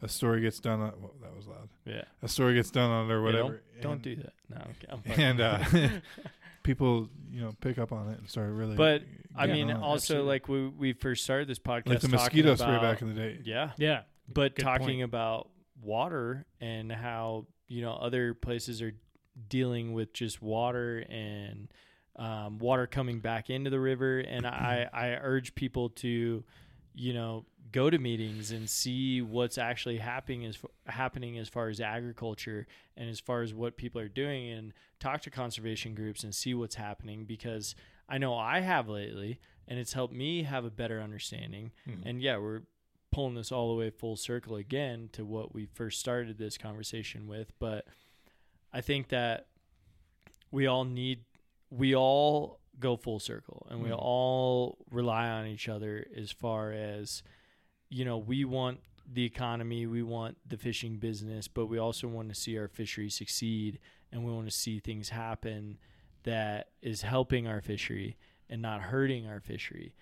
Speaker 7: a story gets done. On, well, that was loud.
Speaker 2: Yeah.
Speaker 7: A story gets done on or
Speaker 2: Yeah, don't-
Speaker 7: whatever.
Speaker 2: don't,
Speaker 7: and,
Speaker 2: do that. No. Okay, I'm fucking-
Speaker 7: And uh, people, you know, pick up on it and start really.
Speaker 2: But, I
Speaker 7: getting
Speaker 2: mean,
Speaker 7: on it.
Speaker 2: also like we we first started this podcast
Speaker 7: like the
Speaker 2: talking
Speaker 7: mosquito
Speaker 2: about,
Speaker 7: spray back in the day.
Speaker 2: yeah,
Speaker 4: yeah
Speaker 2: but
Speaker 4: Good
Speaker 2: talking
Speaker 4: point.
Speaker 2: about water and how you know other places are dealing with just water and um, water coming back into the river and
Speaker 4: Mm-hmm.
Speaker 2: I, I urge people to you know go to meetings and see what's actually happening as happening as far as agriculture and as far as what people are doing and talk to conservation groups and see what's happening because I know I have lately and it's helped me have a better understanding
Speaker 4: Mm-hmm.
Speaker 2: and yeah we're pulling this all the way full circle again to what we first started this conversation with but I think that we all need we all go full circle and we all rely on each other as far as you know we want the economy we want the fishing business but we also want to see our fishery succeed and we want to see things happen that is helping our fishery and not hurting our fishery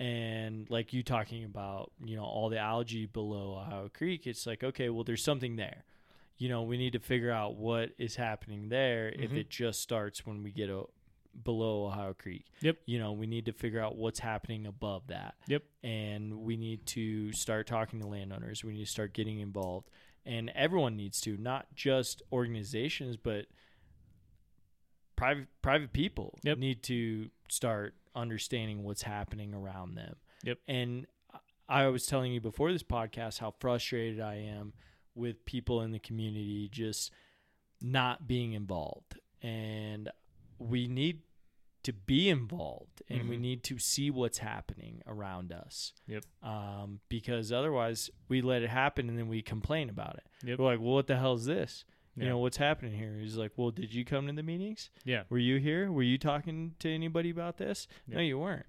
Speaker 2: and like you talking about you know all the algae below ohio creek it's like okay well there's something there you know, we need to figure out what is happening there
Speaker 4: Mm-hmm.
Speaker 2: if it just starts when we get o- below Ohio Creek.
Speaker 4: Yep.
Speaker 2: You know, we need to figure out what's happening above that.
Speaker 4: Yep.
Speaker 2: And we need to start talking to landowners. We need to start getting involved. And everyone needs to, not just organizations, but private private people
Speaker 4: Yep.
Speaker 2: need to start understanding what's happening around them.
Speaker 4: Yep.
Speaker 2: And I I was telling you before this podcast how frustrated I am with people in the community just not being involved. And we need to be involved and we need to see what's happening around us.
Speaker 4: Mm-hmm. Yep.
Speaker 2: Um, because otherwise we let it happen and then we complain about it.
Speaker 4: Yep.
Speaker 2: We're like, well, what the hell is this? You
Speaker 4: Yeah.
Speaker 2: know, what's happening here? He's like, well, did you come to the meetings?
Speaker 4: yeah
Speaker 2: Were you here? Were you talking to anybody about this? No,
Speaker 4: Yeah.
Speaker 2: you weren't.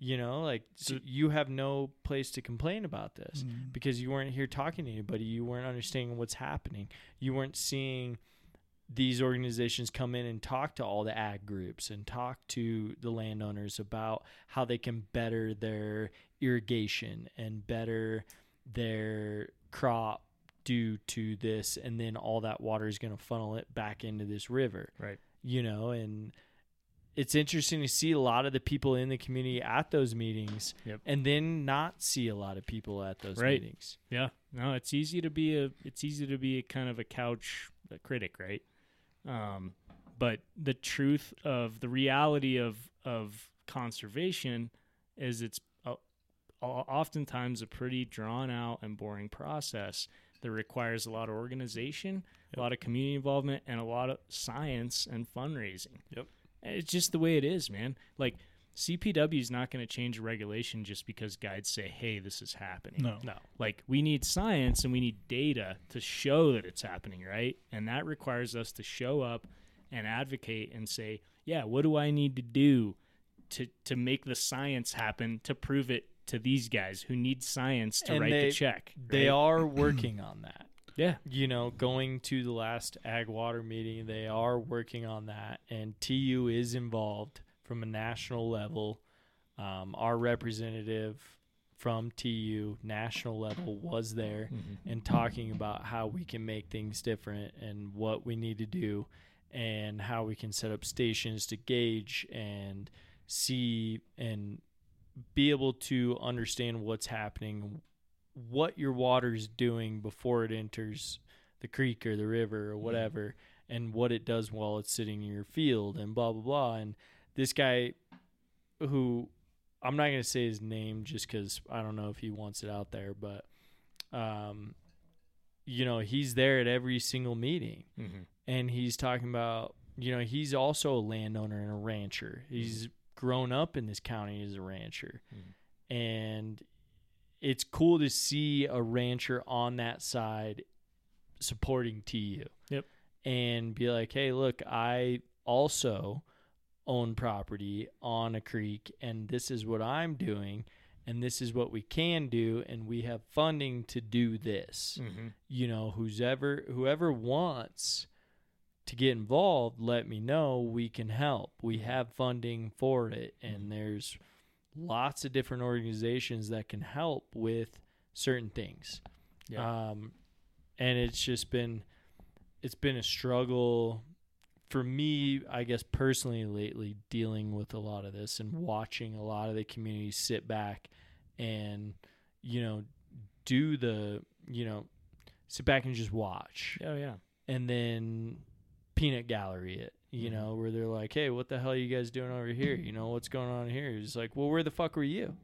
Speaker 2: You know, like so
Speaker 4: So-
Speaker 2: you have no place to complain about this
Speaker 7: Mm.
Speaker 2: because you weren't here talking to anybody. You weren't understanding what's happening. You weren't seeing these organizations come in and talk to all the ag groups and talk to the landowners about how they can better their irrigation and better their crop due to this and then all that water is going to funnel it back into this river
Speaker 4: Right.
Speaker 2: you know and it's interesting to see a lot of the people in the community at those meetings
Speaker 4: Yep.
Speaker 2: and then not see a lot of people at those
Speaker 4: Right.
Speaker 2: meetings
Speaker 4: Yeah. No, it's easy to be a it's easy to be a kind of a couch critic, right? Um, but the truth of the reality of of conservation is it's uh, oftentimes a pretty drawn out and boring process that requires a lot of organization, a lot of community involvement, and a lot of science and fundraising.
Speaker 2: Yep.
Speaker 4: And It's just the way it is, man. Like CPW is not going to change a regulation just because guides say, "Hey, this is happening."
Speaker 7: No.
Speaker 4: no. Like we need science and we need data to show that it's happening, right? And that requires us to show up and advocate and say, "Yeah, what do I need to do to to make the science happen to prove it to these guys who need science to
Speaker 2: And
Speaker 4: write
Speaker 2: they-
Speaker 4: the check?"
Speaker 2: they
Speaker 4: right?
Speaker 2: are working on that
Speaker 4: yeah.
Speaker 2: you know, going to the last ag water meeting, they are working on that, and TU is involved from a national level. Um, our representative from TU national level was there and talking about how we can make things different and what we need to do. and how we can set up stations to gauge and see and be able to understand what's happening, what your water's doing before it enters the creek or the river or whatever, and what it does while it's sitting in your field and blah blah blah. And this guy who I'm not going to say his name just because I don't know if he wants it out there, but um, you know, he's there at every single meeting
Speaker 4: Mhm.
Speaker 2: and he's talking about, you know, he's also a landowner and a rancher. He's grown up in this county as a rancher. And it's cool to see a rancher on that side supporting TU.
Speaker 4: Yep.
Speaker 2: And be like, hey, look, I also own property on a creek and this is what I'm doing and this is what we can do and we have funding to do this.
Speaker 4: Mhm.
Speaker 2: You know, who's ever whoever wants to get involved, let me know. We can help. We have funding for it and there's lots of different organizations that can help with certain things.
Speaker 4: Yeah.
Speaker 2: Um and it's just been it's been a struggle for me, I guess personally lately, dealing with a lot of this and watching a lot of the community sit back and, you know, do the, you know, sit back and just watch
Speaker 4: Oh yeah.
Speaker 2: and then peanut gallery it, you know, where they're like, hey, what the hell are you guys doing over here? You know, what's going on here? It's like, well, where the fuck were you?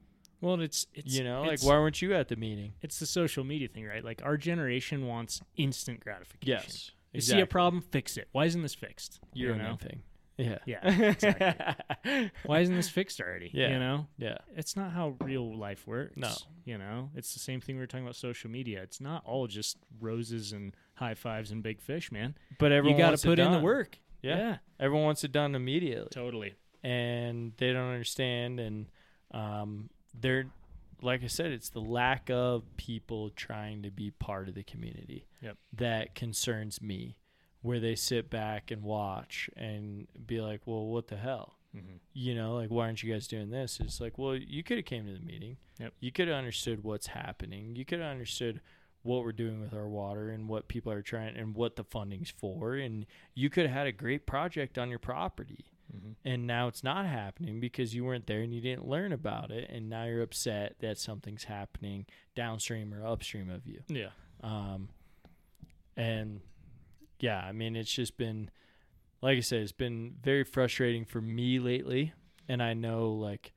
Speaker 4: Well, it's it's
Speaker 2: You know, like,
Speaker 4: it's-
Speaker 2: why weren't you at the meeting?
Speaker 4: it's the social media thing, right? Like our generation wants instant gratification.
Speaker 2: Yes.
Speaker 4: You see a problem, fix it. Why isn't this fixed?
Speaker 2: You're
Speaker 4: you know?
Speaker 2: thing. Yeah.
Speaker 4: Yeah, exactly. Why isn't this fixed already?
Speaker 2: Yeah.
Speaker 4: You know?
Speaker 2: Yeah.
Speaker 4: It's not how real life works.
Speaker 2: No.
Speaker 4: You know? It's the same thing we were talking about social media. It's not all just roses and high fives and big fish, man.
Speaker 2: But everyone
Speaker 4: you gotta
Speaker 2: wants it
Speaker 4: put in the
Speaker 2: done.
Speaker 4: work.
Speaker 2: Yeah. Everyone wants it done immediately.
Speaker 4: Totally.
Speaker 2: and they don't understand and um, they're like i said it's the lack of people trying to be part of the community
Speaker 4: Yep.
Speaker 2: that concerns me where they sit back and watch and be like well what the hell
Speaker 4: Mm-hmm.
Speaker 2: you know like why aren't you guys doing this it's like well you could have came to the meeting
Speaker 4: Yep.
Speaker 2: you could have understood what's happening you could have understood what we're doing with our water and what people are trying and what the funding's for and you could have had a great project on your property and now it's not happening because you weren't there and you didn't learn about it and now you're upset that something's happening downstream or upstream of you
Speaker 4: Yeah.
Speaker 2: um and yeah i mean it's just been like i said it's been very frustrating for me lately and i know like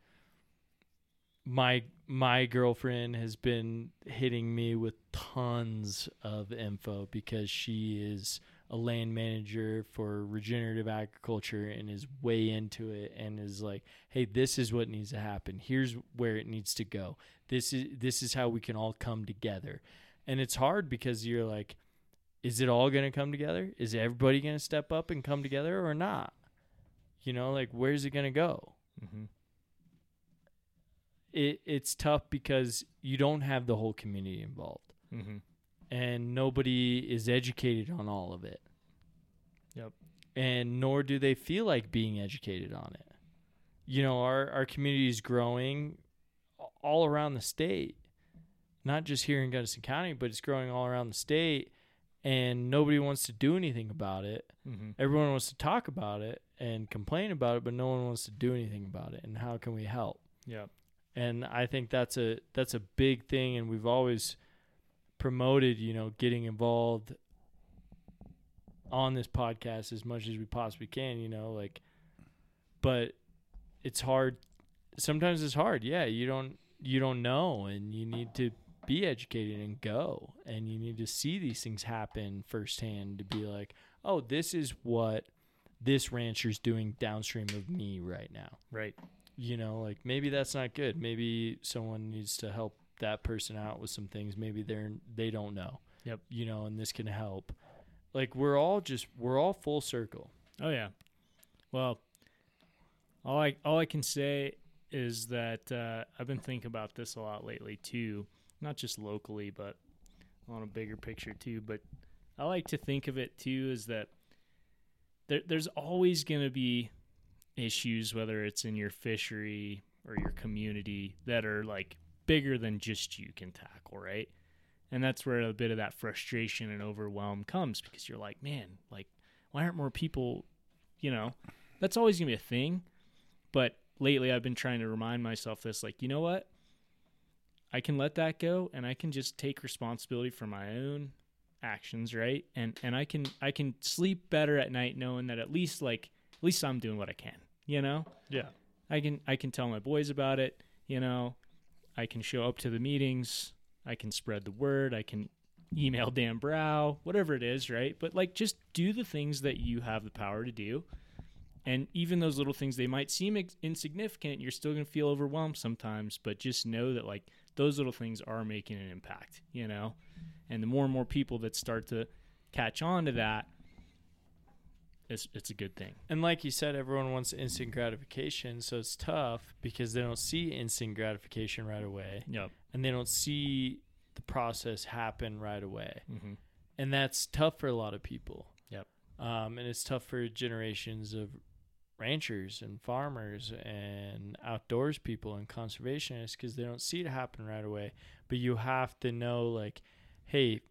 Speaker 2: my my girlfriend has been hitting me with tons of info because she is a land manager for regenerative agriculture and is way into it and is like hey this is what needs to happen here's where it needs to go this is this is how we can all come together and it's hard because you're like is it all going to come together is everybody going to step up and come together or not you know like where's it going to go
Speaker 4: Mm-hmm.
Speaker 2: it, it's tough because you don't have the whole community involved
Speaker 4: Mm-hmm.
Speaker 2: and nobody is educated on all of it
Speaker 4: Yep.
Speaker 2: and nor do they feel like being educated on it you know our, our community is growing all around the state not just here in gunnison county but it's growing all around the state and nobody wants to do anything about it
Speaker 4: Mm-hmm.
Speaker 2: everyone wants to talk about it and complain about it but no one wants to do anything about it and how can we help
Speaker 4: Yep.
Speaker 2: and I think that's a that's a big thing and we've always promoted you know getting involved on this podcast as much as we possibly can you know like but it's hard sometimes it's hard yeah you don't you don't know and you need to be educated and go and you need to see these things happen firsthand to be like oh this is what this rancher's doing downstream of me right now
Speaker 4: Right.
Speaker 2: you know, like maybe that's not good. Maybe someone needs to help that person out with some things. Maybe they're they don't know.
Speaker 4: Yep.
Speaker 2: You know, and this can help. Like we're all just we're all full circle.
Speaker 4: Oh yeah. Well, all I all I can say is that uh, I've been thinking about this a lot lately too, not just locally, but on a bigger picture too. But I like to think of it too is that there, there's always going to be issues, whether it's in your fishery or your community, that are like bigger than just you can tackle, right? And that's where a bit of that frustration and overwhelm comes because you're like, man, like why aren't more people, you know, that's always going to be a thing. But lately I've been trying to remind myself this like, you know what? I can let that go and I can just take responsibility for my own actions, right? And and I can I can sleep better at night knowing that at least like at least I'm doing what I can, you know?
Speaker 2: Yeah.
Speaker 4: I can I can tell my boys about it, you know. I can show up to the meetings, I can spread the word, I can email Dan Brow, whatever it is, right? But like just do the things that you have the power to do. And even those little things they might seem ex- insignificant, you're still going to feel overwhelmed sometimes, but just know that like those little things are making an impact, you know. And the more and more people that start to catch on to that, it's it's a good thing.
Speaker 2: And like you said, everyone wants instant gratification, so it's tough because they don't see instant gratification right away,
Speaker 4: Yep.
Speaker 2: and they don't see the process happen right away,
Speaker 4: Mhm.
Speaker 2: and that's tough for a lot of people.
Speaker 4: Yep.
Speaker 2: Um, and it's tough for generations of ranchers and farmers and outdoors people and conservationists because they don't see it happen right away. But you have to know, like, hey,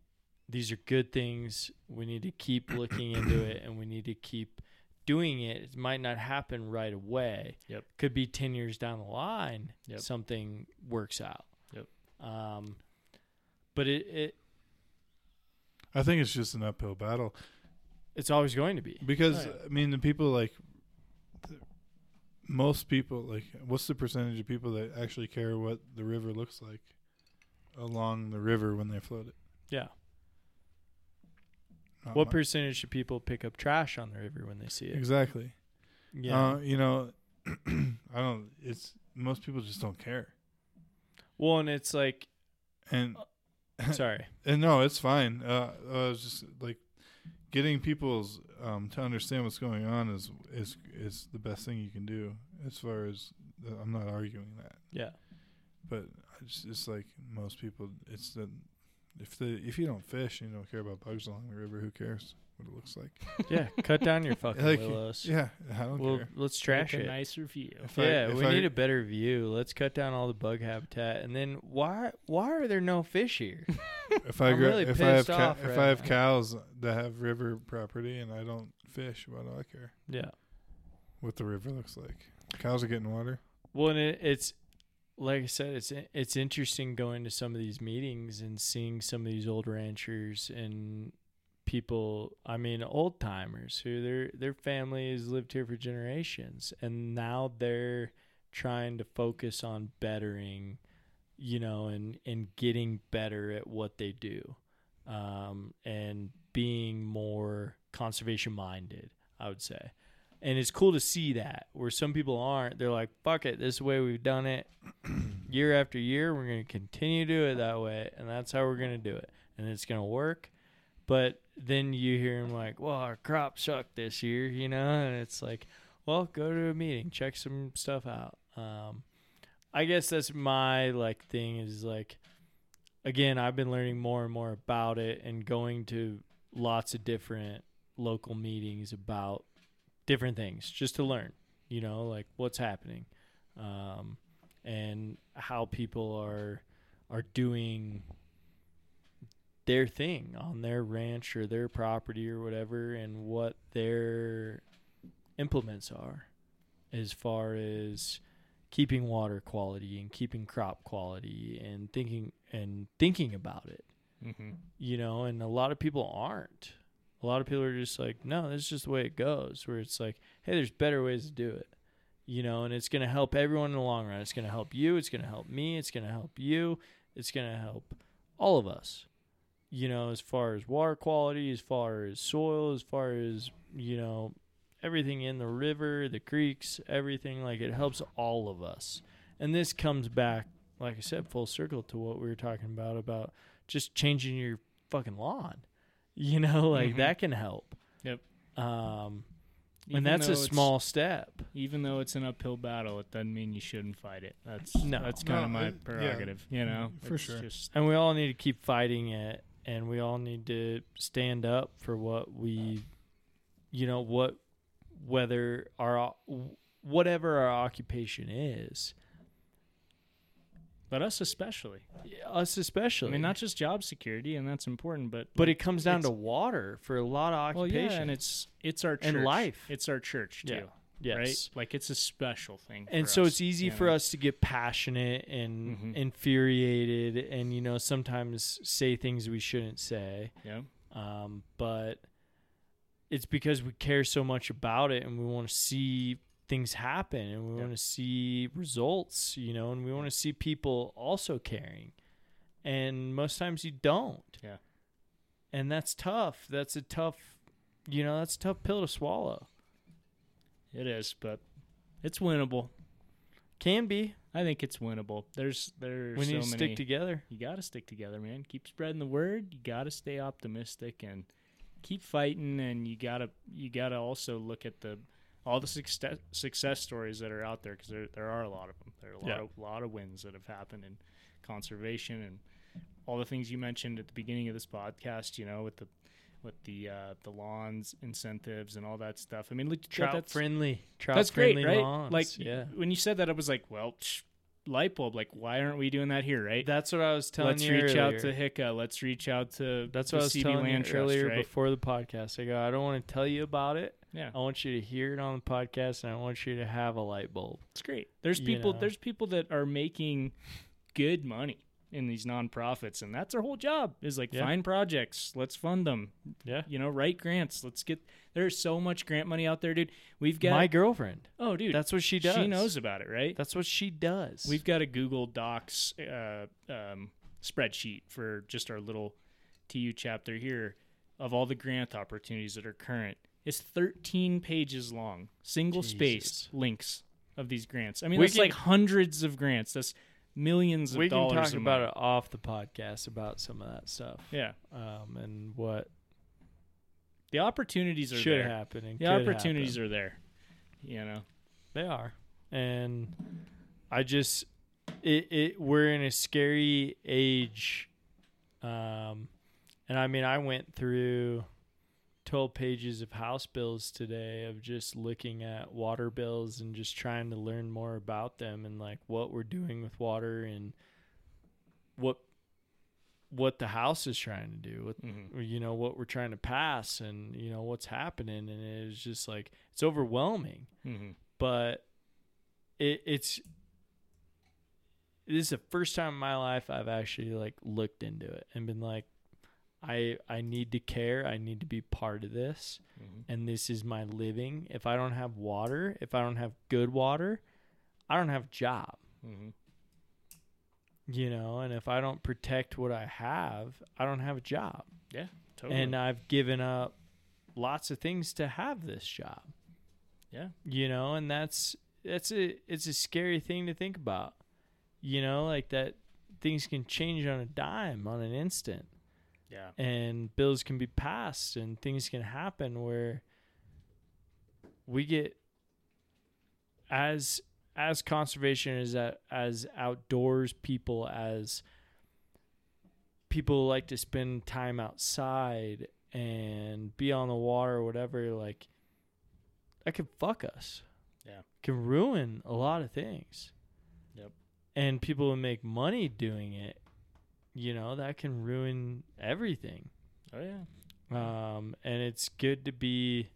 Speaker 2: these are good things. We need to keep looking into it, and we need to keep doing it. It might not happen right away.
Speaker 4: Yep.
Speaker 2: Could be ten years down the line.
Speaker 4: Yep.
Speaker 2: Something works out.
Speaker 4: Yep.
Speaker 2: Um, but it, it
Speaker 7: I think it's just an uphill battle
Speaker 2: it's always going to be.
Speaker 7: because I mean the people like th- most people like what's the percentage of people that actually care what the river looks like along the river when they float it?
Speaker 2: Yeah.
Speaker 7: Not
Speaker 2: What
Speaker 7: much.
Speaker 2: percentage of people pick up trash on the river when they see it?
Speaker 7: exactly?
Speaker 2: Yeah.
Speaker 7: Uh, you know, I don't. It's most people just don't care,
Speaker 2: well, and it's like,
Speaker 7: and
Speaker 2: sorry.
Speaker 7: and no, it's fine. Uh, I was just like getting people's um to understand what's going on is is is the best thing you can do. As far as uh, I'm not arguing that,
Speaker 2: Yeah.
Speaker 7: but I just, it's like most people, it's the if the if you don't fish and you don't care about bugs along the river, who cares what it looks like?
Speaker 2: Yeah. Cut down your fucking
Speaker 7: Like,
Speaker 2: willows.
Speaker 7: Yeah, I don't
Speaker 2: Well,
Speaker 7: care.
Speaker 2: let's trash
Speaker 4: Make a
Speaker 2: it.
Speaker 4: nice review.
Speaker 7: If I-
Speaker 2: yeah,
Speaker 7: if
Speaker 2: we
Speaker 7: I-
Speaker 2: need a better view. Let's cut down all the bug habitat, and then why why are there no fish here?
Speaker 7: if I
Speaker 2: I'm
Speaker 7: grow,
Speaker 2: really
Speaker 7: if I have
Speaker 2: pissed
Speaker 7: ca-
Speaker 2: off
Speaker 7: if
Speaker 2: right
Speaker 7: I have
Speaker 2: now.
Speaker 7: cows that have river property and I don't fish, why do I care
Speaker 2: yeah.
Speaker 7: what the river looks like? Cows are getting water.
Speaker 2: Well, and it, it's like I said, it's it's interesting going to some of these meetings and seeing some of these old ranchers and people. I mean, old timers who their their family has lived here for generations, and now they're trying to focus on bettering, you know, and and getting better at what they do, um, and being more conservation minded. I would say and it's cool to see that where some people aren't they're like fuck it this is the way we've done it year after year we're going to continue to do it that way and that's how we're going to do it and it's going to work but then you hear them like well our crop sucked this year you know and it's like well go to a meeting check some stuff out um, i guess that's my like thing is like again i've been learning more and more about it and going to lots of different local meetings about different things just to learn, you know, like what's happening, um, and how people are are doing their thing on their ranch or their property or whatever, and what their implements are as far as keeping water quality and keeping crop quality and thinking and thinking about it
Speaker 4: Mm-hmm.
Speaker 2: you know, and a lot of people aren't. A lot of people are just like, no, this is just the way it goes. Where it's like, hey, there's better ways to do it, you know, and it's going to help everyone in the long run. It's going to help you. It's going to help me. It's going to help you. It's going to help all of us, you know, as far as water quality, as far as soil, as far as, you know, everything in the river, the creeks, everything. Like it helps all of us. And this comes back, like I said, full circle to what we were talking about about just changing your fucking lawn. You know, like
Speaker 4: Mhm.
Speaker 2: that can help.
Speaker 4: Yep.
Speaker 2: Um, and that's a small step.
Speaker 4: Even though it's an uphill battle, it doesn't mean you shouldn't fight it. That's
Speaker 2: No.
Speaker 4: that's kind
Speaker 7: No,
Speaker 4: of my
Speaker 7: it- yeah,
Speaker 4: prerogative, you know.
Speaker 7: for
Speaker 4: It's
Speaker 7: sure.
Speaker 4: Just,
Speaker 2: And we all need to keep fighting it. And we all need to stand up for what we, you know, what, whether our, whatever our occupation is,
Speaker 4: but us especially.
Speaker 2: Us especially.
Speaker 4: I mean, not just job security, and that's important, but
Speaker 2: But it comes down to
Speaker 4: It's-
Speaker 2: water for a lot of
Speaker 4: well,
Speaker 2: occupation.
Speaker 4: yeah, and it's it's our church.
Speaker 2: And life.
Speaker 4: It's our church too.
Speaker 2: Yeah. yes.
Speaker 4: Right, like it's a special thing.
Speaker 2: and
Speaker 4: for
Speaker 2: so
Speaker 4: us,
Speaker 2: it's easy
Speaker 4: you
Speaker 2: for
Speaker 4: know?
Speaker 2: us to get passionate and
Speaker 4: Mhm.
Speaker 2: infuriated and you know sometimes say things we shouldn't say
Speaker 4: Yeah,
Speaker 2: um, but it's because we care so much about it and we want to see things happen and we
Speaker 4: Yeah.
Speaker 2: want to see results you know and we want to see people also caring and most times you don't
Speaker 4: Yeah.
Speaker 2: and that's tough that's a tough you know that's a tough pill to swallow
Speaker 4: it is, but it's winnable.
Speaker 2: can be
Speaker 4: I think it's winnable. There's there's
Speaker 2: we
Speaker 4: so
Speaker 2: need to
Speaker 4: many.
Speaker 2: stick together
Speaker 4: you got to stick together, man. Keep spreading the word. You got to stay optimistic and keep fighting. And you gotta you gotta also look at the all the success success stories that are out there because there there are a lot of them. There are a lot
Speaker 2: Yeah.
Speaker 4: of lot of wins that have happened in conservation and all the things you mentioned at the beginning of this podcast. You know, with the with the uh, the lawns incentives and all that stuff. I mean, look,
Speaker 2: trout
Speaker 4: that's,
Speaker 2: friendly. Trout
Speaker 4: that's
Speaker 2: friendly
Speaker 4: great, right?
Speaker 2: lawns.
Speaker 4: Like
Speaker 2: yeah,
Speaker 4: when you said that, I was like, well, psh, light bulb. Like, why aren't we doing that here, right?
Speaker 2: that's what I was telling
Speaker 4: Let's
Speaker 2: you.
Speaker 4: reach out
Speaker 2: earlier.
Speaker 4: to HICA. Let's reach out to
Speaker 2: That's
Speaker 4: the
Speaker 2: what I was
Speaker 4: CB
Speaker 2: telling
Speaker 4: Land
Speaker 2: you
Speaker 4: Trust,
Speaker 2: earlier
Speaker 4: right?
Speaker 2: before the podcast. I go, I don't want to tell you about it.
Speaker 4: Yeah,
Speaker 2: I want you to hear it on the podcast, and I want you to have a light bulb.
Speaker 4: it's great. There's
Speaker 2: you
Speaker 4: people.
Speaker 2: know.
Speaker 4: There's people that are making good money in these nonprofits, and that's their whole job is like
Speaker 2: Yeah.
Speaker 4: find projects. Let's fund them.
Speaker 2: Yeah.
Speaker 4: you know, write grants. Let's get. There's so much grant money out there, dude. We've got.
Speaker 2: My girlfriend.
Speaker 4: oh, dude,
Speaker 2: That's what she does.
Speaker 4: She knows about it, right?
Speaker 2: That's what she does.
Speaker 4: We've got a Google Docs uh, um, spreadsheet for just our little TU chapter here of all the grant opportunities that are current. It's 13 pages long, single spaced
Speaker 2: Jesus.
Speaker 4: links of these grants. I mean,
Speaker 2: We
Speaker 4: that's
Speaker 2: can-
Speaker 4: like hundreds of grants. That's millions of
Speaker 2: we can
Speaker 4: dollars.
Speaker 2: talk
Speaker 4: of
Speaker 2: about
Speaker 4: money.
Speaker 2: it off the podcast about some of that stuff,
Speaker 4: Yeah,
Speaker 2: um, and what
Speaker 4: the opportunities are
Speaker 2: should
Speaker 4: there.
Speaker 2: happen. And
Speaker 4: The opportunities are there. You know,
Speaker 2: They are. And I just it, it we're in a scary age. Um and I mean I went through 12 pages of house bills today of just looking at water bills and just trying to learn more about them and like what we're doing with water and what what the house is trying to do what
Speaker 3: mm-hmm.
Speaker 4: Mhm.
Speaker 2: you know what we're trying to pass and you know what's happening and it's just like it's overwhelming
Speaker 4: Mhm.
Speaker 2: but it, it's this is the first time in my life I've actually like looked into it and been like, I I need to care. I need to be part of this,
Speaker 4: Mhm.
Speaker 2: and this is my living. If I don't have water, if I don't have good water, I don't have a job.
Speaker 4: Mhm.
Speaker 2: You know, and if I don't protect what I have, I don't have a job.
Speaker 4: Oh, yeah, totally.
Speaker 2: And uh, I've given up lots of things to have this job.
Speaker 4: Yeah.
Speaker 2: You know, and that's that's a it's a scary thing to think about. You know, like that things can change on a dime, on an instant
Speaker 4: yeah,
Speaker 2: and bills can be passed and things can happen where we get as as conservation as a- as outdoors people as people who like to spend time outside and be on the water or whatever like that can fuck us
Speaker 4: Yeah.
Speaker 2: can ruin a lot of things
Speaker 4: Yep.
Speaker 2: and people who make money doing it you know that can ruin everything
Speaker 4: oh yeah.
Speaker 2: um, and it's good to be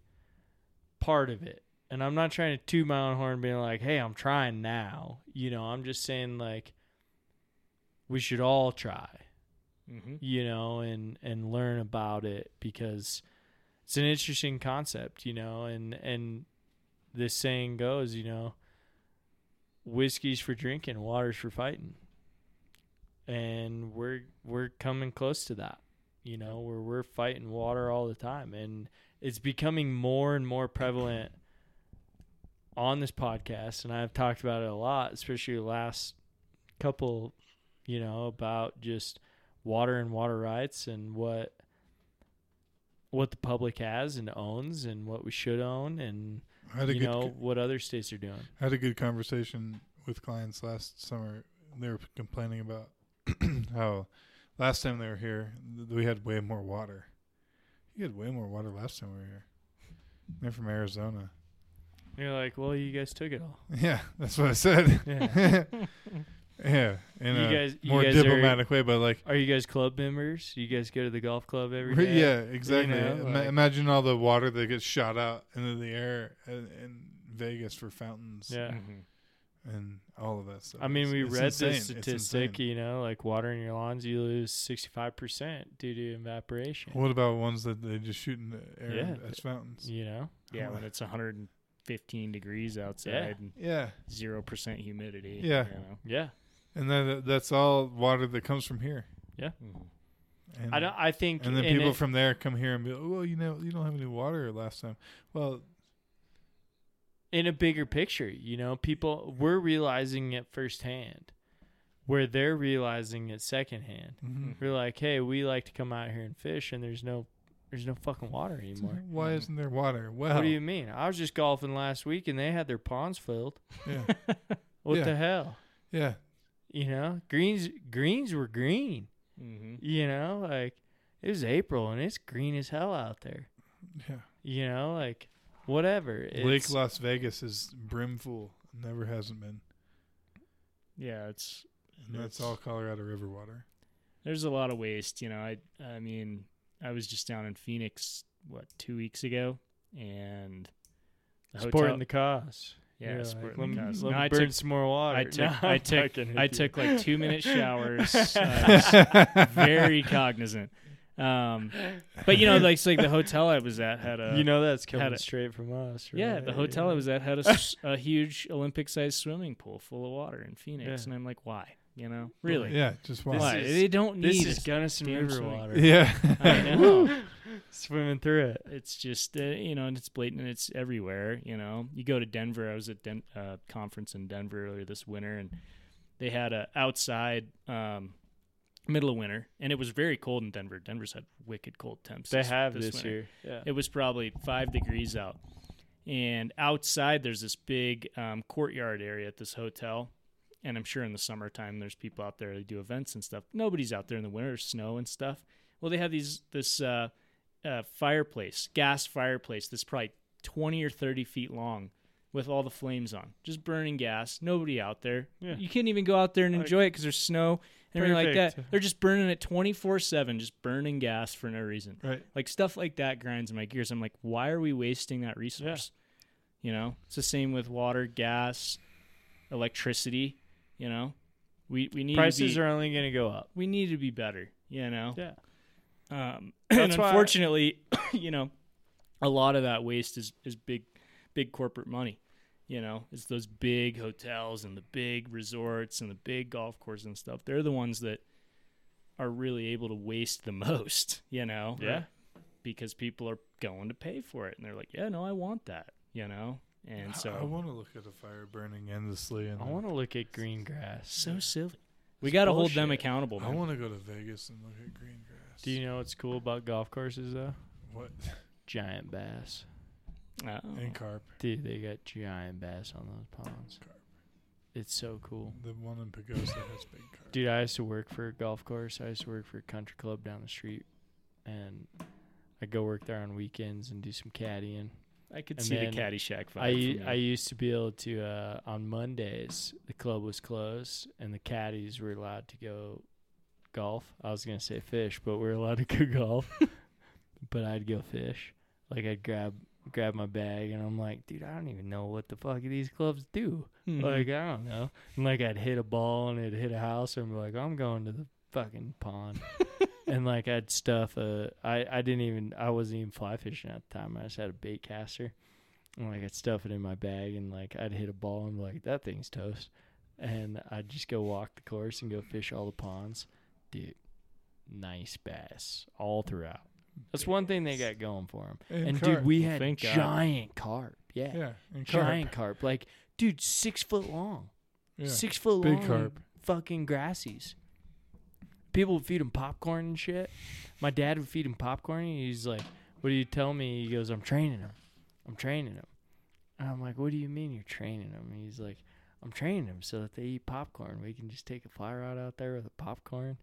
Speaker 2: part of it. And I'm not trying to toot my own horn, being like, "Hey, I'm trying now." You know, I'm just saying like, we should all try,
Speaker 4: hmm
Speaker 2: you know, and and learn about it because it's an interesting concept, you know. And and this saying goes, you know, whiskey's for drinking, water's for fighting, and we're we're coming close to that you know, where we're fighting water all the time. And it's becoming more and more prevalent on this podcast. And I've talked about it a lot, especially the last couple, you know, about just water and water rights and what what the public has and owns and what we should own and
Speaker 7: I had a
Speaker 2: you
Speaker 7: good
Speaker 2: know what other states are doing.
Speaker 7: I had a good conversation with clients last summer. They were complaining about how last time they were here, th- we had way more water. You had way more water last time we were here. They're from Arizona.
Speaker 2: You're like, well, you guys took it all.
Speaker 7: Yeah, that's what I said.
Speaker 2: Yeah.
Speaker 7: Yeah, in
Speaker 2: You
Speaker 7: a
Speaker 2: guys- you
Speaker 7: more
Speaker 2: guys are-
Speaker 7: diplomatic way, but like,
Speaker 2: Are you guys club members? You guys go to the golf club every
Speaker 7: Right,
Speaker 2: day?
Speaker 7: yeah, exactly.
Speaker 2: know,
Speaker 7: Ima-
Speaker 2: like-
Speaker 7: imagine all the water that gets shot out into the air in, in Vegas for fountains
Speaker 2: Yeah.
Speaker 7: and all of that stuff.
Speaker 2: I mean,
Speaker 7: It's-
Speaker 2: we
Speaker 7: it's
Speaker 2: read
Speaker 7: insane.
Speaker 2: this
Speaker 7: It's
Speaker 2: statistic,
Speaker 7: insane.
Speaker 2: you know, like watering your lawns, you lose 65% due to evaporation.
Speaker 7: What about ones that they just shoot in the air
Speaker 2: Yeah.
Speaker 7: as fountains?
Speaker 2: You know?
Speaker 4: Yeah, when it's 115 degrees outside and
Speaker 7: Yeah,
Speaker 4: zero percent humidity.
Speaker 7: Yeah.
Speaker 4: you know?
Speaker 2: Yeah.
Speaker 7: and then that's all water that comes from here.
Speaker 4: Mhm.
Speaker 7: And,
Speaker 2: I don't I think
Speaker 7: And then
Speaker 2: in
Speaker 7: people
Speaker 2: it-
Speaker 7: from there come here and be like, "Well, you know, you don't have any water last time." Well,
Speaker 2: in a bigger picture, you know, people we're realizing it firsthand where they're realizing it secondhand.
Speaker 7: mhm.
Speaker 2: We're like, "Hey, we like to come out here and fish and there's no there's no fucking water anymore."
Speaker 7: why isn't there water? Well,
Speaker 2: What do you mean? I was just golfing last week and they had their ponds filled.
Speaker 7: yeah,
Speaker 2: What
Speaker 7: Yeah.
Speaker 2: the hell?
Speaker 7: yeah,
Speaker 2: You know, greens greens were green.
Speaker 4: Mhm.
Speaker 2: You know, like it was April and it's green as hell out there.
Speaker 7: yeah.
Speaker 2: You know, like whatever.
Speaker 7: Lake
Speaker 2: It's-
Speaker 7: Las Vegas is brimful. Never hasn't been.
Speaker 4: Yeah, it's
Speaker 7: And that's
Speaker 4: It's-
Speaker 7: all Colorado River water.
Speaker 4: there's a lot of waste. You know, I I mean, I was just down in Phoenix what two weeks ago, and the hotel-
Speaker 2: supporting the cause.
Speaker 4: yeah,
Speaker 2: You're
Speaker 4: supporting
Speaker 2: like,
Speaker 4: the
Speaker 2: let me,
Speaker 4: cause.
Speaker 2: let
Speaker 4: mm, No,
Speaker 2: me
Speaker 4: I
Speaker 2: burn
Speaker 4: took
Speaker 2: some more water.
Speaker 4: I took
Speaker 2: No,
Speaker 4: I
Speaker 2: I'm
Speaker 4: took
Speaker 2: fucking
Speaker 4: I
Speaker 2: with you.
Speaker 4: took like two minute showers. uh, I was very cognizant. Um, but you know, like it's like the hotel I was at had a
Speaker 2: you know that's coming
Speaker 4: had a-
Speaker 2: straight from us. Right?
Speaker 4: yeah the hotel I was at had a, s- a huge Olympic sized swimming pool full of water in Phoenix,
Speaker 2: Yeah.
Speaker 4: and I'm like, why? You know, really?
Speaker 7: Yeah, just
Speaker 2: This
Speaker 4: Why?
Speaker 7: water.
Speaker 2: is-
Speaker 4: they don't need.
Speaker 2: This is Gunnison
Speaker 4: damn
Speaker 2: River
Speaker 4: swimming
Speaker 2: water.
Speaker 7: Yeah.
Speaker 4: I know.
Speaker 2: Swimming through it.
Speaker 4: it's just uh, you know, and it's blatant. and It's everywhere. You know, you go to Denver. I was at Den- uh, conference in Denver earlier this winter, and they had a outside um, middle of winter, and it was very cold in Denver. Denver's had wicked cold temps.
Speaker 2: They have
Speaker 4: this
Speaker 2: this,
Speaker 4: winter.
Speaker 2: year. Yeah.
Speaker 4: It was probably five degrees out. And outside, there's this big um, courtyard area at this hotel. And I'm sure in the summertime, there's people out there that do events and stuff. Nobody's out there in the winter, there's snow and stuff. Well, they have these this uh, uh, fireplace, gas fireplace that's probably 20 or 30 feet long with all the flames on, just burning gas. Nobody out there.
Speaker 2: Yeah.
Speaker 4: You couldn't even go out there and
Speaker 2: Like-
Speaker 4: enjoy it because there's snow and everything like that.
Speaker 2: Perfect.
Speaker 4: They're just burning it 24 7, just burning gas for no reason
Speaker 7: right.
Speaker 4: like stuff like that grinds my gears. I'm like, why are we wasting that resource? You know, it's the same with water, gas, electricity. You know, we we need
Speaker 2: Prices
Speaker 4: to be,
Speaker 2: are only going to go up.
Speaker 4: we need to be better. You know,
Speaker 2: Yeah.
Speaker 4: um, and
Speaker 2: That's why-
Speaker 4: unfortunately, you know, a lot of that waste is is big, big corporate money. You know, it's those big hotels and the big resorts and the big golf courses and stuff. They're the ones that are really able to waste the most. You know,
Speaker 2: Yeah.
Speaker 4: because people are going to pay for it and they're like yeah no i want that you know and so
Speaker 7: I want to look at a fire burning endlessly, and
Speaker 2: I want to look at green grass.
Speaker 4: so silly we got to hold them
Speaker 2: bullshit.
Speaker 4: accountable
Speaker 7: I
Speaker 4: man.
Speaker 7: want to go to Vegas and look at green grass.
Speaker 2: Do you know what's cool about golf courses though?
Speaker 7: what?
Speaker 2: Giant bass.
Speaker 4: Oh.
Speaker 7: And carp,
Speaker 2: Dude, they got giant bass on those ponds. It's so cool.
Speaker 7: the one in Pagosa has big carp.
Speaker 2: Dude, I used to work for a golf course. I used to work for a country club down the street. And I go work there on weekends and do some caddying.
Speaker 4: i could
Speaker 2: And
Speaker 4: see the
Speaker 2: then
Speaker 4: caddyshack vibe
Speaker 2: I, u-
Speaker 4: from
Speaker 2: I
Speaker 4: you.
Speaker 2: used to be able to, uh, on Mondays, the club was closed and the caddies were allowed to go golf. I was going to say fish, but we are allowed to go golf. but I'd go fish. Like, I'd grab grab my bag and I'm like, dude, I don't even know what the fuck these clubs do.
Speaker 4: Mhm.
Speaker 2: Like I don't know. And like I'd hit a ball and it'd hit a house and be like, I'm going to the fucking pond. and like I'd stuff a I, I didn't even I wasn't even fly fishing at the time. I just had a bait caster. And like I'd stuff it in my bag and like I'd hit a ball and be like, that thing's toast. And I'd just go walk the course and go fish all the ponds. Dude, nice bass all throughout. That's one thing they got going for them.
Speaker 7: And,
Speaker 2: And
Speaker 7: carp.
Speaker 2: dude, we had
Speaker 4: thank God.
Speaker 2: giant carp. Yeah
Speaker 7: yeah, and carp.
Speaker 2: giant carp. Like, dude, six foot long,
Speaker 7: Yeah.
Speaker 2: six foot
Speaker 7: Big
Speaker 2: long,
Speaker 7: carp.
Speaker 2: fucking grassies. People would feed him popcorn and shit. My dad would feed him popcorn. And he's like, "What do you tell me?" He goes, "I'm training him. I'm training him." And I'm like, "What do you mean you're training him?" And he's like, "I'm training him so that they eat popcorn. We can just take a fly rod out there with a popcorn."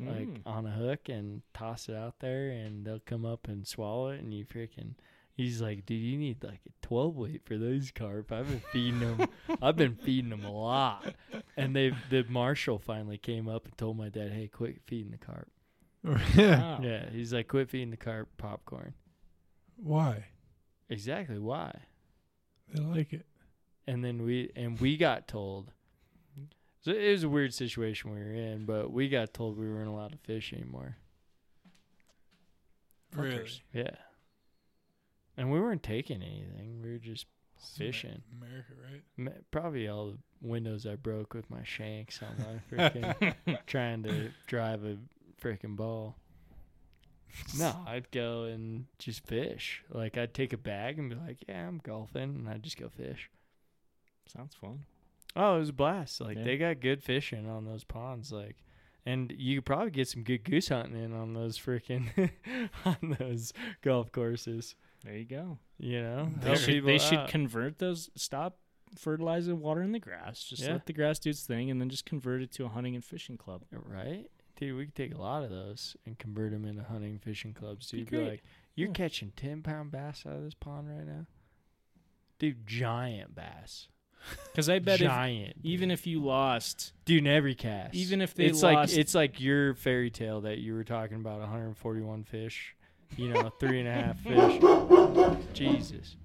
Speaker 2: like
Speaker 4: Mm.
Speaker 2: on a hook and toss it out there and they'll come up and swallow it and you freaking He's like, dude, you need like a 12 weight for those carp. I've been feeding them. I've been feeding them a lot. And they, the marshal finally came up and told my dad, hey, quit feeding the carp.
Speaker 7: yeah.
Speaker 4: Wow.
Speaker 2: Yeah, he's like, quit feeding the carp popcorn.
Speaker 7: Why?
Speaker 2: Exactly why?
Speaker 7: They like it.
Speaker 2: and then we and we got told so it was a weird situation we were in but we got told we weren't allowed to fish anymore
Speaker 7: Really?
Speaker 2: yeah and we weren't taking anything we were just Fishing.
Speaker 7: America, right?
Speaker 2: ma- probably all the windows i broke with my shanks on my freaking trying to drive a freaking ball no i'd go and just fish like i'd take a bag and be like yeah i'm golfing and i'd just go fish
Speaker 4: Sounds fun.
Speaker 2: Oh, it was a blast. Like
Speaker 4: Yeah.
Speaker 2: they got good fishing on those ponds. Like, and you could probably get some good goose hunting in on those freaking on those golf courses.
Speaker 4: There you go.
Speaker 2: You know,
Speaker 4: They
Speaker 2: Help
Speaker 4: should,
Speaker 2: people
Speaker 4: they should
Speaker 2: out.
Speaker 4: convert those. Stop fertilizing water in the grass. Just
Speaker 2: Yeah.
Speaker 4: let the grass do its thing, and then just convert it to a hunting and fishing club.
Speaker 2: right, dude. We could take a lot of those and convert them into hunting fishing clubs.
Speaker 4: Be
Speaker 2: Dude, be
Speaker 4: great.
Speaker 2: like, you're
Speaker 4: Yeah.
Speaker 2: catching ten pound bass out of this pond right now, dude. Giant bass.
Speaker 4: Because I bet if,
Speaker 2: giant.
Speaker 4: even if you lost,
Speaker 2: Dude, in every cast.
Speaker 4: Even if they
Speaker 2: it's
Speaker 4: lost-
Speaker 2: like it's like your fairy tale that you were talking about 141 fish, you know, three and a half fish. Jesus.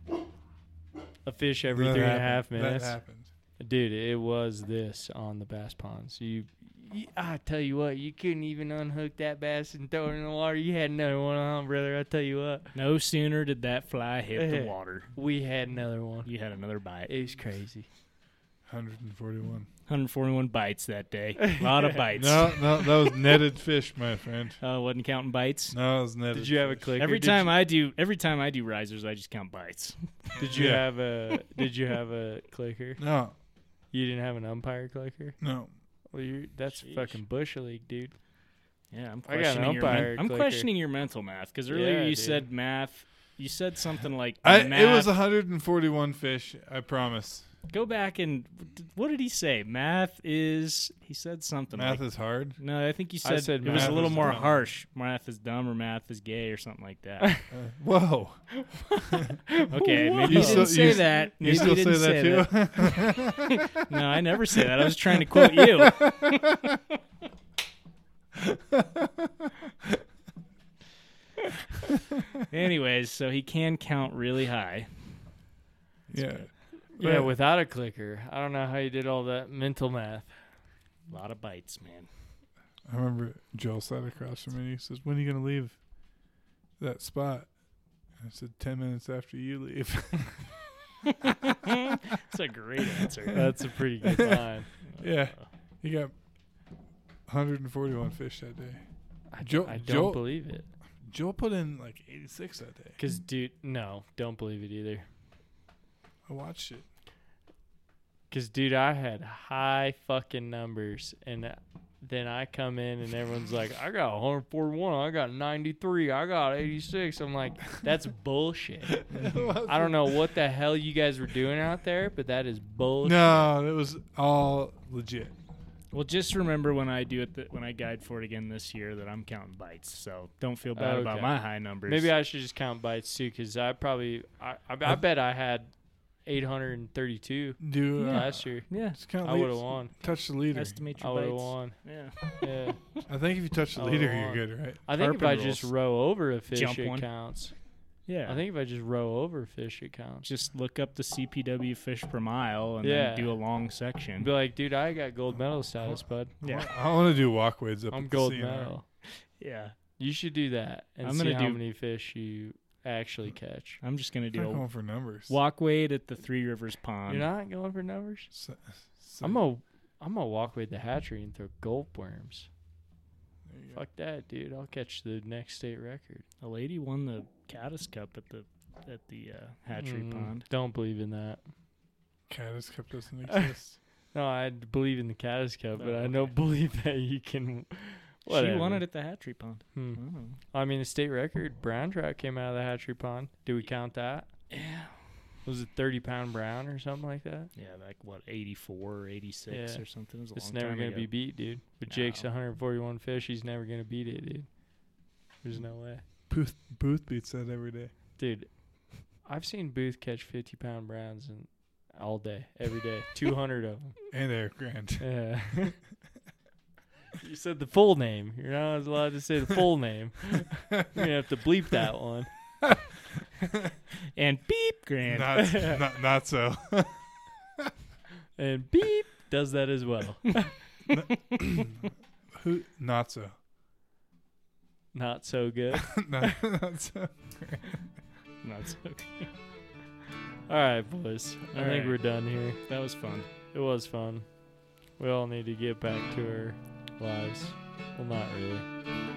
Speaker 2: A fish every
Speaker 7: That
Speaker 2: three and a
Speaker 7: happened.
Speaker 2: half minutes.
Speaker 7: That happened.
Speaker 2: Dude, it was this on the bass ponds. You, you I tell you what, you couldn't even unhook that bass and throw it in the water. You had another one on, brother. I tell you what.
Speaker 4: no sooner did that fly hit the
Speaker 2: Yeah.
Speaker 4: water,
Speaker 2: We had another one.
Speaker 4: you had another bite.
Speaker 2: It was crazy.
Speaker 7: 141.
Speaker 4: 141 bites that day. A lot of bites.
Speaker 7: No, no, that was netted fish, my friend.
Speaker 4: Uh, wasn't counting bites.
Speaker 7: No, it was netted.
Speaker 2: Did you have a
Speaker 7: fish.
Speaker 2: clicker?
Speaker 4: Every
Speaker 2: Did you-
Speaker 4: time I do, every time I do risers, I just count bites.
Speaker 2: did you
Speaker 7: Yeah.
Speaker 2: have a did you have a clicker?
Speaker 7: No,
Speaker 2: You didn't have an umpire clicker?
Speaker 7: no.
Speaker 2: Well, you're, that's
Speaker 4: Sheesh.
Speaker 2: fucking bush league, dude.
Speaker 4: Yeah, I'm
Speaker 2: I got an
Speaker 4: questioning your. men-
Speaker 2: umpire
Speaker 4: I'm
Speaker 2: clicker.
Speaker 4: questioning your mental math because earlier
Speaker 2: Yeah,
Speaker 4: you
Speaker 2: dude.
Speaker 4: said math. You said something like
Speaker 7: I,
Speaker 4: math.
Speaker 7: it was 141 fish. I promise.
Speaker 4: Go back and what did he say? Math is. He said something.
Speaker 7: Math
Speaker 4: like,
Speaker 7: is hard.
Speaker 4: no, I think you
Speaker 2: I
Speaker 4: said,
Speaker 2: said
Speaker 4: it was a
Speaker 7: math
Speaker 4: little
Speaker 7: is
Speaker 4: more
Speaker 7: dumb.
Speaker 4: harsh. Math is dumb or math is gay or something like that.
Speaker 7: Uh, whoa.
Speaker 4: Okay, maybe
Speaker 7: You
Speaker 4: you
Speaker 7: still-
Speaker 4: didn't say
Speaker 7: you-
Speaker 4: that.
Speaker 7: You
Speaker 4: Maybe
Speaker 7: still
Speaker 4: didn't
Speaker 7: say that too?
Speaker 4: that. No, I never say that. I was trying to quote you. Anyways, so he can count really high.
Speaker 7: yeah.
Speaker 2: Yeah,
Speaker 7: Right.
Speaker 2: without a clicker. I don't know how you did all that mental math.
Speaker 4: A lot of bites, man.
Speaker 7: I remember Joel sat across from me. He says, "When are you gonna leave that spot?" And I said, 10 minutes after you leave."
Speaker 4: That's a great answer.
Speaker 2: That's a pretty good line. Uh,
Speaker 7: yeah, he got 141 fish that day.
Speaker 2: I,
Speaker 7: Joe-
Speaker 2: I don't
Speaker 7: Joe-
Speaker 2: believe it.
Speaker 7: Joel put in like 86 that day.
Speaker 2: Because, dude, no, don't believe it either.
Speaker 7: I watched it.
Speaker 2: Because, dude, I had high fucking numbers. And uh, then I come in and everyone's like, I got 141, I got 93, I got 86. I'm like, that's bullshit. I don't know what the hell you guys were doing out there, but that is bullshit.
Speaker 7: No, it was all legit.
Speaker 4: Well, just remember when I do it, th- when I guide for it again this year, that I'm counting bites. So don't feel bad about
Speaker 2: Okay.
Speaker 4: my high numbers.
Speaker 2: Maybe I should just count bites too, because I probably I, I, I bet I had 832
Speaker 7: Dude, uh,
Speaker 2: last year.
Speaker 4: yeah,
Speaker 7: just kind
Speaker 2: I would have won.
Speaker 7: Touch the leader.
Speaker 4: estimate
Speaker 2: I
Speaker 4: your
Speaker 2: would have
Speaker 4: bites.
Speaker 2: won.
Speaker 4: Yeah.
Speaker 2: Yeah.
Speaker 7: I think if you touch the
Speaker 2: I
Speaker 7: leader,
Speaker 2: would've
Speaker 7: you're good, right?
Speaker 2: I think if
Speaker 4: Tarpon
Speaker 2: I just
Speaker 4: rules.
Speaker 2: row over a fish,
Speaker 4: Jump
Speaker 2: it
Speaker 4: one.
Speaker 2: counts.
Speaker 4: Yeah.
Speaker 2: I think if I just row over a fish, it counts.
Speaker 4: just look up the CPW fish per mile and
Speaker 2: Yeah.
Speaker 4: then do a long section.
Speaker 2: Be like, dude, I got gold medal status, bud.
Speaker 4: Yeah.
Speaker 7: I want to do walkways up.
Speaker 2: I'm
Speaker 7: at the
Speaker 2: gold
Speaker 7: CNR.
Speaker 2: medal.
Speaker 4: Yeah.
Speaker 2: You should do that and
Speaker 4: I'm
Speaker 2: see
Speaker 4: gonna
Speaker 2: how
Speaker 4: do-
Speaker 2: many fish you actually catch.
Speaker 4: I'm just going to
Speaker 7: I'm not
Speaker 4: do
Speaker 7: going for numbers.
Speaker 4: a walkway at the Three Rivers Pond.
Speaker 2: You're not going for numbers.
Speaker 7: So- so-
Speaker 2: I'm gonna I'm gonna walk with the hatchery and throw gold worms. Fuck that, dude! I'll catch the next state record.
Speaker 4: a lady won the Caddis Cup at the at the uh, hatchery
Speaker 2: Mm,
Speaker 4: pond.
Speaker 2: Don't believe in that.
Speaker 7: Caddis Cup doesn't exist.
Speaker 2: No, I d- believe in the Caddis Cup, but I
Speaker 4: Oh,
Speaker 2: don't believe that you can. Whatever.
Speaker 4: She won it at the hatchery pond.
Speaker 2: Hmm.
Speaker 4: Oh.
Speaker 2: I mean, the state record brown trout came out of the hatchery pond. Do we count that?
Speaker 4: Yeah.
Speaker 2: Was it 30 pound brown or something like that?
Speaker 4: Yeah, like what, 84 or 86
Speaker 2: Yeah.
Speaker 4: or something. It was a
Speaker 2: It's
Speaker 4: long
Speaker 2: never
Speaker 4: time
Speaker 2: gonna
Speaker 4: ago.
Speaker 2: be beat, dude. With Jake's
Speaker 4: No.
Speaker 2: 141 fish, he's never gonna beat it, dude. There's no way,
Speaker 7: Booth Booth beats that every day.
Speaker 2: dude. I've seen Booth catch fifty pound browns and all day, every day, two hundred of them.
Speaker 7: And they're grand.
Speaker 2: Yeah. you said the full name. You're not allowed to say the full name. You're gonna have to bleep that one.
Speaker 4: And beep, grand.
Speaker 7: Not, not, not so.
Speaker 2: And beep does that as well.
Speaker 7: Who? Not so.
Speaker 2: Not so good.
Speaker 7: not, not so.
Speaker 4: Not so good.
Speaker 2: All right, boys. I
Speaker 4: All
Speaker 2: think
Speaker 4: right.
Speaker 2: we're done here.
Speaker 4: That was fun.
Speaker 2: It was fun. We all need to get back to our lives. Well, not really.